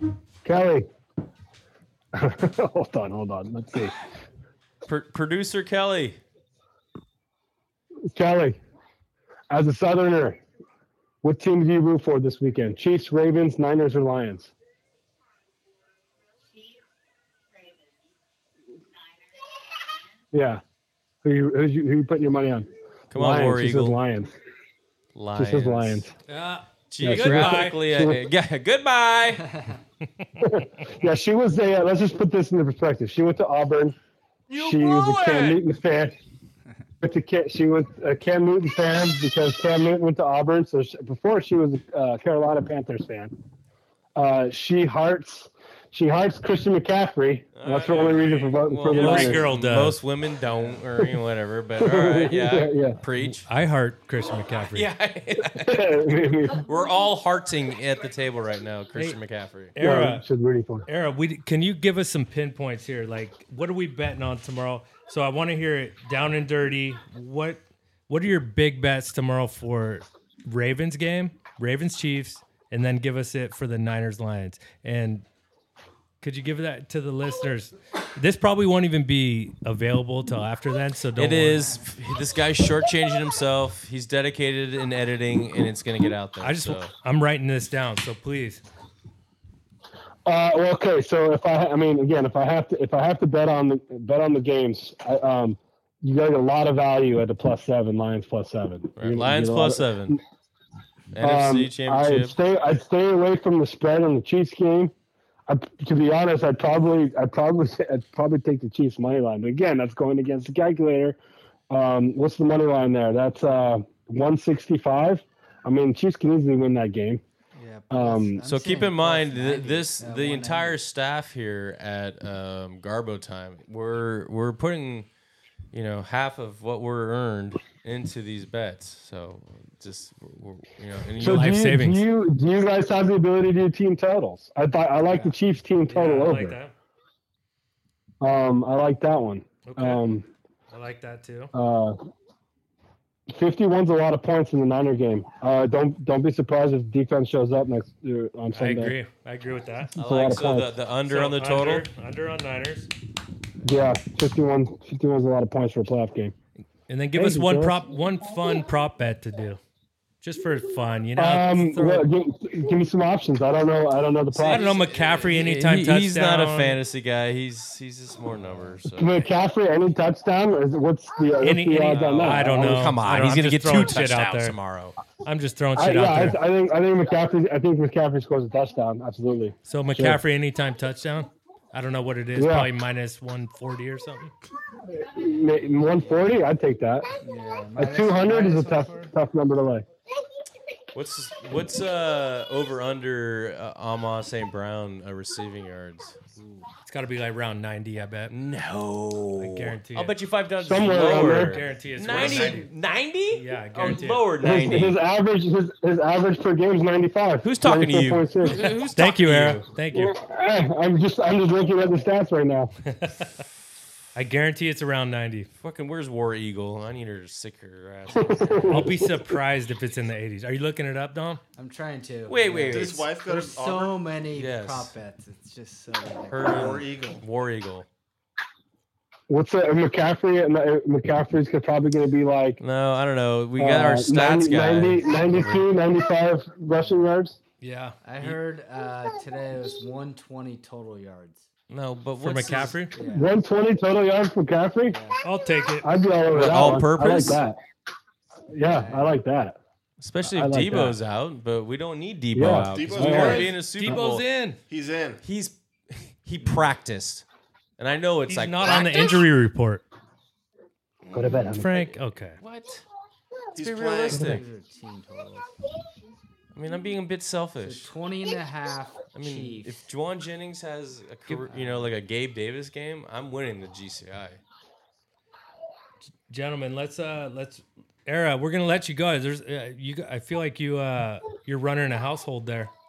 Speaker 8: Kelly. hold on, hold on. Let's see,
Speaker 5: Pro- producer Kelly.
Speaker 8: Kelly. As a Southerner, what team do you root for this weekend? Chiefs, Ravens, Niners, or Lions? Yeah. Who you who you, who you putting your money on?
Speaker 5: Come on,
Speaker 8: Lions.
Speaker 5: War
Speaker 8: she
Speaker 5: Eagle.
Speaker 8: says Lions. She
Speaker 5: Lions.
Speaker 8: says Lions.
Speaker 1: Ah,
Speaker 8: Yeah, she was-
Speaker 5: Geographically, I- yeah, goodbye.
Speaker 8: yeah, she was a. Uh, let's just put this into perspective. She went to Auburn. she was a Cam Newton fan. Went to Cam, she was a Cam Newton fan because Cam Newton went to Auburn. So she, before she was a uh, Carolina Panthers fan. Uh, she hearts. She hearts Christian McCaffrey. That's her only reason for voting for the
Speaker 5: Uh, Well,
Speaker 1: Every
Speaker 8: Niners.
Speaker 1: girl does.
Speaker 5: Most women don't, or you know, whatever. But all right, yeah,
Speaker 8: Yeah, yeah.
Speaker 5: preach.
Speaker 1: I heart Christian McCaffrey.
Speaker 5: Yeah,
Speaker 8: Yeah,
Speaker 5: we're all hearting at the table right now, Christian McCaffrey.
Speaker 1: Era,
Speaker 8: she's rooting for.
Speaker 1: era. We can you give us some pinpoints here? Like, what are we betting on tomorrow? So I want to hear it down and dirty. What What are your big bets tomorrow for Ravens game, Ravens Chiefs, and then give us it for the Niners Lions? And could you give that to the listeners? This probably won't even be available till after then, so don't.
Speaker 5: It
Speaker 1: worry.
Speaker 5: is. This guy's shortchanging himself. He's dedicated in editing, and it's gonna get out there.
Speaker 1: I just
Speaker 5: so.
Speaker 1: I'm writing this down, so please.
Speaker 8: Uh, well, okay. So if I, I mean, again, if I have to, if I have to bet on the bet on the games, I, um, you got a lot of value at the plus seven, Lions plus seven.
Speaker 5: All right,
Speaker 8: You-
Speaker 5: Lions
Speaker 8: you know,
Speaker 5: plus seven.
Speaker 8: um,
Speaker 5: NFC
Speaker 8: I'd
Speaker 5: Championship.
Speaker 8: stay, I'd stay away from the spread on the Chiefs game. I, to be honest, I'd probably, I'd probably, I'd probably take the Chiefs money line. But again, that's going against the calculator. Um, what's the money line there? That's uh, one sixty-five. I mean, Chiefs can easily win that game.
Speaker 6: Yeah.
Speaker 8: Um,
Speaker 5: So keep in mind th- this the entire staff here at um, Garbo time. We're we're putting you know half of what we're earned into these bets. So just we're, you know and
Speaker 8: So
Speaker 5: you-
Speaker 8: do
Speaker 1: Life
Speaker 8: you,
Speaker 1: savings.
Speaker 8: Do you, do you guys have the ability to do team totals? I thought I like the Chiefs team total
Speaker 1: Yeah, I
Speaker 8: over.
Speaker 1: like that.
Speaker 8: Um, I like that one.
Speaker 1: Okay.
Speaker 8: Um,
Speaker 1: I like that too.
Speaker 8: uh, 51's a lot of points in the Niner game. Uh, don't don't be surprised if defense shows up next uh, on
Speaker 1: I
Speaker 8: Sunday.
Speaker 1: agree. I agree with that.
Speaker 5: I
Speaker 8: a lot
Speaker 5: like
Speaker 8: of
Speaker 5: so the,
Speaker 8: points.
Speaker 5: the under
Speaker 1: So
Speaker 5: on the total.
Speaker 1: Under, under on Niners.
Speaker 8: Yeah, 51 51's a lot of points for a playoff game.
Speaker 1: And then give
Speaker 8: Thank
Speaker 1: us
Speaker 8: you,
Speaker 1: one
Speaker 8: Joe.
Speaker 1: prop, one fun prop bet to do, just for fun. You know,
Speaker 8: Um,
Speaker 1: throw-
Speaker 8: well, give, give me some options. I don't know. I don't know the
Speaker 1: I
Speaker 8: price.
Speaker 1: don't know McCaffrey anytime
Speaker 5: He-
Speaker 1: touchdown.
Speaker 5: he's not a fantasy guy. He's he's just more numbers. So.
Speaker 8: McCaffrey any touchdown? Is, what's the, what's
Speaker 1: Any-
Speaker 8: the
Speaker 1: any- oh,
Speaker 8: odds on that?
Speaker 1: I don't
Speaker 8: mean,
Speaker 1: know.
Speaker 5: Oh, Come
Speaker 1: I
Speaker 5: on,
Speaker 1: don't-
Speaker 5: he's
Speaker 1: I'm
Speaker 5: gonna
Speaker 1: just
Speaker 5: get two
Speaker 1: throwing shit out
Speaker 5: touchdowns
Speaker 1: there.
Speaker 5: tomorrows.
Speaker 1: I'm just throwing
Speaker 8: I,
Speaker 1: shit
Speaker 8: yeah,
Speaker 1: out
Speaker 8: I,
Speaker 1: there.
Speaker 8: I think I think McCaffrey. I think McCaffrey scores a touchdown. Absolutely.
Speaker 1: so McCaffrey anytime touchdown. I don't know what it is.
Speaker 8: Yeah.
Speaker 1: Probably minus one forty or something.
Speaker 8: One forty, I'd take that. A two hundred is a tough tough number to lay.
Speaker 5: What's what's uh over under uh, Amon St. Brown uh, receiving yards?
Speaker 1: It's got to be like round ninety. I bet.
Speaker 5: No,
Speaker 1: I guarantee
Speaker 5: I'll
Speaker 1: it.
Speaker 5: bet you five dollars
Speaker 8: Somewhere
Speaker 5: lower.
Speaker 8: around
Speaker 1: Guarantee it's round
Speaker 5: 90, 90?
Speaker 1: Yeah, I
Speaker 5: oh,
Speaker 1: guarantee it.
Speaker 5: lower
Speaker 8: His, his
Speaker 5: ninety.
Speaker 8: average his, his average per game is ninety five.
Speaker 5: Who's talking to you?
Speaker 8: you?
Speaker 1: Thank you,
Speaker 5: Fuck
Speaker 1: Aaron. Thank you.
Speaker 8: I'm just I'm just looking at the stats right now.
Speaker 1: I guarantee it's around ninety.
Speaker 5: Fucking where's War Eagle? I need her to sick her ass.
Speaker 1: I'll be surprised if it's in the eighties. Are you looking it up, Dom?
Speaker 6: I'm trying to.
Speaker 5: Wait, wait,
Speaker 2: His
Speaker 5: wait.
Speaker 2: wife got
Speaker 6: There's
Speaker 2: an
Speaker 6: so many
Speaker 5: Yes.
Speaker 6: prop bets. It's just so.
Speaker 5: Her
Speaker 6: ridiculous.
Speaker 5: and War
Speaker 2: War Eagle.
Speaker 5: Eagle.
Speaker 8: What's that? McCaffrey? and, uh, McCaffrey's could- probably going to be like
Speaker 5: No, I don't know. We
Speaker 8: uh,
Speaker 5: got our stats
Speaker 8: 90,
Speaker 5: guy.
Speaker 8: 90 92, 95 rushing yards.
Speaker 1: Yeah.
Speaker 6: I heard uh, today it was 120 total yards.
Speaker 5: No, but
Speaker 1: For
Speaker 5: what's his-
Speaker 1: McCaffrey,
Speaker 6: Yeah.
Speaker 8: One twenty total yards for McCaffrey.
Speaker 1: I'll take it.
Speaker 8: I'd be all over that.
Speaker 5: All
Speaker 8: one.
Speaker 5: purpose?
Speaker 8: I like that. Yeah, I like that.
Speaker 5: Especially
Speaker 8: I
Speaker 5: if
Speaker 8: like
Speaker 5: Debo's out, but we don't need Debo
Speaker 8: Yeah.
Speaker 5: out. 'cause
Speaker 2: Debo's
Speaker 5: we already
Speaker 2: in.
Speaker 5: in a Super Bowl.
Speaker 1: Debo's in.
Speaker 2: He's in.
Speaker 5: He's he practiced. And I know it's
Speaker 1: He's
Speaker 5: like
Speaker 1: not on the injury report.
Speaker 8: Go to bed, honey.
Speaker 1: Frank, okay.
Speaker 5: What?
Speaker 2: He's
Speaker 5: be
Speaker 2: playing.
Speaker 5: realistic.
Speaker 6: Team total.
Speaker 5: I mean, I'm being a bit selfish.
Speaker 6: 20 and a half.
Speaker 5: I mean,
Speaker 6: Chiefs.
Speaker 5: if Juwan Jennings has a career, you know, like a Gabe Davis game, I'm winning the GCI.
Speaker 1: Gentlemen, let's uh let's Era, we're going to let you go. There's uh, you I feel like you uh you're running a household there.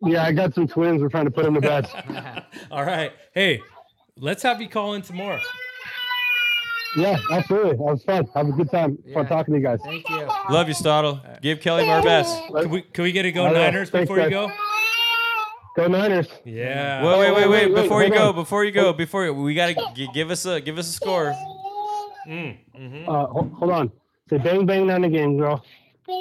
Speaker 8: Yeah, I got some twins. We're trying to put them to bed.
Speaker 1: All right. Hey, let's have you call in some more.
Speaker 8: yeah, absolutely. That was fun. Have a good time.
Speaker 6: Yeah.
Speaker 8: Fun talking to you guys.
Speaker 6: Thank you.
Speaker 5: Love you, Stoddle. Give Kelly our best.
Speaker 1: Can we can we get a go
Speaker 8: All right.
Speaker 1: Niners
Speaker 8: Thanks,
Speaker 1: before you
Speaker 8: guys.
Speaker 1: go?
Speaker 8: Go Niners.
Speaker 1: Yeah.
Speaker 5: Wait, wait, wait,
Speaker 8: wait,
Speaker 5: wait!
Speaker 8: wait,
Speaker 5: Before you
Speaker 8: hold
Speaker 5: go,
Speaker 8: on.
Speaker 5: before you go, before you, we gotta g- give us a give us a score.
Speaker 1: Mm,
Speaker 5: Hmm?
Speaker 8: Uh, ho- hold on. Say bang bang down the game, girl.
Speaker 5: Yeah,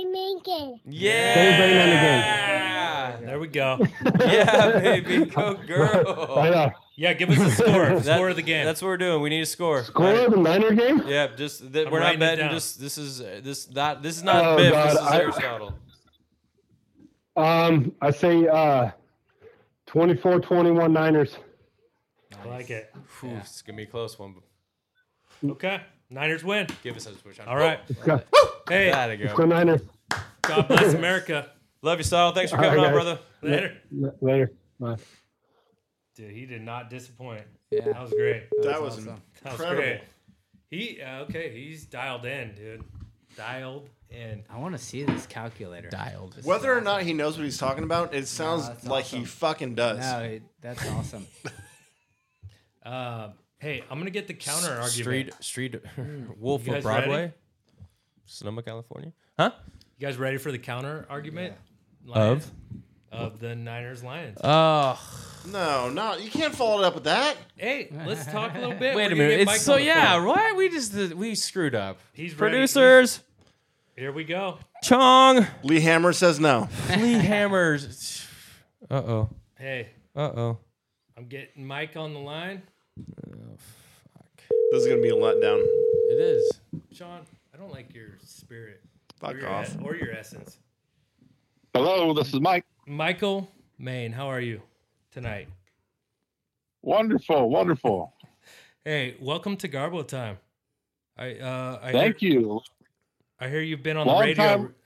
Speaker 8: bring in the
Speaker 1: There we go.
Speaker 5: yeah, baby, Oh. go
Speaker 8: Right
Speaker 5: girl.
Speaker 8: on.
Speaker 1: Yeah, give us a score.
Speaker 5: That-
Speaker 1: score of the game.
Speaker 5: That's what we're doing. We need a score.
Speaker 8: Score of the Niner game.
Speaker 5: Yeah, just th-
Speaker 1: I'm
Speaker 5: we're not
Speaker 1: writing it
Speaker 5: betting.
Speaker 1: down.
Speaker 5: Just this is uh, this not this is not
Speaker 8: Oh,
Speaker 5: Biff.
Speaker 8: God,
Speaker 5: This is
Speaker 8: I-
Speaker 5: Aristotle.
Speaker 8: Um, I say uh, 24-21 Niners.
Speaker 1: I like it.
Speaker 5: Phew, It's gonna be a close one. But
Speaker 1: Okay. Niners win.
Speaker 5: give us a switch on.
Speaker 1: All right.
Speaker 8: Let's go.
Speaker 1: Hey,
Speaker 5: Gotta go.
Speaker 8: Go Niners.
Speaker 1: God bless America.
Speaker 5: Love you, Stoddle. Thanks for
Speaker 8: All right,
Speaker 5: coming on,
Speaker 8: guys.
Speaker 5: brother.
Speaker 1: Later.
Speaker 8: L- Later. Bye.
Speaker 1: Dude, he did not disappoint.
Speaker 6: Yeah.
Speaker 1: That was great.
Speaker 2: That was
Speaker 6: awesome.
Speaker 1: That was
Speaker 2: Incredible.
Speaker 1: great. He uh, okay, he's dialed in, dude. Dialed in.
Speaker 6: I want to see this calculator.
Speaker 5: Dialed.
Speaker 2: Whether or not he knows what he's talking about, it sounds
Speaker 6: that's
Speaker 2: like he
Speaker 6: awesome.
Speaker 2: fucking does.
Speaker 6: No, Oh, it- that's awesome.
Speaker 1: Uh, hey, I'm gonna get the counter argument.
Speaker 5: Street Street Wolf
Speaker 1: You
Speaker 5: of
Speaker 1: guys
Speaker 5: Broadway,
Speaker 1: ready?
Speaker 5: Sonoma, California. Huh?
Speaker 1: You guys ready for the counter argument?
Speaker 5: Of?
Speaker 1: Lions? of the Niners Lions.
Speaker 5: Oh,
Speaker 2: No, no, you can't follow it up with that.
Speaker 1: hey, let's talk a little bit. We're
Speaker 5: Wait a
Speaker 1: gonna
Speaker 5: minute.
Speaker 1: get Mike
Speaker 5: It's so
Speaker 1: on the
Speaker 5: yeah,
Speaker 1: phone.
Speaker 5: right? We just did- we screwed up.
Speaker 1: He's ready.
Speaker 5: Producers,
Speaker 1: Here we go.
Speaker 5: Chong,
Speaker 2: Lee Hammer says no.
Speaker 5: Lee Hammers. Uh oh.
Speaker 1: Hey,
Speaker 5: Uh oh.
Speaker 1: I'm getting Mike on the line.
Speaker 2: This is gonna be a letdown.
Speaker 5: It is.
Speaker 1: Sean, I don't like your spirit or
Speaker 2: Fuck
Speaker 1: your,
Speaker 2: off.
Speaker 1: e- or your essence.
Speaker 9: Hello, this is Mike.
Speaker 1: Michael Maine, how are you tonight?
Speaker 9: Wonderful, wonderful.
Speaker 1: Hey, welcome to Garbo time. I uh, I
Speaker 9: Thank
Speaker 1: hear,
Speaker 9: you.
Speaker 1: I hear you've been on
Speaker 9: Long
Speaker 1: the radio.
Speaker 9: time-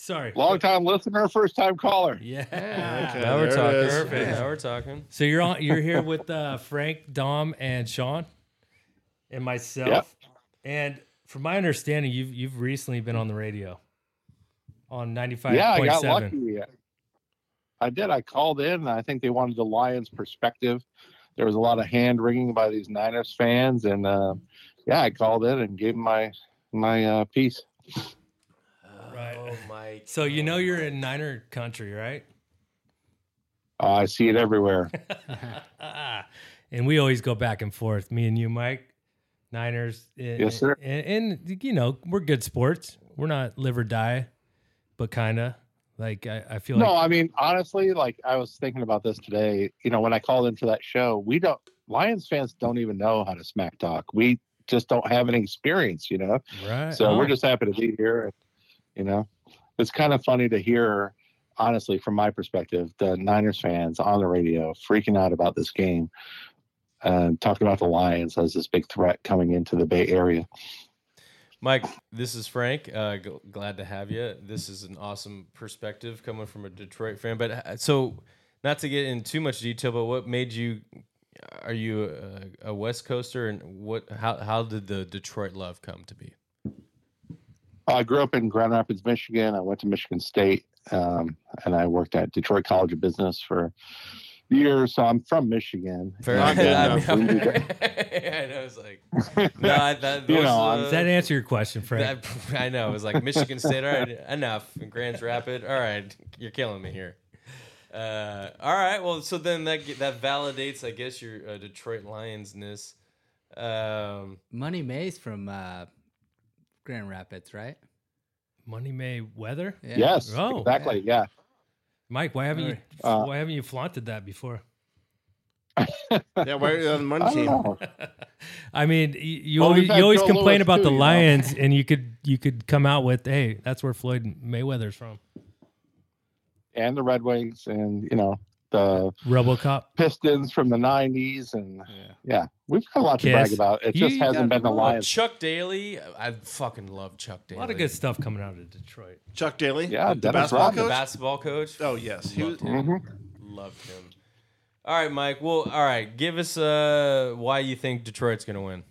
Speaker 1: Sorry.
Speaker 9: Long time listener, first time caller.
Speaker 1: Yeah.
Speaker 2: Okay,
Speaker 5: Now we're
Speaker 2: there it
Speaker 5: talking.
Speaker 2: is.
Speaker 1: Perfect.
Speaker 5: Now we're talking.
Speaker 1: So you're on. You're here with uh, Frank, Dom, and Sean, and myself. And from my understanding, you've you've recently been on the radio on ninety five
Speaker 9: Yeah, I
Speaker 1: point
Speaker 9: got
Speaker 1: seven.
Speaker 9: lucky. I did. I called in. and I think they wanted the Lions' perspective. There was a lot of hand wringing by these Niners fans, and uh, yeah, I called in and gave 'em my my uh, piece.
Speaker 1: Right.
Speaker 5: Mike.
Speaker 1: So you know you're in Niner country, right?
Speaker 9: Uh, I see it everywhere.
Speaker 1: and we always go back and forth, me and you, Mike. Niners, and,
Speaker 9: Yes, sir.
Speaker 1: And, and, you know we're good sports. We're not live or die, but kinda like I, I feel
Speaker 9: no,
Speaker 1: like
Speaker 9: I mean honestly, like I was thinking about this today. You know, when I called into that show, we don't Lions fans don't even know how to smack talk. We just don't have any experience. You know,
Speaker 1: right.
Speaker 9: So we're
Speaker 1: Oh.
Speaker 9: just happy to be here. And, you know, it's kind of funny to hear, honestly, from my perspective, the Niners fans on the radio freaking out about this game and talking about the Lions as this big threat coming into the Bay Area.
Speaker 5: Mike, this is Frank. Uh, g- glad to have you. This is an awesome perspective coming from a Detroit fan. But uh, so, not to get in too much detail, but what made you? Are you a, a West Coaster, and what? How how did the Detroit love come to be?
Speaker 9: I grew up in Grand Rapids, Michigan. I went to Michigan State, um, and I worked at Detroit College of Business for years. So I'm from Michigan.
Speaker 5: Fair
Speaker 2: Not good
Speaker 5: enough. I, mean,
Speaker 9: enough.
Speaker 5: and I was like, no, I, that,
Speaker 9: You
Speaker 5: those,
Speaker 9: know,
Speaker 5: uh,
Speaker 9: I'm-
Speaker 1: Does that answer your question, Frank?
Speaker 5: that- I know. It was like Michigan State. All right, enough. And Grand Rapid. All right, you're killing me here. Uh, all right. Well, so then that ge- that validates, I guess, your uh, Detroit Lionsness. Um,
Speaker 6: Money Mays from uh, Grand Rapids, right?
Speaker 1: Money May Weather.
Speaker 6: Yeah.
Speaker 9: Yes,
Speaker 1: Oh.
Speaker 9: exactly. Yeah.
Speaker 1: Mike, why haven't you
Speaker 9: Uh,
Speaker 1: why haven't you flaunted that before?
Speaker 2: Yeah, why are you on the
Speaker 9: I
Speaker 2: money
Speaker 9: don't
Speaker 2: team?
Speaker 5: Oh.
Speaker 9: know.
Speaker 1: I mean, y- you
Speaker 9: Well, we've
Speaker 1: always,
Speaker 9: had
Speaker 1: you always
Speaker 9: Joe
Speaker 1: complain
Speaker 9: Louis
Speaker 1: about
Speaker 9: too,
Speaker 1: the
Speaker 9: you know?
Speaker 1: Lions, and you could you could come out with, hey, that's where Floyd Mayweather's from.
Speaker 9: and the Red Wings, and you know, the
Speaker 1: RoboCop.
Speaker 9: Pistons from the '90s, and
Speaker 6: Yeah.
Speaker 9: yeah, we've got a lot to brag
Speaker 1: Kiss.
Speaker 9: about. It
Speaker 1: You
Speaker 9: just hasn't
Speaker 6: got
Speaker 9: been the
Speaker 6: a
Speaker 5: Oh,
Speaker 9: Lions.
Speaker 5: Chuck Daly. I fucking love Chuck
Speaker 1: A
Speaker 5: Daly.
Speaker 1: lot of good stuff coming out of Detroit.
Speaker 2: Chuck Daly,
Speaker 9: Yeah,
Speaker 2: the
Speaker 9: Dennis Rodman.
Speaker 2: basketball
Speaker 9: Mm-hmm.
Speaker 5: The
Speaker 2: coach.
Speaker 5: basketball
Speaker 1: Uh,
Speaker 5: coach.
Speaker 2: oh yes, he was,
Speaker 5: Loved him. Loved him. All right, Mike. Well, all right. Give us uh, why you think Detroit's going to win.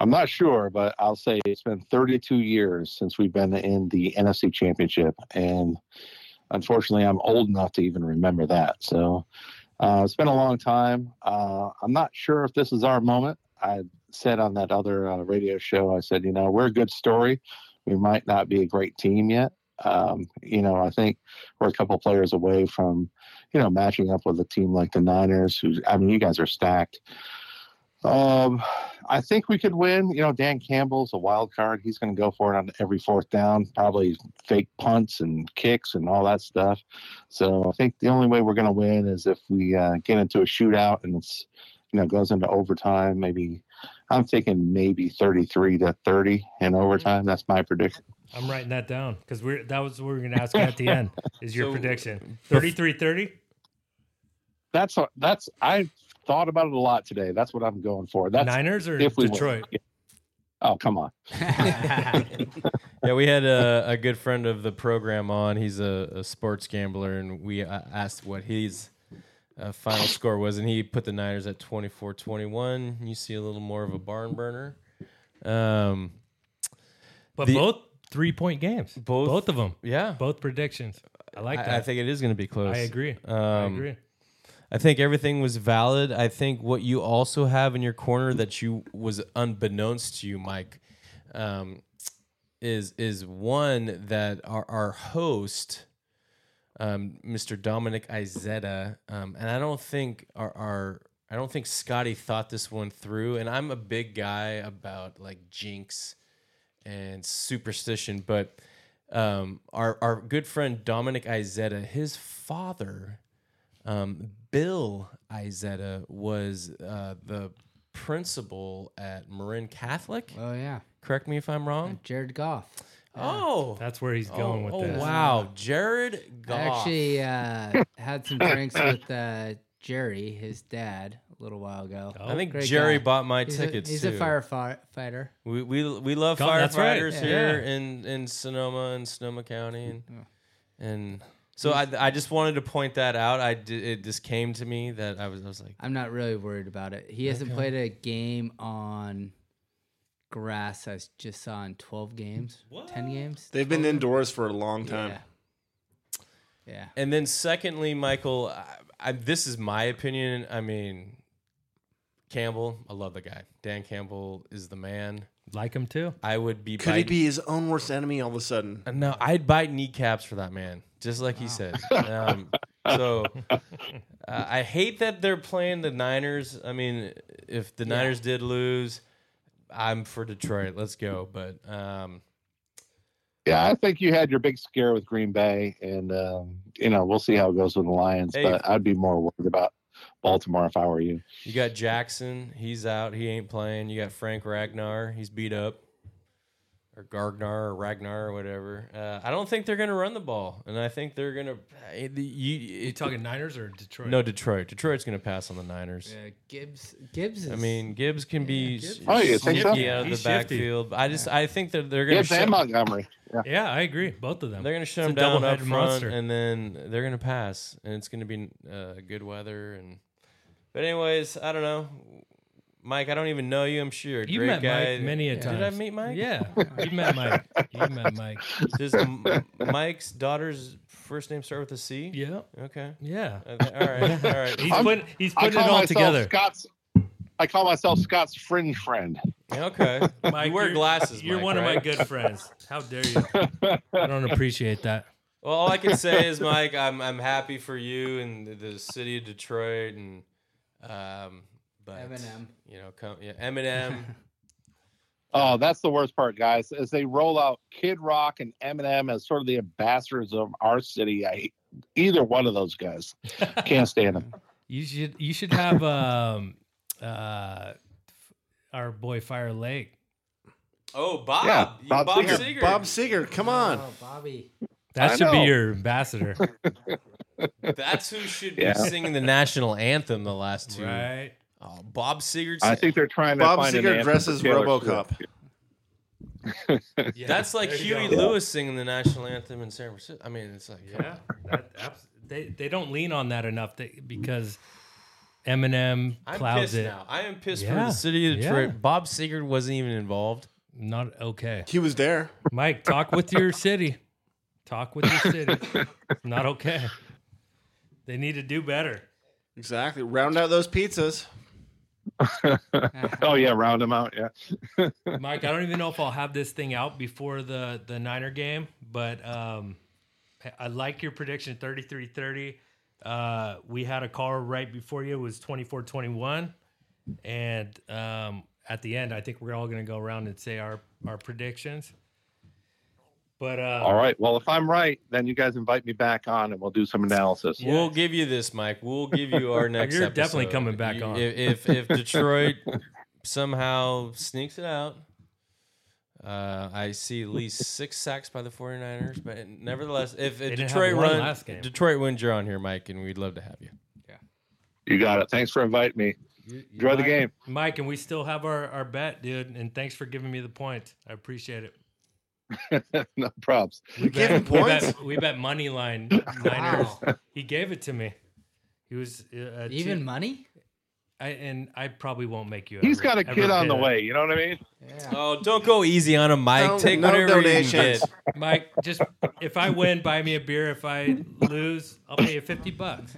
Speaker 9: I'm not sure, but I'll say it's been 32 years since we've been in the NFC Championship, and unfortunately, I'm old enough to even remember that. So uh, it's been a long time. Uh, I'm not sure if this is our moment. I said on that other uh, radio show, I said, you know, we're a good story. We might not be a great team yet. Um, you know, I think we're a couple players away from, you know, matching up with a team like the Niners, who, I mean, you guys are stacked. Um, I think we could win. You know, Dan Campbell's a wild card. He's going to go for it on every fourth down, probably fake punts and kicks and all that stuff. So I think the only way we're going to win is if we uh, get into a shootout and it's, you know, goes into overtime. Maybe I'm thinking maybe 33 to 30 in overtime. That's my prediction.
Speaker 1: I'm writing that down because we're that was what we are going to ask you at the end. Is your
Speaker 5: So-
Speaker 1: prediction 33-30?
Speaker 9: That's that's I thought about it a lot today. That's what I'm going for. That's
Speaker 1: Niners or
Speaker 9: if we win.
Speaker 1: Detroit?
Speaker 9: oh come on.
Speaker 5: Yeah, we had a, a good friend of the program on. He's a, a sports gambler, and we uh, asked what his uh, final score was, and he put the Niners at 24 21. You see a little more of a barn burner. Um,
Speaker 1: But
Speaker 5: The-
Speaker 1: both three point games.
Speaker 5: Both-
Speaker 1: Both, of them.
Speaker 5: yeah,
Speaker 1: Both predictions. I like that.
Speaker 5: I, I think it is going to be close.
Speaker 1: I agree.
Speaker 5: Um,
Speaker 1: I agree.
Speaker 5: I think everything was valid. I think what you also have in your corner that you was unbeknownst to you, Mike, um, is is one that our our host, um, Mr. Dominic Izetta, um, and I don't think our, our I don't think Scotty thought this one through. And I'm a big guy about like jinx and superstition, but um, our our good friend Dominic Izetta, his father um, Bill Izetta was uh, the principal at Marin Catholic.
Speaker 6: Oh yeah,
Speaker 5: Correct me if I'm wrong.
Speaker 6: Jared Goff.
Speaker 5: Oh,
Speaker 1: That's where he's
Speaker 5: oh,
Speaker 1: going with
Speaker 5: oh,
Speaker 1: this.
Speaker 5: Wow, Jared
Speaker 6: I
Speaker 5: Goff.
Speaker 6: actually uh, had some drinks with uh, Jerry, his dad, a little while ago.
Speaker 1: Oh,
Speaker 5: I think
Speaker 6: great
Speaker 5: Jerry
Speaker 6: guy.
Speaker 5: bought my
Speaker 6: he's
Speaker 5: tickets
Speaker 6: A, he's
Speaker 5: too.
Speaker 6: a firefighter.
Speaker 5: We we we love
Speaker 1: God, that's right.
Speaker 5: firefighters
Speaker 6: Yeah.
Speaker 5: here in in Sonoma and Sonoma County and and so I I just wanted to point that out. I did, it just came to me that I was I was like
Speaker 6: I'm not really worried about it. He hasn't
Speaker 5: Okay.
Speaker 6: played a game on grass. I s- just saw in 12 games, 10 games.
Speaker 2: they've been indoors for a long time.
Speaker 6: Yeah. yeah.
Speaker 5: And then, secondly, Michael, I, I, this is my opinion. I mean, Campbell, I love the guy. Dan Campbell is the man.
Speaker 1: Like him too.
Speaker 5: I would be.
Speaker 2: Could he
Speaker 5: biting,
Speaker 2: be his own worst enemy all of a sudden?
Speaker 5: No, I'd bite kneecaps for that man, just like he said. Um, so uh, I hate that they're playing the Niners. I mean, if the Niners did lose, I'm for Detroit. Let's go. But um,
Speaker 9: Yeah, I think you had your big scare with Green Bay, and um, you know we'll see how it goes with the Lions.
Speaker 5: Hey.
Speaker 9: But I'd be more worried about Baltimore if I were you.
Speaker 5: you got Jackson. He's out. He ain't playing. You got Frank Ragnar. He's beat up. Or Gargnar or Ragnar or whatever. Uh, I don't think they're going to run the ball. And I think they're going to. You,
Speaker 1: You talking Niners or Detroit?
Speaker 5: No, Detroit. Detroit's going to pass on the Niners.
Speaker 6: Yeah, Gibbs. Gibbs is.
Speaker 5: I mean, Gibbs can be s-
Speaker 6: Gibbs is
Speaker 9: Oh, you think so?
Speaker 5: sneaky out of
Speaker 1: He's
Speaker 5: the
Speaker 1: shifty.
Speaker 5: backfield. I just I think that they're
Speaker 9: Yeah,
Speaker 5: going to
Speaker 9: Sam Montgomery. Yeah.
Speaker 1: Yeah, I agree. Both of them.
Speaker 5: they're going to shut
Speaker 1: It's
Speaker 5: him
Speaker 1: a
Speaker 5: down up
Speaker 1: double-headed
Speaker 5: front,
Speaker 1: monster.
Speaker 5: and then they're going to pass, and it's going to be uh, good weather. And but anyways, I don't know, Mike. I don't even know you. I'm sure you're a
Speaker 1: you
Speaker 5: great
Speaker 1: met
Speaker 5: guy.
Speaker 1: Mike many a
Speaker 5: Did
Speaker 1: time.
Speaker 5: I meet Mike?
Speaker 1: Yeah, you met Mike. You met Mike.
Speaker 5: Does M- Mike's daughter's first name start with a C?
Speaker 1: Yeah,
Speaker 5: Okay.
Speaker 1: yeah.
Speaker 5: Uh, th- all right. All right.
Speaker 1: He's
Speaker 9: I'm-
Speaker 1: putting he's
Speaker 9: I
Speaker 1: putting
Speaker 9: call
Speaker 1: it all
Speaker 9: myself
Speaker 1: together.
Speaker 9: Scott's. I call myself Scott's fringe friend.
Speaker 5: Okay. you wear
Speaker 1: you're-
Speaker 5: glasses.
Speaker 1: You're
Speaker 5: Mike,
Speaker 1: one
Speaker 5: right?
Speaker 1: of my good friends. How dare you? I don't appreciate that.
Speaker 5: Well, all I can say is, Mike, I'm I'm happy for you and the, the city of Detroit and um, but
Speaker 6: Eminem.
Speaker 5: you know, come, yeah, Eminem.
Speaker 9: Oh, that's the worst part, guys. As they roll out Kid Rock and Eminem as sort of the ambassadors of our city, I either one of those guys can't stand them.
Speaker 1: You should you should have um uh our boy Fire Lake.
Speaker 5: oh, Bob,
Speaker 9: Yeah,
Speaker 5: You- Bob,
Speaker 9: Bob
Speaker 2: Here,
Speaker 5: Seger.
Speaker 2: Bob Seger, come on.
Speaker 6: Oh, Bobby.
Speaker 1: That
Speaker 9: I
Speaker 1: should
Speaker 9: know.
Speaker 1: be your ambassador.
Speaker 5: That's who should be
Speaker 9: Yeah.
Speaker 5: singing the national anthem the last two.
Speaker 1: Right.
Speaker 5: Oh, Bob Sigurd's.
Speaker 9: I think they're trying to
Speaker 2: Bob
Speaker 9: find an
Speaker 2: Seger
Speaker 9: answer for
Speaker 2: dresses
Speaker 9: Taylor
Speaker 2: RoboCop.
Speaker 9: Swift.
Speaker 1: Yeah,
Speaker 5: that's like
Speaker 1: there you
Speaker 5: Huey
Speaker 1: go.
Speaker 5: Lewis singing the national anthem in San Francisco. I mean, it's like
Speaker 1: Yeah, that, abs- they they don't lean on that enough they, because Eminem
Speaker 5: I'm
Speaker 1: clouds
Speaker 5: pissed
Speaker 1: it.
Speaker 5: now. I am pissed for
Speaker 1: Yeah,
Speaker 5: the city of
Speaker 1: yeah.
Speaker 5: Detroit. Bob Sigurd wasn't even involved.
Speaker 1: Not okay,
Speaker 2: He was there.
Speaker 1: Mike. Talk with your city. Talk with your city. It's Not okay. They need to do better.
Speaker 2: Exactly. Round out those pizzas.
Speaker 9: oh yeah, round them out. Yeah,
Speaker 1: Mike, I don't even know if I'll have this thing out before the the Niner game, but um, I- I like your prediction 33-30. Uh, we had a call right before you it was 24-21 and um, at the end I think we're all going to go around and say our our predictions. But uh
Speaker 9: All right. Well, if I'm right, then you guys invite me back on and we'll do some analysis.
Speaker 1: Yeah.
Speaker 5: We'll give you this, Mike. We'll give you our next.
Speaker 1: You're definitely
Speaker 5: episode.
Speaker 1: coming back
Speaker 5: You-
Speaker 1: on.
Speaker 5: If if, if Detroit somehow sneaks it out, uh, I see at least six sacks by the 49ers. But nevertheless, if, if
Speaker 1: didn't have
Speaker 5: Detroit
Speaker 1: one
Speaker 5: run,
Speaker 1: last game.
Speaker 5: Detroit wins, you're on here, Mike, and we'd love to have you.
Speaker 9: You got it. Thanks for inviting me. Enjoy the
Speaker 1: Mike-
Speaker 9: game.
Speaker 1: Mike, and we still have our our bet, dude, and thanks for giving me the point. I appreciate it.
Speaker 9: no props.
Speaker 1: We
Speaker 2: Give him
Speaker 1: we
Speaker 2: points?
Speaker 1: bet- We bet money line Niners. He gave it to me. He was uh, uh,
Speaker 6: Even
Speaker 1: two-
Speaker 6: money?
Speaker 1: I, and I probably won't make you.
Speaker 9: He's
Speaker 1: ever-
Speaker 9: got a
Speaker 1: ever
Speaker 9: kid on
Speaker 1: bid
Speaker 9: the
Speaker 1: it.
Speaker 9: way. You know what I mean?
Speaker 6: Yeah.
Speaker 5: Oh, don't go easy on him, Mike.
Speaker 2: No-
Speaker 5: Take
Speaker 2: no
Speaker 5: whatever you can
Speaker 2: donations.
Speaker 5: get.
Speaker 1: Mike, just if I win, buy me a beer. If I lose, I'll pay you fifty bucks.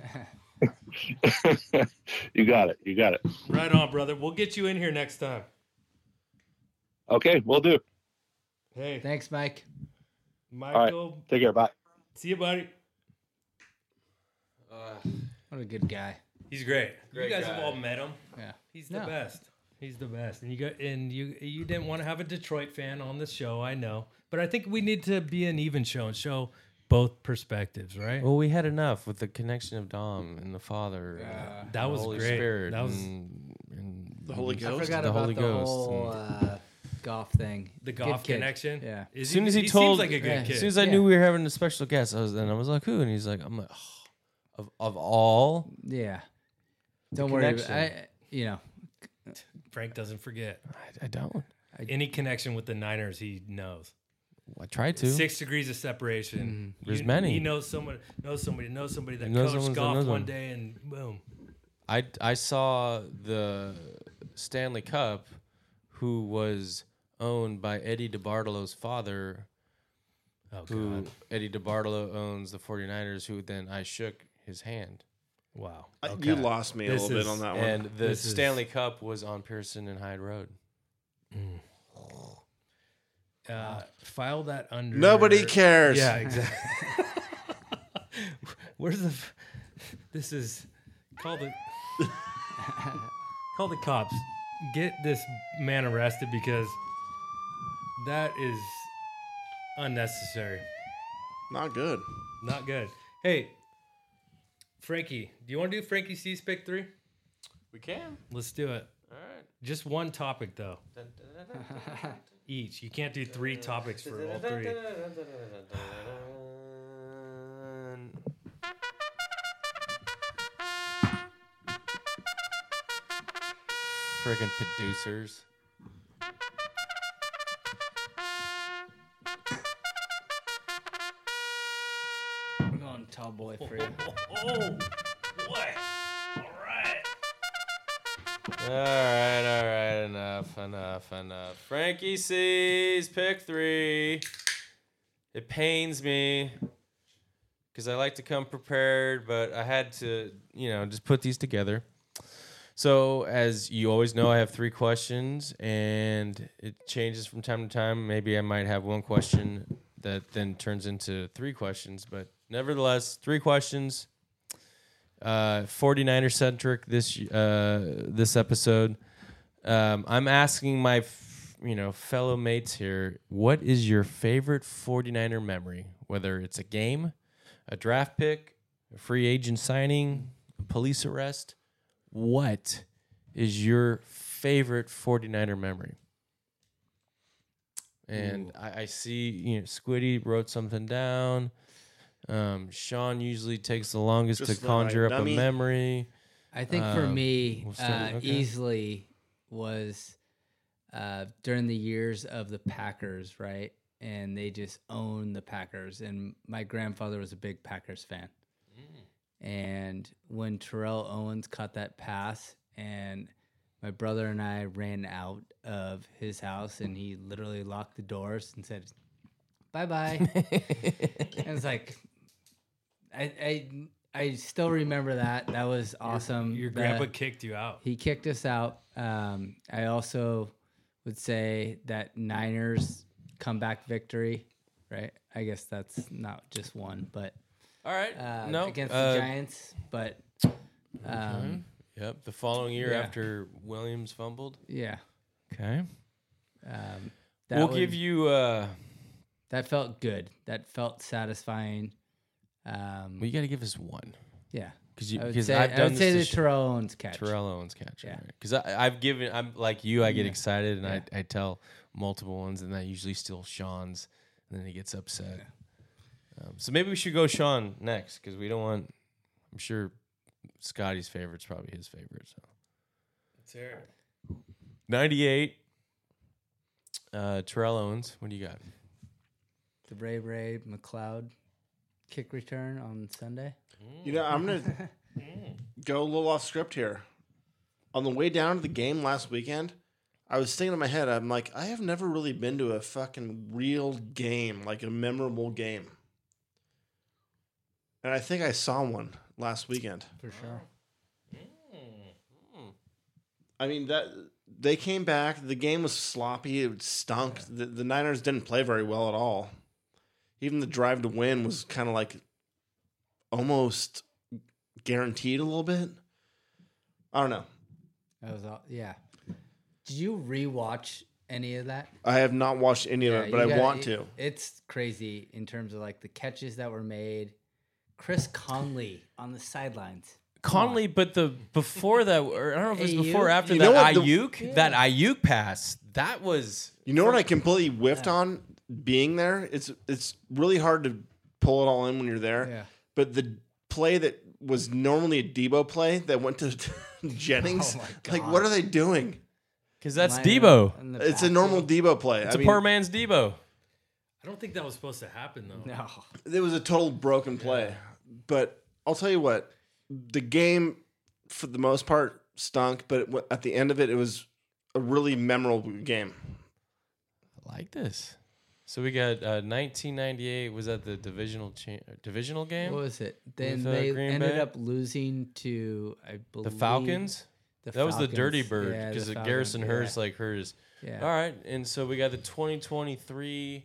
Speaker 9: you got it. You got it.
Speaker 1: Right on, brother. We'll get you in here next time.
Speaker 9: Okay, we'll do.
Speaker 1: Hey,
Speaker 6: Thanks, Mike.
Speaker 1: Michael.
Speaker 9: Take care. Bye.
Speaker 1: See you, buddy.
Speaker 6: What a good guy.
Speaker 1: He's great.
Speaker 5: Great
Speaker 1: you guys
Speaker 5: guy.
Speaker 1: have all met him.
Speaker 6: Yeah.
Speaker 1: He's the
Speaker 6: No.
Speaker 1: best. He's the best. And you got and you you didn't want to have a Detroit fan on the show, I know. But I think we need to be an even show and show both perspectives, right?
Speaker 5: Well, we had enough with the connection of Dom and the
Speaker 6: Uh,
Speaker 5: Father. and
Speaker 1: That
Speaker 5: the
Speaker 1: was
Speaker 5: Holy
Speaker 1: great.
Speaker 5: Spirit. Mm.
Speaker 1: That was-
Speaker 5: and, and
Speaker 2: The Holy
Speaker 6: I
Speaker 2: Ghost.
Speaker 6: forgot
Speaker 5: the
Speaker 6: about
Speaker 5: Holy
Speaker 6: the
Speaker 5: Ghost
Speaker 6: whole uh, golf thing.
Speaker 1: the
Speaker 6: Good
Speaker 1: golf
Speaker 6: kid.
Speaker 1: connection.
Speaker 6: Yeah.
Speaker 1: Is
Speaker 5: As soon as he,
Speaker 1: seems
Speaker 5: told,
Speaker 1: like a good
Speaker 6: yeah,
Speaker 1: kid.
Speaker 5: as soon as I
Speaker 6: Yeah.
Speaker 5: knew we were having a special guest, I was and I was like, who? And he's like, I'm like, oh, of of all,
Speaker 6: Yeah. Don't worry. About,
Speaker 5: connection.
Speaker 6: I, you know,
Speaker 1: Frank doesn't forget.
Speaker 5: I, I don't.
Speaker 1: Any connection with the Niners, he knows.
Speaker 5: I tried to.
Speaker 1: Six degrees of separation.
Speaker 5: There's
Speaker 1: You-
Speaker 5: many.
Speaker 1: He knows someone knows somebody, knows somebody that
Speaker 5: He knows
Speaker 1: coached
Speaker 5: someone that
Speaker 1: golf
Speaker 5: knows
Speaker 1: one
Speaker 5: him.
Speaker 1: day and boom.
Speaker 5: I I saw the Stanley Cup, who was owned by Eddie DeBartolo's father,
Speaker 1: Oh god.
Speaker 5: who Eddie DeBartolo owns the 49ers, who then I shook his hand.
Speaker 1: Wow.
Speaker 2: I- Uh, You lost me
Speaker 1: This
Speaker 2: a little
Speaker 1: is-
Speaker 2: bit on that one.
Speaker 5: And the
Speaker 1: This is-
Speaker 5: Stanley Cup was on Pearson and Hyde Road.
Speaker 1: Uh, file that under
Speaker 2: Nobody cares.
Speaker 1: Yeah, exactly. Where's the? f- This is call the call the cops. Get this man arrested because that is unnecessary.
Speaker 2: Not good.
Speaker 1: Not good. Hey, Frankie, do you want to do Frankie C's pick three?
Speaker 5: We can.
Speaker 1: Let's do it.
Speaker 5: All right.
Speaker 1: Just one topic though. Each. You can't do three topics for all three.
Speaker 5: Friggin' producers.
Speaker 6: we're going tall boy for you.
Speaker 5: All right, all right, enough, enough, enough. Frankie sees pick three. It pains me because I like to come prepared, but I had to, you know, just put these together. So, as you always know, I have three questions and it changes from time to time. Maybe I might have one question that then turns into three questions, but nevertheless, three questions. Uh, 49er centric this uh, this episode. Um, I'm asking my f- you know fellow mates here, what is your favorite 49er memory? Whether it's a game, a draft pick, a free agent signing, a police arrest, what is your favorite 49er memory? And I, I see, you know, Squiddy wrote something down. Um, Sean usually takes the longest
Speaker 2: Just
Speaker 6: uh,
Speaker 5: to
Speaker 2: the, like,
Speaker 5: conjure up a
Speaker 2: dummy.
Speaker 5: memory.
Speaker 6: I think for
Speaker 5: Um,
Speaker 6: me,
Speaker 5: we'll start-
Speaker 6: uh,
Speaker 5: okay.
Speaker 6: easily was uh, during the years of the Packers, right? And they just owned the Packers. And my grandfather was a big Packers fan. Mm. And when Terrell Owens caught that pass, and my brother and I ran out of his house, and he literally locked the doors and said, "Bye bye." and it's like, I, I I still remember that. That was awesome.
Speaker 1: Your
Speaker 6: The-
Speaker 1: grandpa kicked you out.
Speaker 6: he kicked us out. Um, I also would say that Niners comeback victory, right? I guess that's not just one, but
Speaker 5: All right.
Speaker 6: uh,
Speaker 5: no.
Speaker 6: against
Speaker 5: uh,
Speaker 6: the Giants. But um,
Speaker 5: Yep. The following year
Speaker 6: Yeah.
Speaker 5: after Williams fumbled.
Speaker 6: yeah,
Speaker 5: Okay.
Speaker 6: um, that
Speaker 5: We'll
Speaker 6: would-
Speaker 5: give you. Uh,
Speaker 6: that felt good. That felt satisfying. Um,
Speaker 5: well, you got to give us one
Speaker 6: yeah,
Speaker 5: because you
Speaker 6: I would
Speaker 5: because
Speaker 6: say,
Speaker 5: I've
Speaker 6: I
Speaker 5: done
Speaker 6: would say the
Speaker 5: this to Sh-
Speaker 6: Terrell Owens catch.
Speaker 5: Terrell Owens catch.
Speaker 6: Yeah.
Speaker 5: Because I I've given I'm like you I get
Speaker 6: Yeah.
Speaker 5: excited and I I tell multiple ones and I usually steal Sean's and then he gets upset. Um, so maybe we should go Sean next because we don't want. I'm sure Scotty's favorite's probably his favorite. So.
Speaker 1: Let's hear it.
Speaker 5: 98. Uh, Terrell Owens, what do you got?
Speaker 6: The Ray Ray McLeod kick return on Sunday.
Speaker 2: You know, I'm gonna go a little off script here. On the way down to the game last weekend, I was thinking in my head, I'm like, I have never really been to a fucking real game, like a memorable game. And I think I saw one last weekend.
Speaker 6: For sure.
Speaker 2: I mean that they came back. The game was sloppy. It stunk. The, the Niners didn't play very well at all. Even the drive to win was kind of like almost guaranteed a little bit. I don't know.
Speaker 6: That was all. Yeah. Did you rewatch any of that?
Speaker 2: I have not watched any
Speaker 6: Yeah,
Speaker 2: of it,
Speaker 6: you
Speaker 2: but I
Speaker 6: gotta-
Speaker 2: want
Speaker 6: it-
Speaker 2: to.
Speaker 6: It's crazy in terms of like the catches that were made. Chris Conley on the sidelines.
Speaker 5: Conley, but the before that, or I don't know if it was
Speaker 6: Ayuk?
Speaker 5: before or after
Speaker 2: You know
Speaker 5: that
Speaker 2: what the-
Speaker 5: Ayuk, that Ayuk pass, that was
Speaker 2: You know what I completely whiffed on being there? It's it's really hard to pull it all in when you're there.
Speaker 6: Yeah.
Speaker 2: But the play that was normally a Debo play that went to Jennings.
Speaker 6: Oh my
Speaker 2: like
Speaker 6: God.
Speaker 2: what are they doing?
Speaker 5: because that's
Speaker 6: Liner
Speaker 5: Debo.
Speaker 6: on the
Speaker 2: It's a
Speaker 6: back.
Speaker 2: normal Debo play.
Speaker 5: It's a poor man's Debo.
Speaker 1: I don't think that was supposed to happen though.
Speaker 6: No.
Speaker 2: it was a total broken play. But I'll tell you what, the game for the most part stunk, but it, wa- at the end of it, it was a really memorable game.
Speaker 5: I like this. So we got uh, 1998 was that the divisional cha- divisional game?
Speaker 6: What was it? Then
Speaker 5: With, uh,
Speaker 6: they
Speaker 5: Green
Speaker 6: ended
Speaker 5: Bay?
Speaker 6: up losing to I believe
Speaker 5: the Falcons.
Speaker 6: the
Speaker 5: that was the
Speaker 6: Falcons.
Speaker 5: Dirty Bird
Speaker 6: Yeah, the
Speaker 5: because
Speaker 6: Falcons,
Speaker 5: Garrison
Speaker 6: yeah.
Speaker 5: Hurst like hers.
Speaker 6: Yeah.
Speaker 5: All right, and so we got the 2023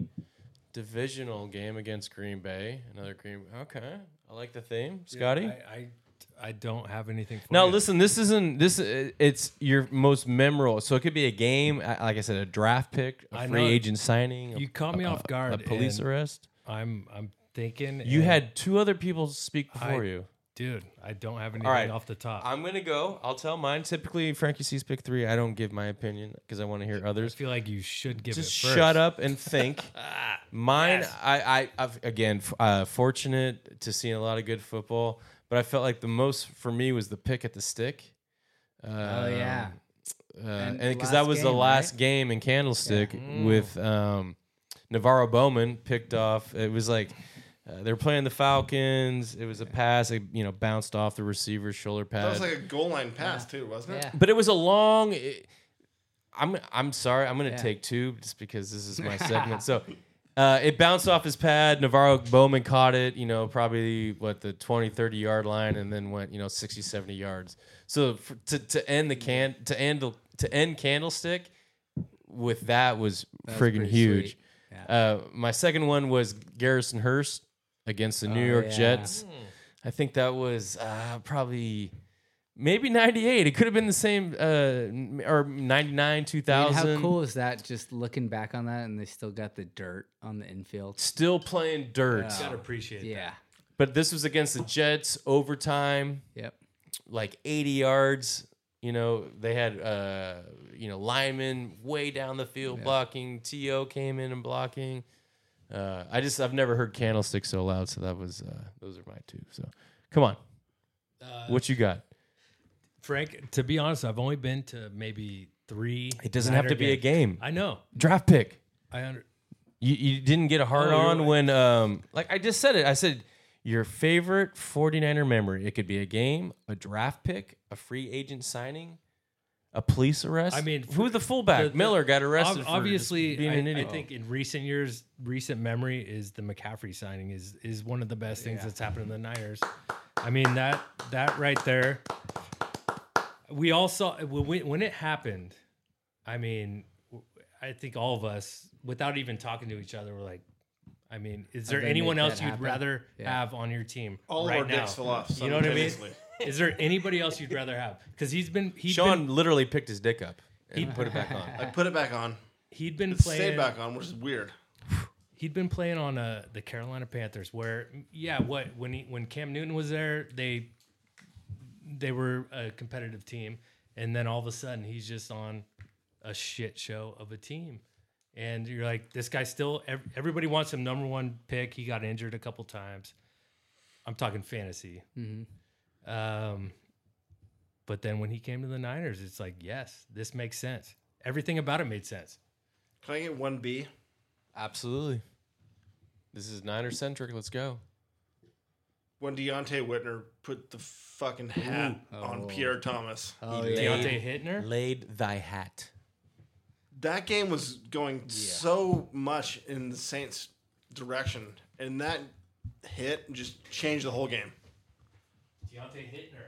Speaker 5: divisional game against Green Bay. Another Green. Okay, I like the theme, Scotty.
Speaker 1: I, I, I don't have anything. For
Speaker 5: Now
Speaker 1: you.
Speaker 5: listen, this isn't this. uh, It's your most memorable. So it could be a game, I- like I said, a draft pick, a
Speaker 1: I
Speaker 5: free
Speaker 1: know.
Speaker 5: agent signing. a-
Speaker 1: You caught me
Speaker 5: a-
Speaker 1: off guard
Speaker 5: A police
Speaker 1: and-
Speaker 5: arrest.
Speaker 1: I'm I'm thinking.
Speaker 5: You
Speaker 1: and-
Speaker 5: had two other people speak before
Speaker 1: I-
Speaker 5: you.
Speaker 1: dude. I don't have anything
Speaker 5: right.
Speaker 1: off the top. i
Speaker 5: I'm gonna go. I'll tell mine. Typically, Frankie sees pick three. I don't give my opinion because I want to hear others.
Speaker 1: feel like you should give
Speaker 5: Just
Speaker 1: it first. Ah,
Speaker 5: shut up and think. Mine, I, I, I've, again, f- uh, fortunate to see a lot of good football, but I felt like the most for me was the pick at the stick. Uh,
Speaker 6: Oh yeah. And the
Speaker 5: and because that
Speaker 6: last
Speaker 5: was the
Speaker 6: game,
Speaker 5: last
Speaker 6: right? Mm.
Speaker 5: game in Candlestick with um, Navarro Bowman picked off. It was like uh, they were playing the Falcons. It was a pass, it, you know, bounced off the receiver's shoulder pad.
Speaker 2: That was like a goal line pass too, wasn't it?
Speaker 6: Yeah.
Speaker 5: But it was a long. i- I'm I'm sorry. I'm gonna
Speaker 6: Yeah.
Speaker 5: take two just because this is my segment. So. Uh, it bounced off his pad. Navarro Bowman caught it, you know, probably what the 20, 30 yard line and then went, you know, 60, 70 yards. So for, to, to end the can, to end, the- to end candlestick with that was
Speaker 6: That was
Speaker 5: friggin'
Speaker 6: pretty
Speaker 5: huge.
Speaker 6: sweet. Yeah.
Speaker 5: Uh, my second one was Garrison Hurst against the New
Speaker 6: Oh,
Speaker 5: York
Speaker 6: yeah.
Speaker 5: Jets. I think that was uh, probably maybe 98 it could have been the same uh, n- or 99
Speaker 6: I mean,
Speaker 5: 2000
Speaker 6: how cool is that? Just looking back on that, and they still got the dirt on the infield.
Speaker 5: still playing dirt
Speaker 6: Yeah.
Speaker 1: Gotta appreciate that.
Speaker 6: Yeah.
Speaker 5: but this was against the jets overtime
Speaker 6: Yep.
Speaker 5: like 80 yards you know they had uh you know linemen way down the field blocking to came in and blocking Uh, I just I've never heard Candlestick so loud, so that was uh, those are my two. So come on,
Speaker 6: Uh,
Speaker 5: what you got?
Speaker 1: Frank, to be honest, I've only been to maybe three.
Speaker 5: It doesn't have
Speaker 1: Niner
Speaker 5: to be a
Speaker 1: games.
Speaker 5: game.
Speaker 1: I know.
Speaker 5: Draft pick.
Speaker 1: I under,
Speaker 5: You, you didn't get a hard
Speaker 1: Oh, you're
Speaker 5: on
Speaker 1: right.
Speaker 5: when um like I just said it. I said your favorite 49er memory. It could be a game, a draft pick, a free agent signing, a police arrest.
Speaker 1: I mean,
Speaker 5: who the fullback
Speaker 1: the- the-
Speaker 5: Miller got
Speaker 1: Ob-
Speaker 5: arrested for just
Speaker 1: obviously,
Speaker 5: being
Speaker 1: I,
Speaker 5: an
Speaker 1: I
Speaker 5: idiot.
Speaker 1: think in recent years, recent memory is the McCaffrey signing is is one of the best things that's happened to the Niners. I mean that that right there. We all saw when we- when it happened. I mean, w- I think all of us, without even talking to each other, were like, I mean, is there
Speaker 6: they
Speaker 1: anyone
Speaker 6: make that
Speaker 1: else you'd
Speaker 6: happen?
Speaker 1: rather
Speaker 6: Yeah.
Speaker 1: have on your team
Speaker 2: All
Speaker 1: right
Speaker 2: of our
Speaker 1: now?
Speaker 2: dicks fell off.
Speaker 1: You know what I mean?
Speaker 2: simultaneously.
Speaker 1: Is there anybody else you'd rather have? Because he's been he's
Speaker 5: Sean
Speaker 1: been,
Speaker 5: literally picked his dick up and put it back on.
Speaker 2: I put it back on.
Speaker 1: he'd been
Speaker 2: It
Speaker 1: playing
Speaker 2: stayed back on, which is weird.
Speaker 1: he'd been playing on uh, the Carolina Panthers, where yeah, what when he, when Cam Newton was there, they they were a competitive team, and then all of a sudden he's just on a shit show of a team, and you're like, this guy still ev- everybody wants him number one pick. He got injured a couple times. I'm talking fantasy. Um, but then when he came to the Niners, it's like, yes, this makes sense. Everything about it made sense.
Speaker 2: Can I get one B?
Speaker 5: Absolutely. This is Niner centric. Let's go.
Speaker 2: When Deontay Whitner put the fucking hat on Pierre Thomas.
Speaker 6: Oh
Speaker 5: yeah.
Speaker 1: Deontay Hittner.
Speaker 5: Laid thy hat.
Speaker 2: That game was going so much in the Saints' direction, and that hit just changed the whole game.
Speaker 1: Deontay Hittner.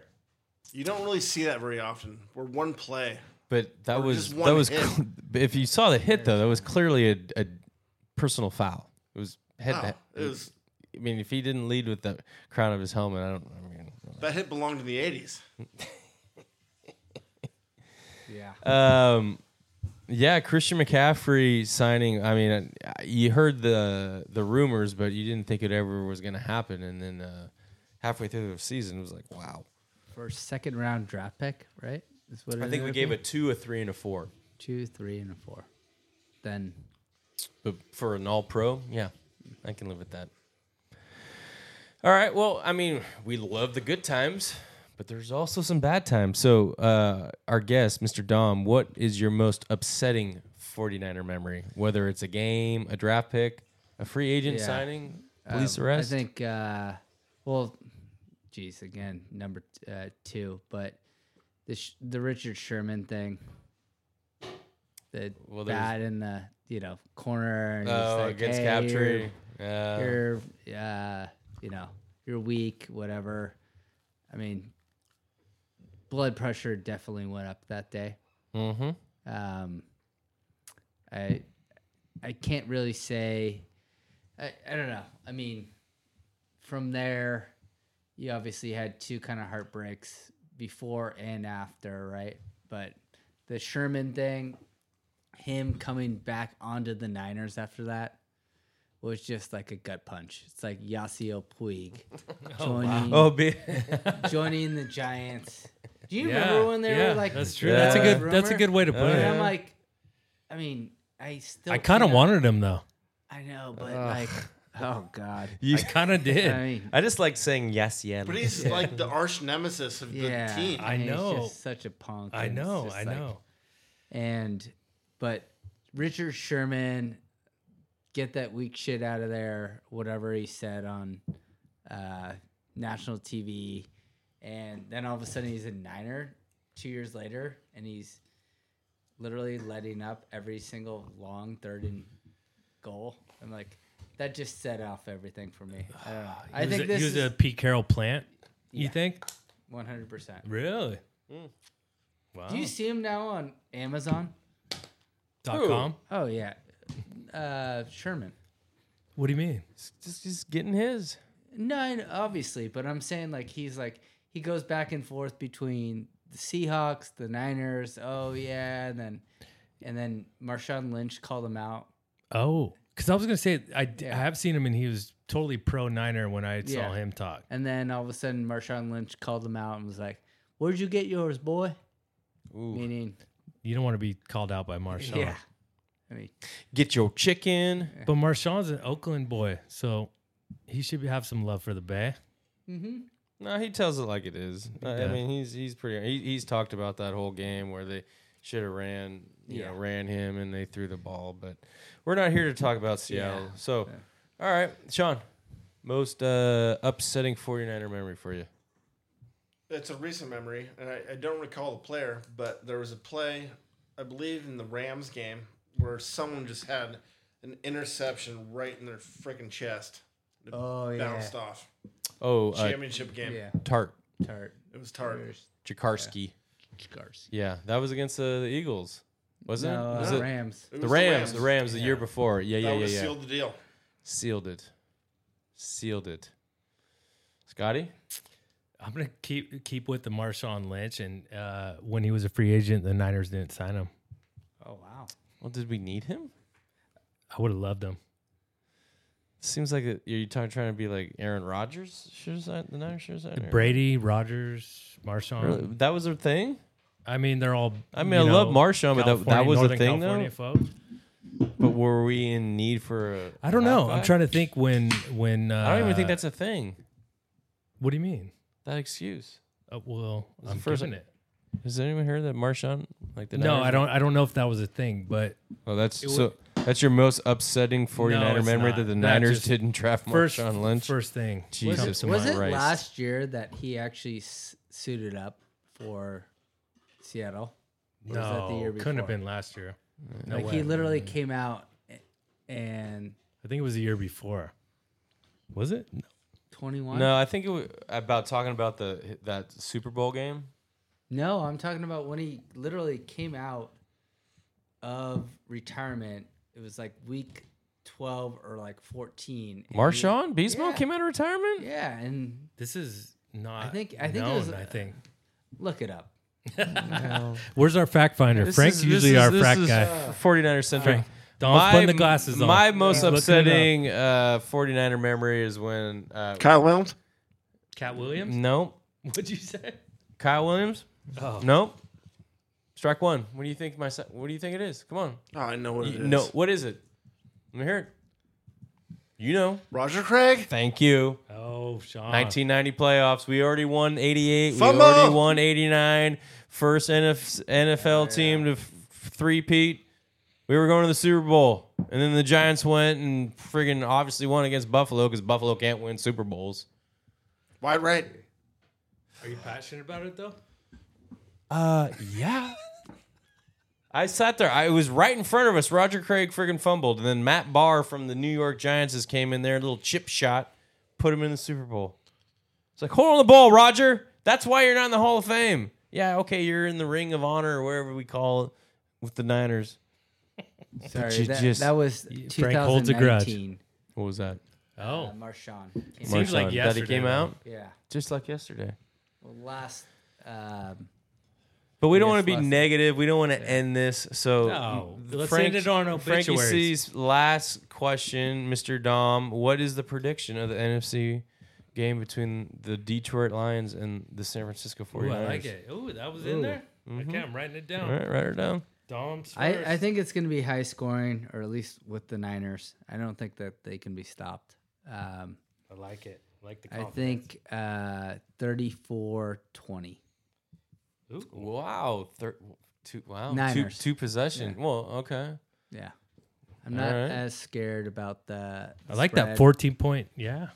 Speaker 2: You don't really see that very often. We're one play.
Speaker 5: But that
Speaker 2: Or
Speaker 5: was
Speaker 2: just
Speaker 5: that
Speaker 2: one
Speaker 5: was
Speaker 2: hit.
Speaker 5: cl- if you saw the hit though, that was clearly a, a personal foul. It was head.
Speaker 2: Oh,
Speaker 5: to
Speaker 2: it was
Speaker 5: I mean, if he didn't lead with the crown of his helmet, I don't. I mean,
Speaker 2: that hit belonged in the '80s.
Speaker 6: Yeah.
Speaker 5: um, yeah, Christian McCaffrey signing. I mean, uh, you heard the the rumors, but you didn't think it ever was going to happen. And then uh, halfway through the season, it was like, wow.
Speaker 6: First, second round draft pick, right? Is what
Speaker 5: I think we gave
Speaker 2: Mm-hmm.
Speaker 5: a two, a three, and a four,
Speaker 6: two, three, and a four. Then
Speaker 5: but for an All Pro, yeah, I can live with that. All right. Well, I mean, we love the good times, but there's also some bad times. So, uh, our guest, Mr. Dom, what is your most upsetting 49er memory? Whether it's a game, a draft pick, a free agent
Speaker 6: Yeah.
Speaker 5: signing, police
Speaker 6: Um,
Speaker 5: arrest?
Speaker 6: I think, uh, well, geez, again, number t- uh, two, but the sh- the Richard Sherman thing, the
Speaker 5: Well, there's-
Speaker 6: bat in the you know corner. And he's
Speaker 5: Oh,
Speaker 6: like,
Speaker 5: against
Speaker 6: "Hey,
Speaker 5: Captree.
Speaker 6: You're,
Speaker 5: Yeah.
Speaker 6: you're, uh, you know, you're weak, whatever. I mean, blood pressure definitely went up that day.
Speaker 5: Mm-hmm.
Speaker 6: Um, I I can't really say. I, I don't know. I mean, from there, you obviously had two kind of heartbreaks before and after, right? But the Sherman thing, him coming back onto the Niners after that was just like a gut punch. It's like Yasiel Puig joining,
Speaker 5: Oh, be-
Speaker 6: joining the Giants. Do you
Speaker 1: Yeah,
Speaker 6: remember when they
Speaker 1: yeah,
Speaker 6: were like
Speaker 1: that's true.
Speaker 5: Yeah.
Speaker 1: That's a good.
Speaker 6: rumor?
Speaker 1: That's a good way to put
Speaker 5: Oh,
Speaker 1: it.
Speaker 5: yeah.
Speaker 6: And I'm like, I mean, I still.
Speaker 1: I kind of
Speaker 6: cannot-
Speaker 1: wanted him though.
Speaker 6: I know, but like, oh god.
Speaker 1: I kind of did.
Speaker 6: I mean,
Speaker 5: I just like saying yes, yeah.
Speaker 2: But he's like the arch nemesis of
Speaker 6: yeah.
Speaker 2: the team.
Speaker 1: I
Speaker 6: mean,
Speaker 1: know.
Speaker 6: He's just such a punk.
Speaker 1: I
Speaker 6: and it's
Speaker 1: know.
Speaker 6: just
Speaker 1: I
Speaker 6: like-
Speaker 1: know.
Speaker 6: And, but Richard Sherman, get that weak shit out of there. Whatever he said on uh, national TV, and then all of a sudden he's a Niner two years later, and he's literally letting up every single long third and goal. I'm like, that just set off everything for me. I don't know. I
Speaker 1: He was
Speaker 6: think
Speaker 1: a,
Speaker 6: this
Speaker 1: he was
Speaker 6: is
Speaker 1: a Pete Carroll plant. You
Speaker 6: Yeah.
Speaker 1: think?
Speaker 6: 100. percent
Speaker 1: Really? Wow.
Speaker 6: Do you see him now on Amazon?
Speaker 1: Dot com.
Speaker 6: Oh yeah, uh, Sherman.
Speaker 1: What do you mean?
Speaker 5: just, just getting his.
Speaker 6: No, I know, obviously, but I'm saying like he's like he goes back and forth between the Seahawks, the Niners. Oh yeah, and then and then Marshawn Lynch called him out.
Speaker 1: Oh, because I was gonna say I, d- I
Speaker 6: Yeah.
Speaker 1: have seen him and he was totally pro Niner when I saw
Speaker 6: Yeah.
Speaker 1: him talk.
Speaker 6: And then all of a sudden, Marshawn Lynch called him out and was like, "Where'd you get yours, boy?"
Speaker 5: Ooh.
Speaker 6: Meaning,
Speaker 1: You don't want to be called out by Marshawn.
Speaker 6: yeah. I And he,
Speaker 5: Get your chicken.
Speaker 1: But Marshawn's an Oakland boy, so he should be- have some love for the Bay.
Speaker 5: No, he tells it like it is. I- I
Speaker 1: Yeah.
Speaker 5: mean, he's he's pretty. He, he's talked about that whole game where they should have ran, you know,
Speaker 6: Yeah.
Speaker 5: ran him and they threw the ball. But we're not here to talk about Seattle. So, all right, Sean, most uh, upsetting 49er memory for you?
Speaker 2: It's a recent memory, and I, I don't recall the player, but there was a play, I believe, in the Rams game where someone just had an interception right in their freaking chest. It
Speaker 6: Oh, yeah.
Speaker 2: bounced off.
Speaker 5: Oh, uh,
Speaker 2: Championship game.
Speaker 6: yeah,
Speaker 5: Tart
Speaker 6: tart.
Speaker 2: It was Tart.
Speaker 6: There's
Speaker 5: Jakarski.
Speaker 6: Garcia.
Speaker 5: Yeah. that was against uh, the Eagles, wasn't
Speaker 6: No,
Speaker 5: it?
Speaker 6: uh,
Speaker 5: Was it-
Speaker 6: Rams.
Speaker 2: It
Speaker 5: the
Speaker 2: was
Speaker 5: Rams, the Rams, the year before. Yeah,
Speaker 2: That
Speaker 5: yeah,
Speaker 2: would
Speaker 5: yeah,
Speaker 2: have
Speaker 5: yeah.
Speaker 2: sealed the deal.
Speaker 5: Sealed it. Sealed it. Scotty?
Speaker 1: I'm gonna keep keep with the Marshawn Lynch, and uh, when he was a free agent, the Niners didn't sign him.
Speaker 6: Oh wow.
Speaker 5: Well, did we need him?
Speaker 1: I would have loved him.
Speaker 5: Seems like it- you're try- trying to be like Aaron Rodgers. Sure, the Niners sure signed Aaron-
Speaker 1: Brady, Rogers, Marshawn.
Speaker 5: Really? That was their thing.
Speaker 1: I mean, they're all.
Speaker 5: I mean, I love Marshawn, but that- that was a
Speaker 1: Northern
Speaker 5: thing, though?
Speaker 1: California Folks.
Speaker 5: But were we in need for a?
Speaker 1: I don't know. I'm
Speaker 5: halfback?
Speaker 1: trying to think when when. Uh,
Speaker 5: I don't even think that's a thing.
Speaker 1: What do you mean?
Speaker 5: That excuse.
Speaker 1: Uh, well,
Speaker 5: It's
Speaker 1: I'm
Speaker 5: the first-
Speaker 1: first it.
Speaker 5: Has anyone heard that Marshawn like the?
Speaker 1: No,
Speaker 5: Niners-
Speaker 1: I don't. I don't know if that was a thing, but
Speaker 5: Oh, that's
Speaker 1: It
Speaker 5: so. That's your most upsetting 49er
Speaker 1: it's
Speaker 5: memory
Speaker 1: not.
Speaker 5: that the
Speaker 1: That
Speaker 5: Niners
Speaker 1: just-
Speaker 5: didn't draft
Speaker 1: first
Speaker 5: Marshawn Lynch.
Speaker 1: First thing.
Speaker 5: Jesus
Speaker 1: comes to
Speaker 6: was
Speaker 1: mind.
Speaker 6: it
Speaker 5: Christ.
Speaker 6: last year that he actually s- suited up for Seattle? Or was that the
Speaker 1: No,
Speaker 6: year
Speaker 1: couldn't have
Speaker 6: before?
Speaker 1: been last year. No
Speaker 6: Like
Speaker 1: way.
Speaker 6: he literally came out a- and
Speaker 1: I think it was the year before. Was it?
Speaker 6: 21.
Speaker 5: No, I think it was about talking about the that Super Bowl game.
Speaker 6: No, I'm talking about when he literally came out of retirement. It was like week 12 or like 14. and he-
Speaker 5: Marshawn Beasmo
Speaker 6: Yeah.
Speaker 5: came out of retirement.
Speaker 6: Yeah, and
Speaker 1: This is not.
Speaker 6: I think- I think it
Speaker 1: known,
Speaker 6: was-
Speaker 1: I think.
Speaker 6: look it up.
Speaker 1: Where's our fact finder?
Speaker 5: This
Speaker 1: Frank's
Speaker 5: is- this
Speaker 1: usually
Speaker 5: is-
Speaker 1: our
Speaker 5: this
Speaker 1: fact
Speaker 5: is
Speaker 1: guy.
Speaker 5: 49er centric.
Speaker 1: Don's putting the glasses on.
Speaker 5: My most
Speaker 1: He's looking it
Speaker 5: upsetting uh, 49er memory is when. Uh,
Speaker 2: Kyle Williams?
Speaker 1: Cat Williams.
Speaker 5: no.
Speaker 1: What'd you say?
Speaker 5: Kyle Williams?
Speaker 1: Oh.
Speaker 5: Nope. Strike one. What do you think my se- What do you think it is? Come on.
Speaker 2: Oh, I know what it
Speaker 5: You-
Speaker 2: is.
Speaker 5: no. What is it? Let me hear it. You know.
Speaker 2: Roger Craig?
Speaker 5: Thank you.
Speaker 1: Oh, Sean.
Speaker 5: 1990 playoffs. We already won 88.
Speaker 2: Fumble!
Speaker 5: We already won 89. First NF- NFL team to f- three peat. We were going to the Super Bowl. And then the Giants went and friggin' obviously won against Buffalo because Buffalo can't win Super Bowls.
Speaker 2: Wide right.
Speaker 1: Are you passionate about it though?
Speaker 5: Uh, yeah. I sat there. I it was right in front of us. Roger Craig friggin' fumbled. And then Matt Barr from the New York Giants just came in there, little chip shot, put him in the Super Bowl. It's like, hold on the ball, Roger. That's why you're not in the Hall of Fame. Yeah, okay, you're in the Ring of Honor or wherever we call it with the Niners. you
Speaker 6: Sorry, that,
Speaker 5: just-
Speaker 6: that was
Speaker 1: Frank holds a grudge.
Speaker 6: 2019.
Speaker 5: What was that?
Speaker 1: Oh,
Speaker 6: Uh, Marshawn. came out.
Speaker 1: Seems
Speaker 5: Marshawn.
Speaker 1: like
Speaker 5: that he
Speaker 1: yesterday,
Speaker 5: came
Speaker 1: though.
Speaker 5: out
Speaker 6: Yeah.
Speaker 5: just like yesterday.
Speaker 6: Well, last. Um,
Speaker 5: But we don't
Speaker 6: Yes,
Speaker 5: want to be
Speaker 6: last-
Speaker 5: negative. We don't want to end this. So
Speaker 1: No.
Speaker 5: m-
Speaker 1: Let's end it on
Speaker 5: Frankie
Speaker 1: obituaries.
Speaker 5: C's last question, Mr. Dom. What is the prediction of the NFC game between the Detroit Lions and the San Francisco 49ers?
Speaker 1: Ooh, I like it. Ooh, that was in there. Okay, I'm writing it
Speaker 5: All
Speaker 1: down.
Speaker 5: right, write it down.
Speaker 1: Dom's first.
Speaker 6: I, I think it's going to be high scoring, or at least with the Niners. I don't think that they can be stopped. Um,
Speaker 1: I like it. I like the
Speaker 6: I
Speaker 1: confidence.
Speaker 6: think uh, 34 20.
Speaker 1: Ooh,
Speaker 5: Wow. Thir- two, wow. Two,
Speaker 6: Niners.
Speaker 5: two possession. Well, okay.
Speaker 6: Yeah. I'm not
Speaker 5: Alright.
Speaker 6: as scared about the.
Speaker 1: I like that
Speaker 6: spread.
Speaker 1: 14 point. Yeah,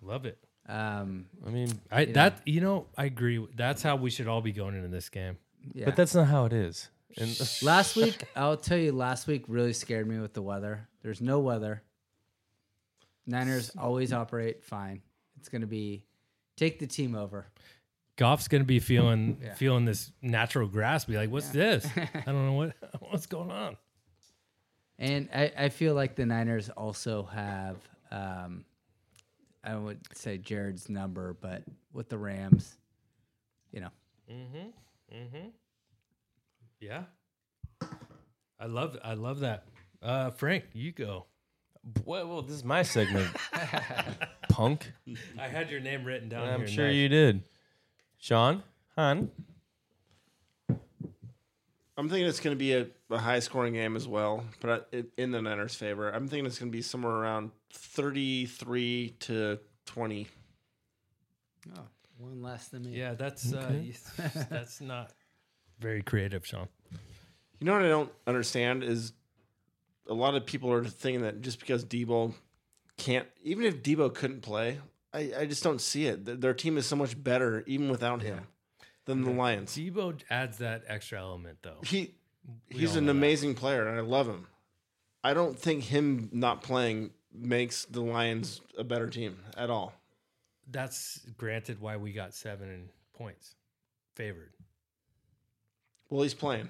Speaker 1: love it.
Speaker 6: Um,
Speaker 5: I mean,
Speaker 1: I that you know I agree. with- That's how we should all be going into this game.
Speaker 6: yeah.
Speaker 5: but that's not how it is. And
Speaker 6: last week, I'll tell you, last week really scared me with the weather. There's no weather. Niners always operate fine. It's going to be take the team over.
Speaker 1: Goff's gonna be feeling feeling this natural grass. Be like, what's this? I don't know what what's going on.
Speaker 6: And I, I feel like the Niners also have, um, I would say Jared's number, but with the Rams, you know,
Speaker 1: Yeah, I love I love that. Uh, Frank, you go.
Speaker 5: well, well, this is my segment. Punk.
Speaker 1: I had your name written down.
Speaker 5: I'm
Speaker 1: here
Speaker 5: sure
Speaker 1: nice.
Speaker 5: you did. Sean? Han?
Speaker 2: I'm thinking it's going to be a, a high scoring game as well, but I, in the Niners' favor. I'm thinking it's going to be somewhere around 33 to 20.
Speaker 6: Oh, one less than me.
Speaker 1: Yeah, that's uh, that's not very creative, Sean.
Speaker 2: You know what I don't understand is a lot of people are thinking that just because Debo can't, even if Debo couldn't play, I, I just don't see it. Their- Their team is so much better, even without him, than the Lions.
Speaker 1: Debo adds that extra element, though.
Speaker 2: He he's
Speaker 1: all
Speaker 2: an
Speaker 1: know that.
Speaker 2: amazing player, and I love him. I don't think him not playing makes the Lions a better team at all.
Speaker 1: That's granted why we got seven points favored.
Speaker 2: Well, he's playing.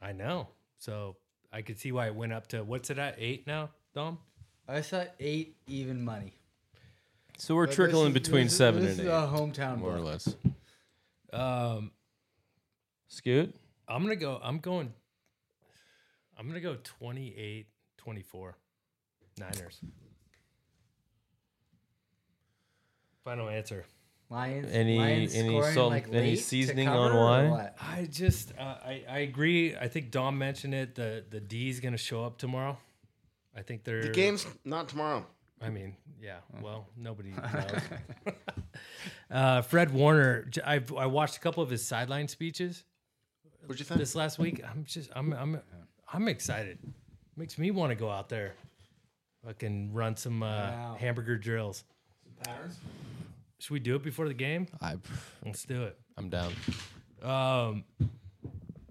Speaker 1: I know, so I could see why it went up to what's it at eight now, Dom?
Speaker 6: I saw eight even money.
Speaker 5: So we're
Speaker 6: But this
Speaker 5: trickling
Speaker 6: is-
Speaker 5: between
Speaker 6: this is-
Speaker 5: seven
Speaker 6: this
Speaker 5: and
Speaker 6: is
Speaker 5: eight,
Speaker 6: a hometown
Speaker 5: more or
Speaker 6: book.
Speaker 5: less.
Speaker 1: Um,
Speaker 5: Scoot,
Speaker 1: I'm gonna go. I'm going. I'm gonna go 28, 24. Niners. Final answer.
Speaker 6: Lions.
Speaker 5: Any-
Speaker 6: Lions
Speaker 5: any
Speaker 6: scoring,
Speaker 5: salt-
Speaker 6: like,
Speaker 5: any
Speaker 6: late to
Speaker 5: seasoning
Speaker 6: cover
Speaker 5: on
Speaker 6: or
Speaker 5: wine?
Speaker 6: what?
Speaker 1: I just uh, I I agree. I think Dom mentioned it. The the D's gonna show up tomorrow. I think they're
Speaker 2: The game's Oh. not tomorrow.
Speaker 1: I mean, yeah. Well, nobody knows. uh, Fred Warner. j- I've I watched a couple of his sideline speeches
Speaker 2: What'd you think?
Speaker 1: this last week. I'm just I'm I'm I'm excited. Makes me want to go out there, fucking run some uh,
Speaker 6: Wow.
Speaker 1: hamburger drills. Should we do it before the game?
Speaker 5: I,
Speaker 1: Let's do it.
Speaker 5: I'm down.
Speaker 1: Um,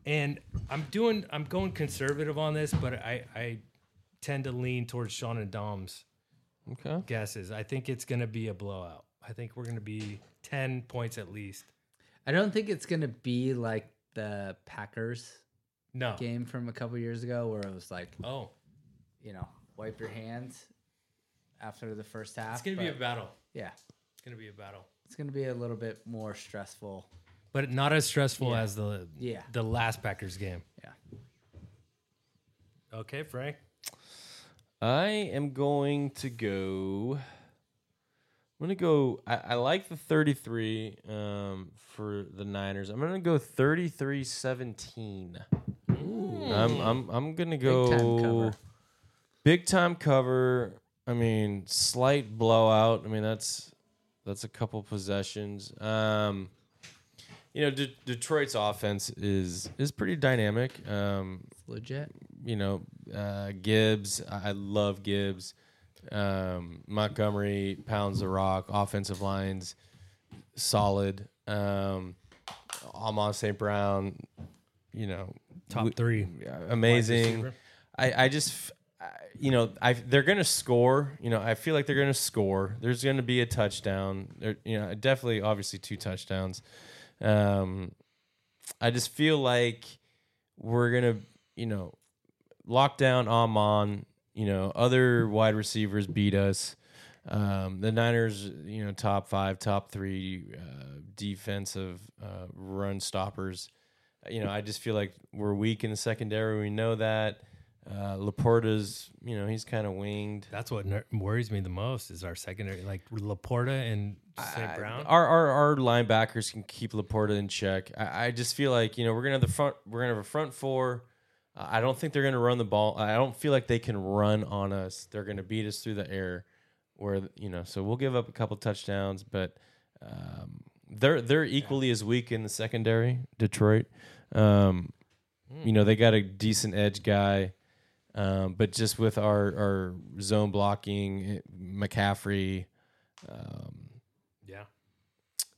Speaker 1: and I'm doing, I'm going conservative on this, but I, I tend to lean towards Sean and Dom's
Speaker 5: Okay,
Speaker 1: guesses. I think it's going to be a blowout. I think we're going to be 10 points at least.
Speaker 6: I don't think it's gonna be like the Packers
Speaker 1: No.
Speaker 6: game from a couple years ago where it was like,
Speaker 1: Oh,
Speaker 6: you know, wipe your hands after the first half.
Speaker 1: it's going to be a
Speaker 6: but
Speaker 1: battle.
Speaker 6: yeah.
Speaker 1: It's going to be a battle,
Speaker 6: It's gonna be a little bit more stressful.
Speaker 1: but not as stressful as the,
Speaker 6: Yeah.
Speaker 1: the last Packers game.
Speaker 6: Yeah.
Speaker 1: Okay, Frank.
Speaker 5: I am going to go. I'm gonna go. I, I like the 33 um, for the Niners. I'm gonna go 33-17. I'm I'm I'm gonna go
Speaker 6: Hmm. time cover.
Speaker 5: big time cover. I mean, slight blowout. I mean, that's that's a couple possessions. Um, you know, De- Detroit's offense is is pretty dynamic. Um,
Speaker 6: It's legit.
Speaker 5: you know, uh, Gibbs. I I love Gibbs. Um, Montgomery pounds the rock. Offensive lines solid. Um, Amon St. Brown, you know,
Speaker 1: Top
Speaker 5: we-
Speaker 1: three.
Speaker 5: amazing.
Speaker 1: receiver.
Speaker 5: I, I just, f- I- you know, I they're gonna score. You know, I feel like they're gonna score. There's gonna be a touchdown. There, you know, definitely, obviously, two touchdowns. Um, I just feel like we're gonna, you know, lock down Amon. You know, other wide receivers beat us. Um, the Niners, you know, top five, top three uh, defensive uh, run stoppers Uh, you know, I just feel like we're weak in the secondary. We know that. Uh, Laporta's, you know, he's kind of winged.
Speaker 1: That's what ner- worries me the most is our secondary, like Laporta and St. Brown.
Speaker 5: Our, our our linebackers can keep Laporta in check. I, I just feel like you know we're gonna have the front. We're gonna have a front four. Uh, I don't think they're gonna run the ball. I don't feel like they can run on us. They're gonna beat us through the air, where you know. So we'll give up a couple touchdowns, but um, they're they're equally as weak in the secondary. Detroit, um, you know, they got a decent edge guy. Um, but just with our, our zone blocking, eh, McCaffrey, um,
Speaker 1: yeah.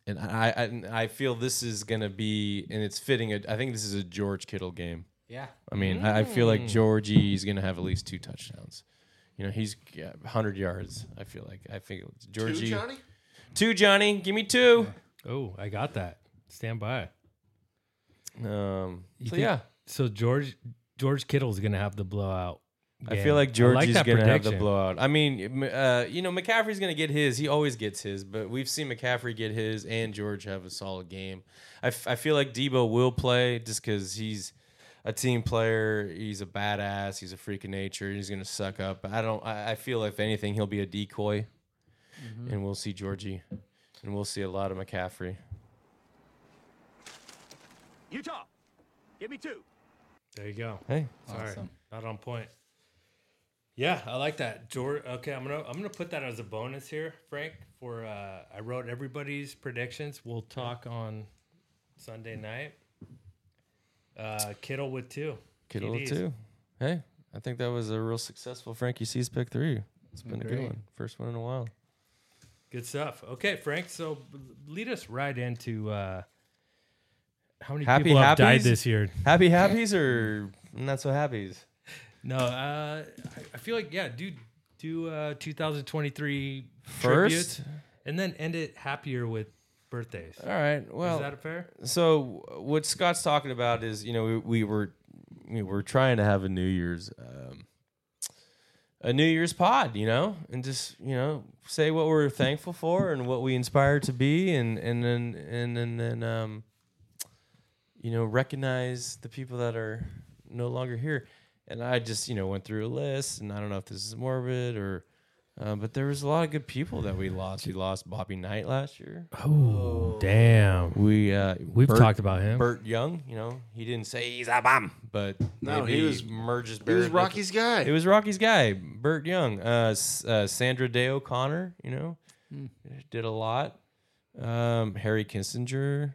Speaker 5: and I, I and I feel this is gonna be and it's fitting. I think this is a George Kittle game.
Speaker 6: Yeah.
Speaker 5: I mean, I, I feel like Georgie is gonna have at least two touchdowns. You know, he's hundred yards. I feel like I feel Georgie two Johnny. give me two.
Speaker 1: Oh, I got that. Stand by.
Speaker 5: Um, so
Speaker 1: think-
Speaker 5: yeah,
Speaker 1: So George George Kittle's gonna have the blowout.
Speaker 5: I
Speaker 1: game.
Speaker 5: feel like Georgie's
Speaker 1: that
Speaker 5: gonna have the
Speaker 1: prediction.
Speaker 5: blowout. I mean, m- uh, you know, McCaffrey's gonna get his. He always gets his, but we've seen McCaffrey get his and George have a solid game. I, f- I feel like Debo will play just because he's a team player. He's a badass. He's a freak of nature. He's gonna suck up. I don't. I, I feel if anything, he'll be a decoy,
Speaker 1: Mm-hmm.
Speaker 5: and we'll see Georgie, and we'll see a lot of McCaffrey.
Speaker 10: Utah, give me two.
Speaker 1: There you go.
Speaker 5: Hey,
Speaker 1: Sorry, not on point. Yeah, I like that. George. Okay, I'm gonna I'm gonna put that as a bonus here, Frank. For uh, I wrote everybody's predictions. We'll talk on Sunday night. Uh, Kittle with two.
Speaker 5: Kittle
Speaker 1: TDs.
Speaker 5: too. Hey, I think that was a real successful Frankie C's pick three. It's been a good
Speaker 6: Agreed.
Speaker 5: one. First one in a while.
Speaker 1: Good stuff. Okay, Frank. So b- lead us right into uh, how many
Speaker 5: Happy
Speaker 1: people have died
Speaker 5: happies?
Speaker 1: this year?
Speaker 5: Happy happies or not so happies?
Speaker 1: No, uh, I- I feel like yeah. Do do uh, 2023
Speaker 5: First?
Speaker 1: tributes, and then end it happier with birthdays.
Speaker 5: All right. Well,
Speaker 1: Is that fair?
Speaker 5: so uh, what Scott's talking about is, you know, we, we were we were trying to have a New Year's um, a New Year's pod, you know, and just you know say what we're thankful for and what we inspire to be, and and then and then then um, you know recognize the people that are no longer here. And I just you know went through a list, and I don't know if this is morbid or. Uh, but there was a lot of good people that we lost. We lost Bobby Knight last year.
Speaker 1: Oh, damn.
Speaker 5: We uh,
Speaker 1: We've
Speaker 5: Bert-
Speaker 1: talked about him.
Speaker 5: Burt Young, you know, he didn't say he's a bomb, but
Speaker 2: No,
Speaker 5: maybe
Speaker 2: he was-
Speaker 5: merges.
Speaker 2: He was
Speaker 5: buried with-
Speaker 2: Rocky's guy.
Speaker 5: It was Rocky's guy, Burt Young. Uh, S- uh, Sandra Day O'Connor, you know, did a lot. Um, Harry Kissinger,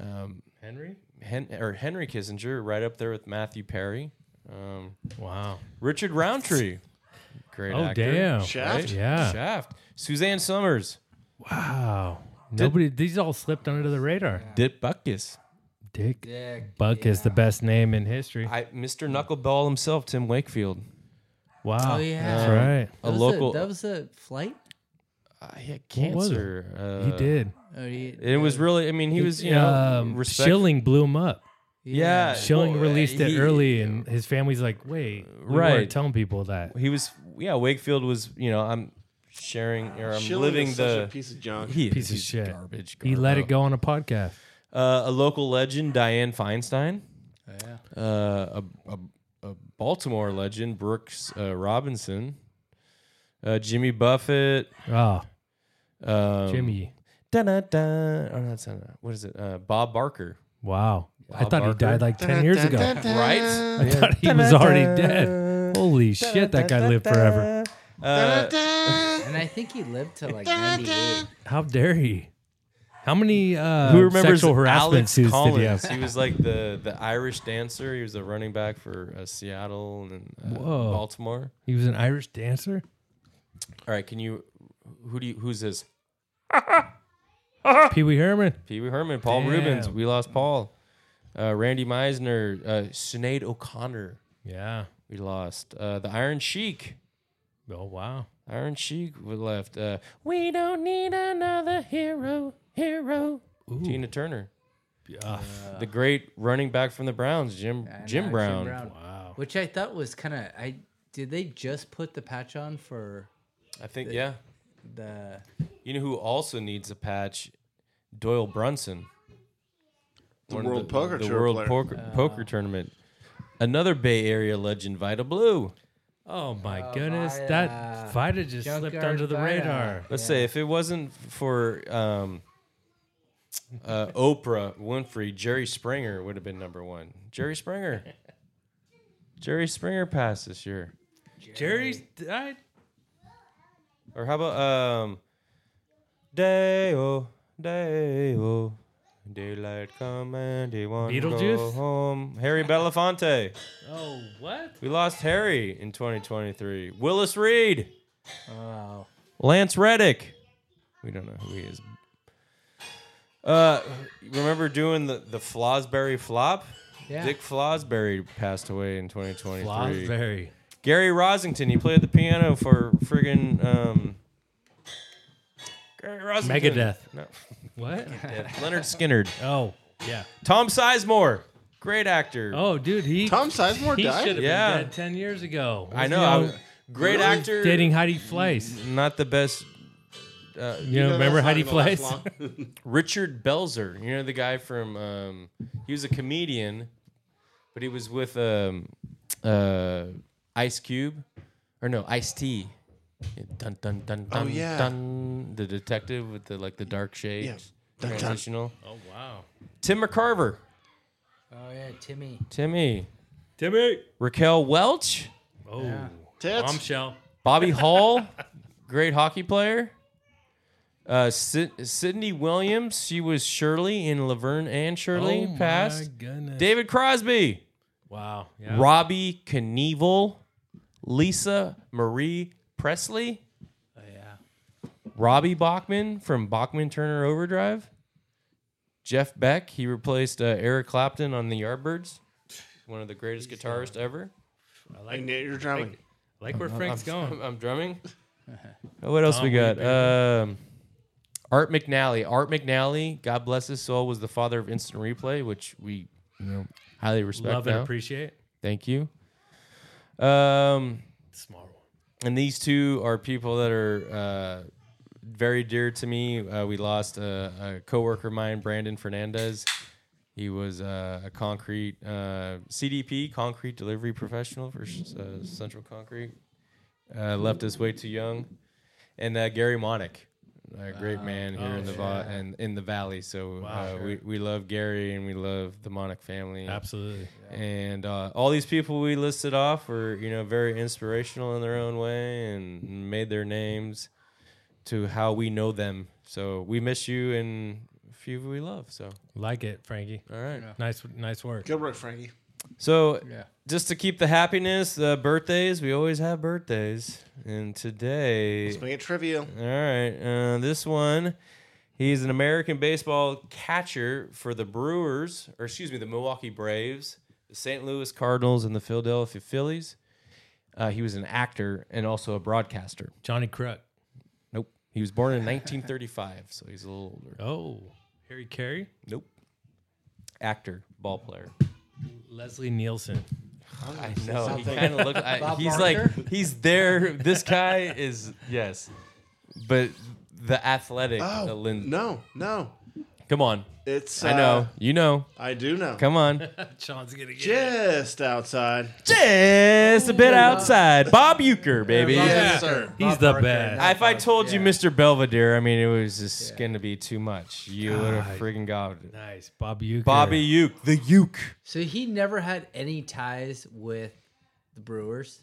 Speaker 5: um,
Speaker 1: Henry?
Speaker 5: Hen- or Henry Kissinger, right up there with Matthew Perry. Um,
Speaker 1: Wow.
Speaker 5: Richard Roundtree, great.
Speaker 1: Oh,
Speaker 5: actor,
Speaker 1: damn.
Speaker 2: Shaft?
Speaker 1: Yeah.
Speaker 5: Shaft. Suzanne Summers,
Speaker 1: Wow. Nobody, these all slipped under the radar.
Speaker 5: Dit Buckus,
Speaker 1: Dick
Speaker 6: Dick,
Speaker 1: Buck is the best name in history.
Speaker 5: I, Mr. Knuckleball himself, Tim Wakefield.
Speaker 1: Wow.
Speaker 6: Oh, yeah.
Speaker 1: That's right.
Speaker 5: a local.
Speaker 6: that was a flight.
Speaker 5: uh, he had
Speaker 1: What was it?
Speaker 5: cancer. Uh,
Speaker 1: he did.
Speaker 6: Oh, he,
Speaker 5: It was really. I mean, he was you know
Speaker 1: Um,
Speaker 5: respect-
Speaker 1: Schilling blew him up.
Speaker 5: Yeah,
Speaker 1: Schilling
Speaker 5: well,
Speaker 1: released it
Speaker 5: he-
Speaker 1: early, and his family's like, wait, we right.
Speaker 5: Right.
Speaker 1: weren't telling people that.
Speaker 5: He was. Yeah, Wakefield was. You know, I'm sharing or I'm
Speaker 2: Schilling
Speaker 5: living
Speaker 2: is such a
Speaker 5: the
Speaker 2: piece of junk.
Speaker 5: he,
Speaker 1: Piece of
Speaker 5: he's
Speaker 1: shit.
Speaker 5: Garbage.
Speaker 1: He let it go on a podcast.
Speaker 5: Uh, a local legend, Diane Feinstein.
Speaker 6: yeah.
Speaker 5: Uh, a, a, a Baltimore legend, Brooks uh, Robinson. Uh, Jimmy Buffett.
Speaker 1: Oh,
Speaker 5: Um,
Speaker 1: Jimmy.
Speaker 5: Da da da. Oh, that's not, what is it? Uh, Bob Barker.
Speaker 1: Wow. I
Speaker 5: Bob
Speaker 1: thought he
Speaker 5: Barker.
Speaker 1: died like 10 years ago.
Speaker 5: Right.
Speaker 1: I thought he was already dead. Holy shit, that guy lived forever.
Speaker 5: Uh,
Speaker 6: And I think he lived to like 98.
Speaker 1: How dare he? How many uh,
Speaker 5: Who remembers
Speaker 1: sexual harassment
Speaker 5: Alex
Speaker 1: suits did
Speaker 5: Collins?
Speaker 1: he have?
Speaker 5: He was like the the Irish dancer. He was a running back for uh, Seattle and uh,
Speaker 1: Whoa.
Speaker 5: Baltimore.
Speaker 1: He was an Irish dancer.
Speaker 5: All right, can you? Who do you? Who's this? Ah!
Speaker 1: Pee Wee Herman.
Speaker 5: Pee Wee Herman, Paul
Speaker 1: Damn.
Speaker 5: Rubens. We lost Paul. Uh, Randy Meisner, uh, Sinead O'Connor.
Speaker 1: Yeah.
Speaker 5: We lost uh, the Iron Sheik.
Speaker 1: Oh wow.
Speaker 5: Iron Sheik we left. Uh, we don't need another hero. Hero. Tina Turner,
Speaker 1: Ah,
Speaker 5: the great running back from the Browns, Jim
Speaker 6: I know,
Speaker 5: Jim Brown.
Speaker 1: wow.
Speaker 6: Which I thought was kind of. I Did they just put the patch on for
Speaker 5: I think yeah.
Speaker 6: the.
Speaker 5: You know who also needs a patch? Doyle Brunson.
Speaker 2: The
Speaker 5: One of
Speaker 2: World Poker
Speaker 5: the
Speaker 2: Tour
Speaker 5: World
Speaker 2: player.
Speaker 5: Poker, Poker Tournament. Another Bay Area legend, Vita Blue.
Speaker 1: Oh my goodness.
Speaker 6: Vida.
Speaker 1: That Vida just slipped
Speaker 6: Junkyard
Speaker 1: under the
Speaker 6: Vida.
Speaker 1: radar.
Speaker 5: Let's say if it wasn't for um, uh, Oprah Winfrey, Jerry Springer would have been number one. Jerry Springer. Jerry Springer passed this year.
Speaker 1: Jerry's died.
Speaker 5: Or how about um Deo Deo Daylight come and he won't go
Speaker 1: Beetlejuice?
Speaker 5: home. Harry Belafonte.
Speaker 1: Oh what?
Speaker 5: We lost Harry in 2023. Willis Reed.
Speaker 6: Oh.
Speaker 5: Lance Reddick. We don't know who he is. Uh, remember doing the the Flosberry flop?
Speaker 6: Yeah.
Speaker 5: Dick Flosberry passed away in 2023.
Speaker 1: Blosberry.
Speaker 5: Gary Rosington. He played the piano for friggin' um, Gary Rosington.
Speaker 1: Megadeth.
Speaker 5: No,
Speaker 1: What?
Speaker 5: yeah, Leonard Skinnerd.
Speaker 1: Oh yeah.
Speaker 5: Tom Sizemore, great actor.
Speaker 1: Oh dude, he
Speaker 2: Tom Sizemore
Speaker 1: he should have
Speaker 2: died.
Speaker 5: Yeah.
Speaker 1: been dead ten years ago.
Speaker 5: I
Speaker 1: Wasn't
Speaker 5: know.
Speaker 1: he
Speaker 5: I
Speaker 1: on-
Speaker 5: was- great actor.
Speaker 1: dating Heidi Fleiss.
Speaker 5: Not the best. Uh,
Speaker 1: You know,
Speaker 2: No,
Speaker 1: remember
Speaker 2: that's not
Speaker 1: Heidi
Speaker 2: gonna last
Speaker 1: Fleiss?
Speaker 2: long.
Speaker 5: Richard Belzer. You know the guy from. Um, he was a comedian, but he was with um, uh, Ice Cube, or no, Ice T. Dun dun dun dun.
Speaker 2: Oh, yeah.
Speaker 5: Dun, the detective with the like the dark shades.
Speaker 2: Yeah. Dun, dun.
Speaker 5: Transitional.
Speaker 1: Oh wow.
Speaker 5: Tim McCarver.
Speaker 6: Oh, yeah. Timmy.
Speaker 5: Timmy.
Speaker 1: Timmy.
Speaker 5: Raquel Welch,
Speaker 1: Oh,
Speaker 2: Tits.
Speaker 1: bombshell.
Speaker 5: Bobby Hall, great hockey player. Uh, Sy- Sydney Williams, she was Shirley in Laverne and Shirley,
Speaker 1: oh
Speaker 5: passed.
Speaker 1: My goodness.
Speaker 5: David Crosby,
Speaker 1: wow. Yeah.
Speaker 5: Robbie Knievel, Lisa Marie Presley,
Speaker 1: Oh, yeah.
Speaker 5: Robbie Bachman from Bachman Turner Overdrive, Jeff Beck, he replaced uh, Eric Clapton on the Yardbirds, one of the greatest guitarists ever.
Speaker 1: I
Speaker 2: Like,
Speaker 1: like,
Speaker 2: you're drumming.
Speaker 1: like where Frank's
Speaker 5: I'm,
Speaker 1: going.
Speaker 5: I'm drumming. Oh, what else we
Speaker 1: Tom
Speaker 5: got?
Speaker 1: Waits,
Speaker 5: Um, Art McNally. Art McNally, God bless his soul, was the father of instant replay, which we you know, highly respect.
Speaker 1: Love and
Speaker 5: now.
Speaker 1: appreciate.
Speaker 5: Thank you. Um,
Speaker 1: Small one.
Speaker 5: and these two are people that are uh, very dear to me. Uh, we lost a, a coworker of mine, Brandon Fernandez. He was uh, a concrete uh, CDP, concrete delivery professional for uh, Central Concrete. Uh, left us way too young, and uh, Gary Monick, a great man here
Speaker 1: Oh,
Speaker 5: in the
Speaker 1: sure.
Speaker 5: va- and in the valley. So uh,
Speaker 1: Wow.
Speaker 5: we we love Gary and we love the Monick family.
Speaker 1: Absolutely.
Speaker 5: And uh, all these people we listed off were, you know, very inspirational in their own way and made their names to how we know them. So we miss you and a few we love. So,
Speaker 1: Like it, Frankie.
Speaker 5: all right.
Speaker 1: Nice, nice work.
Speaker 2: Good work, Frankie.
Speaker 5: So,
Speaker 6: Yeah.
Speaker 5: just to keep the happiness, uh, birthdays, we always have birthdays. And today,
Speaker 2: Let's make it trivial.
Speaker 5: all right, uh, this one, he's an American baseball catcher for the Brewers, or excuse me, the Milwaukee Braves, the St. Louis Cardinals, and the Philadelphia Phillies. Uh, he was an actor and also a broadcaster.
Speaker 1: Johnny Crook.
Speaker 5: Nope. He was born in 1935, so he's a little older.
Speaker 1: Oh, Harry Carey.
Speaker 5: Nope. Actor, ball player.
Speaker 1: Leslie Nielsen.
Speaker 5: I know. He kind of looked. I, he's like he's there. This guy is yes, but the athletic. uh,
Speaker 2: Oh,
Speaker 5: Lin-
Speaker 2: no, no.
Speaker 5: Come on.
Speaker 2: It's
Speaker 5: I know.
Speaker 2: uh,
Speaker 5: You know.
Speaker 2: I do know.
Speaker 5: Come on.
Speaker 1: Sean's gonna get it.
Speaker 2: Just outside.
Speaker 5: Just a bit outside. Bob Euchre, baby.
Speaker 1: Yeah.
Speaker 2: sir.
Speaker 1: He's the best.
Speaker 5: If I told you Mr. Belvedere, I mean, it was just going to be too much. You would have
Speaker 1: God.
Speaker 5: friggin' gobbled it.
Speaker 1: Nice, Bob Uecker.
Speaker 5: Bobby Uke, the Uke.
Speaker 6: So he never had any ties with the Brewers.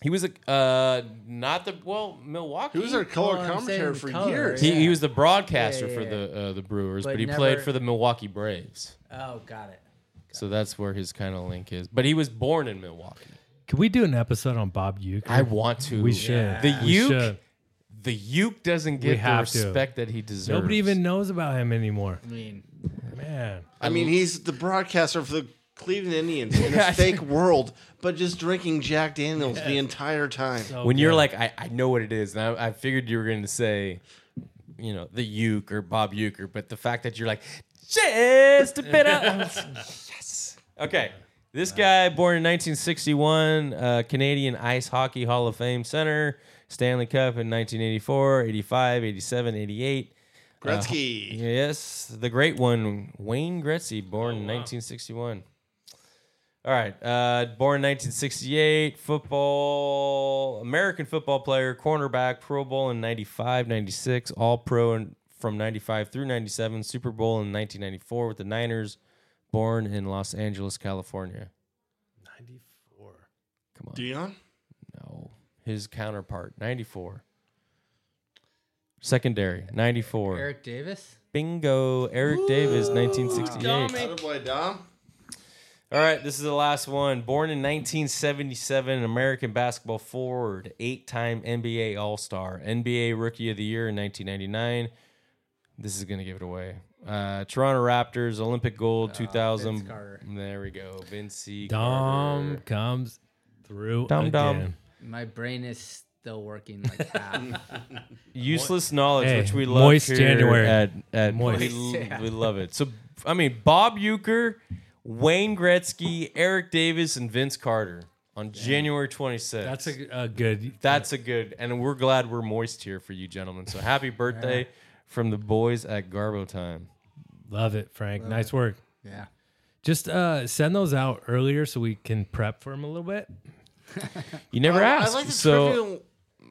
Speaker 5: He was a, uh, not the, well, Milwaukee.
Speaker 2: He was our color
Speaker 6: Well, I'm
Speaker 2: commentator
Speaker 6: saying
Speaker 2: for
Speaker 6: color,
Speaker 2: years.
Speaker 5: He, he
Speaker 6: Yeah.
Speaker 5: was the broadcaster
Speaker 6: Yeah, yeah,
Speaker 5: for the uh, the Brewers, but,
Speaker 6: But
Speaker 5: he
Speaker 6: never-
Speaker 5: played for the Milwaukee Braves.
Speaker 6: Oh, got it.
Speaker 5: So that's where his kind of link is. But he was born in Milwaukee.
Speaker 1: Could we do an episode on Bob Uecker?
Speaker 5: I want to.
Speaker 1: we should.
Speaker 5: The
Speaker 1: We
Speaker 5: Uke,
Speaker 1: should.
Speaker 5: the Uke doesn't get the
Speaker 1: have to.
Speaker 5: respect that he deserves.
Speaker 1: Nobody even knows about him anymore.
Speaker 6: I mean,
Speaker 1: Man,
Speaker 2: I mean, he's the broadcaster for the Cleveland Indians in a fake world, but just drinking Jack Daniels the entire time.
Speaker 1: So
Speaker 5: when you're
Speaker 1: good.
Speaker 5: like, I, I know what it is, and I, I figured you were going to say, you know, the Uke or Bob Euchre, but the fact that you're like, just a bit out. I was like, yes. Okay. This guy, born in 1961, uh, Canadian Ice Hockey Hall of Fame center, Stanley Cup in 1984, 85, 87, 88.
Speaker 1: uh,
Speaker 2: Gretzky.
Speaker 5: Yes, the great one, Wayne Gretzky, born in 1961. All right, uh, born in 1968, football, American football player, cornerback, Pro Bowl in 95, 96, All Pro in, from 95 through 97, Super Bowl in 1994 with the Niners, born in Los Angeles, California.
Speaker 1: 94.
Speaker 5: Come on.
Speaker 2: Dion?
Speaker 5: No. His counterpart, 94. Secondary, 94.
Speaker 6: Eric Davis.
Speaker 5: Bingo, Eric Davis, 1968.
Speaker 2: Other boy, Dom?
Speaker 5: All right, this is the last one. Born in 1977, an American basketball forward, eight time NBA All Star, NBA Rookie of the Year in 1999. This is going to give it away. Uh, Toronto Raptors, Olympic gold, 2000.
Speaker 6: Vince Carter.
Speaker 5: There we go. Vinci.
Speaker 1: Dom
Speaker 5: Carter.
Speaker 1: comes through.
Speaker 5: Dom, Dom.
Speaker 1: again.
Speaker 6: My brain is still working like half.
Speaker 5: Useless knowledge,
Speaker 1: Hey,
Speaker 5: which we love.
Speaker 1: moist
Speaker 5: here
Speaker 1: January.
Speaker 5: At, at
Speaker 1: Moist.
Speaker 5: We, l- we love it. So, I mean, Bob Euchre, Wayne Gretzky, Eric Davis, and Vince Carter on January 26th.
Speaker 1: That's a, a good.
Speaker 5: That's a good, and we're glad we're moist here for you gentlemen. So happy birthday from the boys at Garbo Time.
Speaker 1: Love it, Frank. nice work.
Speaker 6: yeah.
Speaker 1: Just uh, send those out earlier so we can prep for them a little bit.
Speaker 5: You never
Speaker 2: I, I
Speaker 5: asked,
Speaker 2: like the,
Speaker 5: so
Speaker 2: trivial,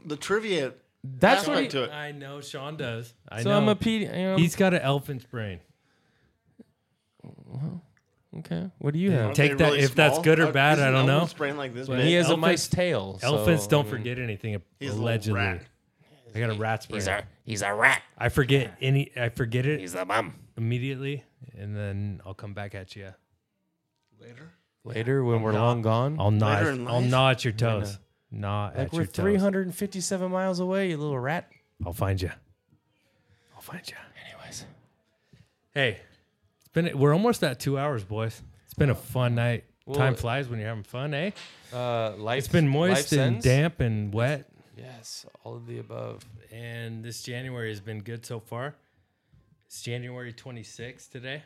Speaker 2: the trivia
Speaker 5: that's what.
Speaker 2: aspect
Speaker 5: He,
Speaker 2: to it.
Speaker 1: I know Sean does. I
Speaker 5: so
Speaker 1: know.
Speaker 5: I'm a P. You know,
Speaker 1: He's got an elephant's brain.
Speaker 5: Okay. What do you have?
Speaker 2: Aren't
Speaker 1: Take
Speaker 2: they
Speaker 1: that- if that's good or
Speaker 2: Uh,
Speaker 1: bad,
Speaker 2: isn't
Speaker 1: I don't know.
Speaker 2: elephant's Brain like this
Speaker 1: But
Speaker 2: big?
Speaker 5: He has
Speaker 1: Elephants-
Speaker 5: a mice tail. so, mm-hmm.
Speaker 1: Elephants don't
Speaker 5: I mean,
Speaker 1: forget anything.
Speaker 2: He's a little
Speaker 1: allegedly,
Speaker 2: rat.
Speaker 1: I got a rat's brain.
Speaker 4: He's a he's a rat.
Speaker 1: I forget any. I forget it
Speaker 4: He's a bum.
Speaker 1: immediately, and then I'll come back at you.
Speaker 2: later.
Speaker 5: Later, when we're long gone,
Speaker 1: I'll gnaw.
Speaker 2: Later
Speaker 1: at-
Speaker 2: in
Speaker 1: I'll
Speaker 2: life?
Speaker 1: gnaw at your toes. Gnaw
Speaker 5: like
Speaker 1: at
Speaker 5: we're
Speaker 1: your
Speaker 5: three
Speaker 1: toes.
Speaker 5: hundred and fifty-seven miles away, you little rat.
Speaker 1: I'll find you. I'll find you. Anyways, hey, it's been. We're almost at two hours, boys. It's been a fun night.
Speaker 5: Well-
Speaker 1: Time flies when you're having fun, eh?
Speaker 5: Uh, life.
Speaker 1: It's been
Speaker 5: life
Speaker 1: moist and
Speaker 5: sentence?
Speaker 1: damp and wet,
Speaker 5: Yes, all of the above.
Speaker 1: and this January has been good so far. It's January 26th today.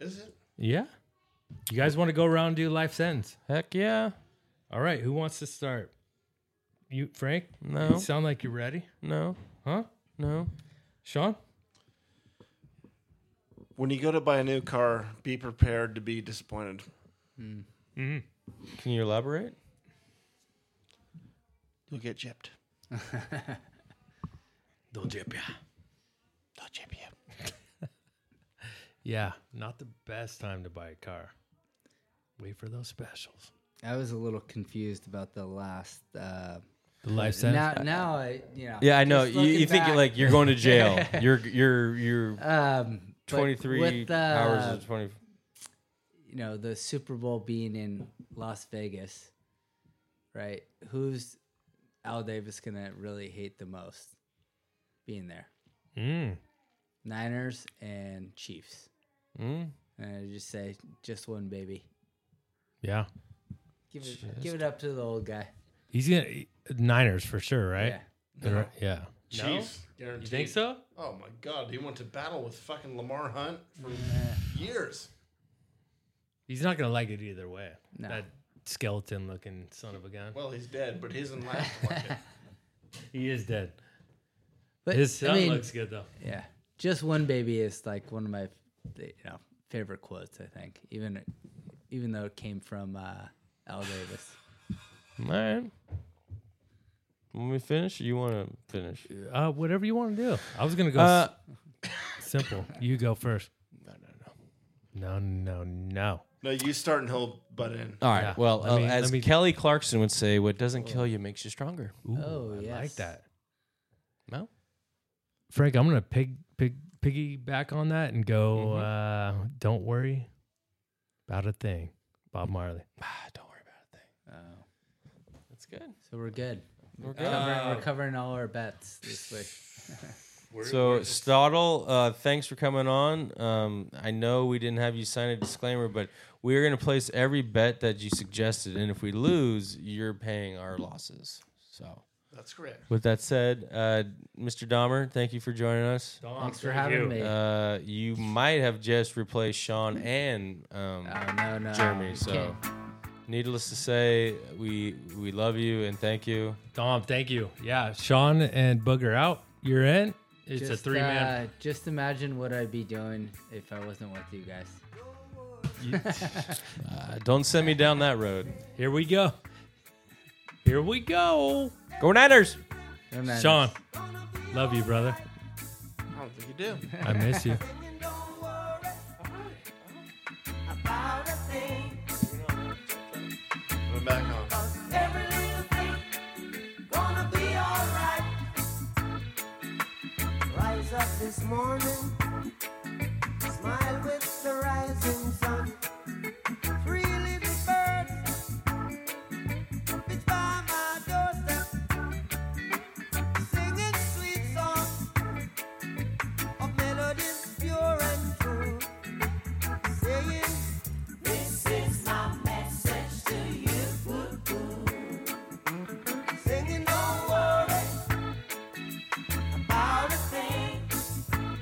Speaker 2: Is it?
Speaker 1: Yeah. You guys want to go around and do life sentence?
Speaker 5: Heck yeah.
Speaker 1: All right, who wants to start? You, Frank? You
Speaker 5: No.
Speaker 1: sound like you're ready.
Speaker 5: No.
Speaker 1: Huh?
Speaker 5: No.
Speaker 1: Sean?
Speaker 2: When you go to buy a new car, be prepared to be disappointed.
Speaker 5: Can you elaborate?
Speaker 2: You'll get gypped.
Speaker 1: Don't jip ya.
Speaker 2: They'll gyp you.
Speaker 1: Yeah, not the best time to buy a car. Wait for those specials.
Speaker 6: I was a little confused about the last. Uh,
Speaker 1: The life
Speaker 6: now, now I, you know.
Speaker 5: Yeah, I know.
Speaker 6: just
Speaker 5: You,
Speaker 6: looking
Speaker 5: you think
Speaker 6: back,
Speaker 5: like you're going to jail. you're you're you're
Speaker 6: um, but
Speaker 5: 23
Speaker 6: with, uh,
Speaker 5: hours of 20.
Speaker 6: you know the Super Bowl being in Las Vegas, right? Who's Al Davis gonna really hate the most being there?
Speaker 1: Mm.
Speaker 6: Niners and Chiefs.
Speaker 1: Hmm.
Speaker 5: Mm,
Speaker 6: And I just say, just one baby.
Speaker 1: Yeah.
Speaker 6: Give it, give it up to the old guy.
Speaker 1: He's gonna Niners for sure, right?
Speaker 6: Yeah.
Speaker 1: Yeah. yeah.
Speaker 2: Chiefs. Guaranteed.
Speaker 1: You think so?
Speaker 2: Oh my God, he went to battle with fucking Lamar Hunt for years.
Speaker 1: He's not gonna like it either way.
Speaker 6: No.
Speaker 1: That skeleton looking son of a gun.
Speaker 2: Well, he's dead, but he isn't last like it.
Speaker 1: He is dead.
Speaker 6: But
Speaker 1: His son
Speaker 6: I mean,
Speaker 1: looks good though.
Speaker 6: yeah, just one baby is like one of my, you know, favorite quotes. I think even, even though it came from uh, Al Davis.
Speaker 5: all right. When we finish, or you want to finish?
Speaker 1: Uh, whatever you want to do. I was gonna go
Speaker 5: Uh,
Speaker 1: s- simple. You go first. No, no, no. No, no,
Speaker 2: No, you start and he'll butt in.
Speaker 5: all right.
Speaker 1: Yeah,
Speaker 5: well,
Speaker 1: let
Speaker 5: uh,
Speaker 1: me-
Speaker 5: as
Speaker 1: let me-
Speaker 5: Kelly Clarkson would say, "What doesn't kill you makes you stronger."
Speaker 1: Ooh,
Speaker 6: Oh,
Speaker 1: I like
Speaker 6: yes.
Speaker 1: that.
Speaker 5: No.
Speaker 1: Frank, I'm gonna pig pig piggyback on that and go.
Speaker 5: Mm-hmm.
Speaker 1: Uh, don't worry about a thing, Bob Marley.
Speaker 5: Ah, don't worry about a thing.
Speaker 6: Oh.
Speaker 5: That's good.
Speaker 6: So we're good.
Speaker 5: We're good.
Speaker 6: Covering,
Speaker 1: Oh.
Speaker 6: we're covering all our bets this week.
Speaker 5: So Stoddle, uh, thanks for coming on. Um, I know we didn't have you sign a disclaimer, but we are going to place every bet that you suggested, and if we lose, you're paying our losses. So,
Speaker 2: That's correct.
Speaker 5: with that said, uh, Mr. Dahmer, thank you for joining us.
Speaker 6: Thanks for having me.
Speaker 5: Uh, you might have just replaced Sean and um,
Speaker 6: oh, no, no.
Speaker 5: Jeremy. So, needless to say, we we love you and thank you.
Speaker 1: Dom, thank you. Yeah, Sean and Booger out. You're in. It's a three man.
Speaker 6: Uh, just imagine what I'd be doing if I wasn't with you guys.
Speaker 5: Uh, don't send me down that road.
Speaker 1: Here we go. Here we go.
Speaker 5: Go Niners!
Speaker 6: No matter.
Speaker 1: Sean, love you, brother.
Speaker 2: I don't think you do.
Speaker 1: I miss you.
Speaker 2: I'm back on.
Speaker 10: Rise up this morning, smile with the rising sun. Three little birds fit by my doorstep, singing sweet songs of melodies pure and true, saying, This is my message to you. Singing, don't worry about a thing.
Speaker 8: oh.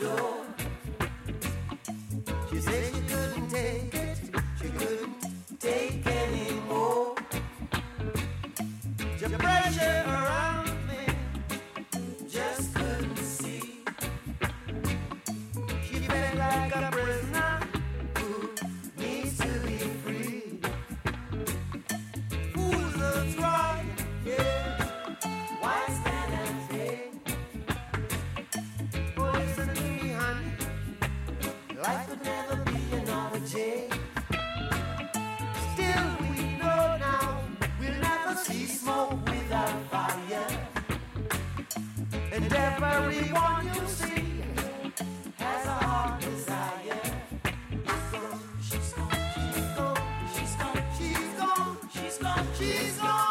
Speaker 10: door. She said she couldn't take it, she couldn't take anymore. The pressure around me just couldn't see. She felt like a prisoner who needs to be free. Who's the try? Yeah. Why stand and say? Oh, listen to me, honey. Life would never be another day. Still, we know now we'll never see smoke without fire. And everyone you see has a heart desire. She's gone, she's gone, she's gone, she's gone, she's gone, she's gone.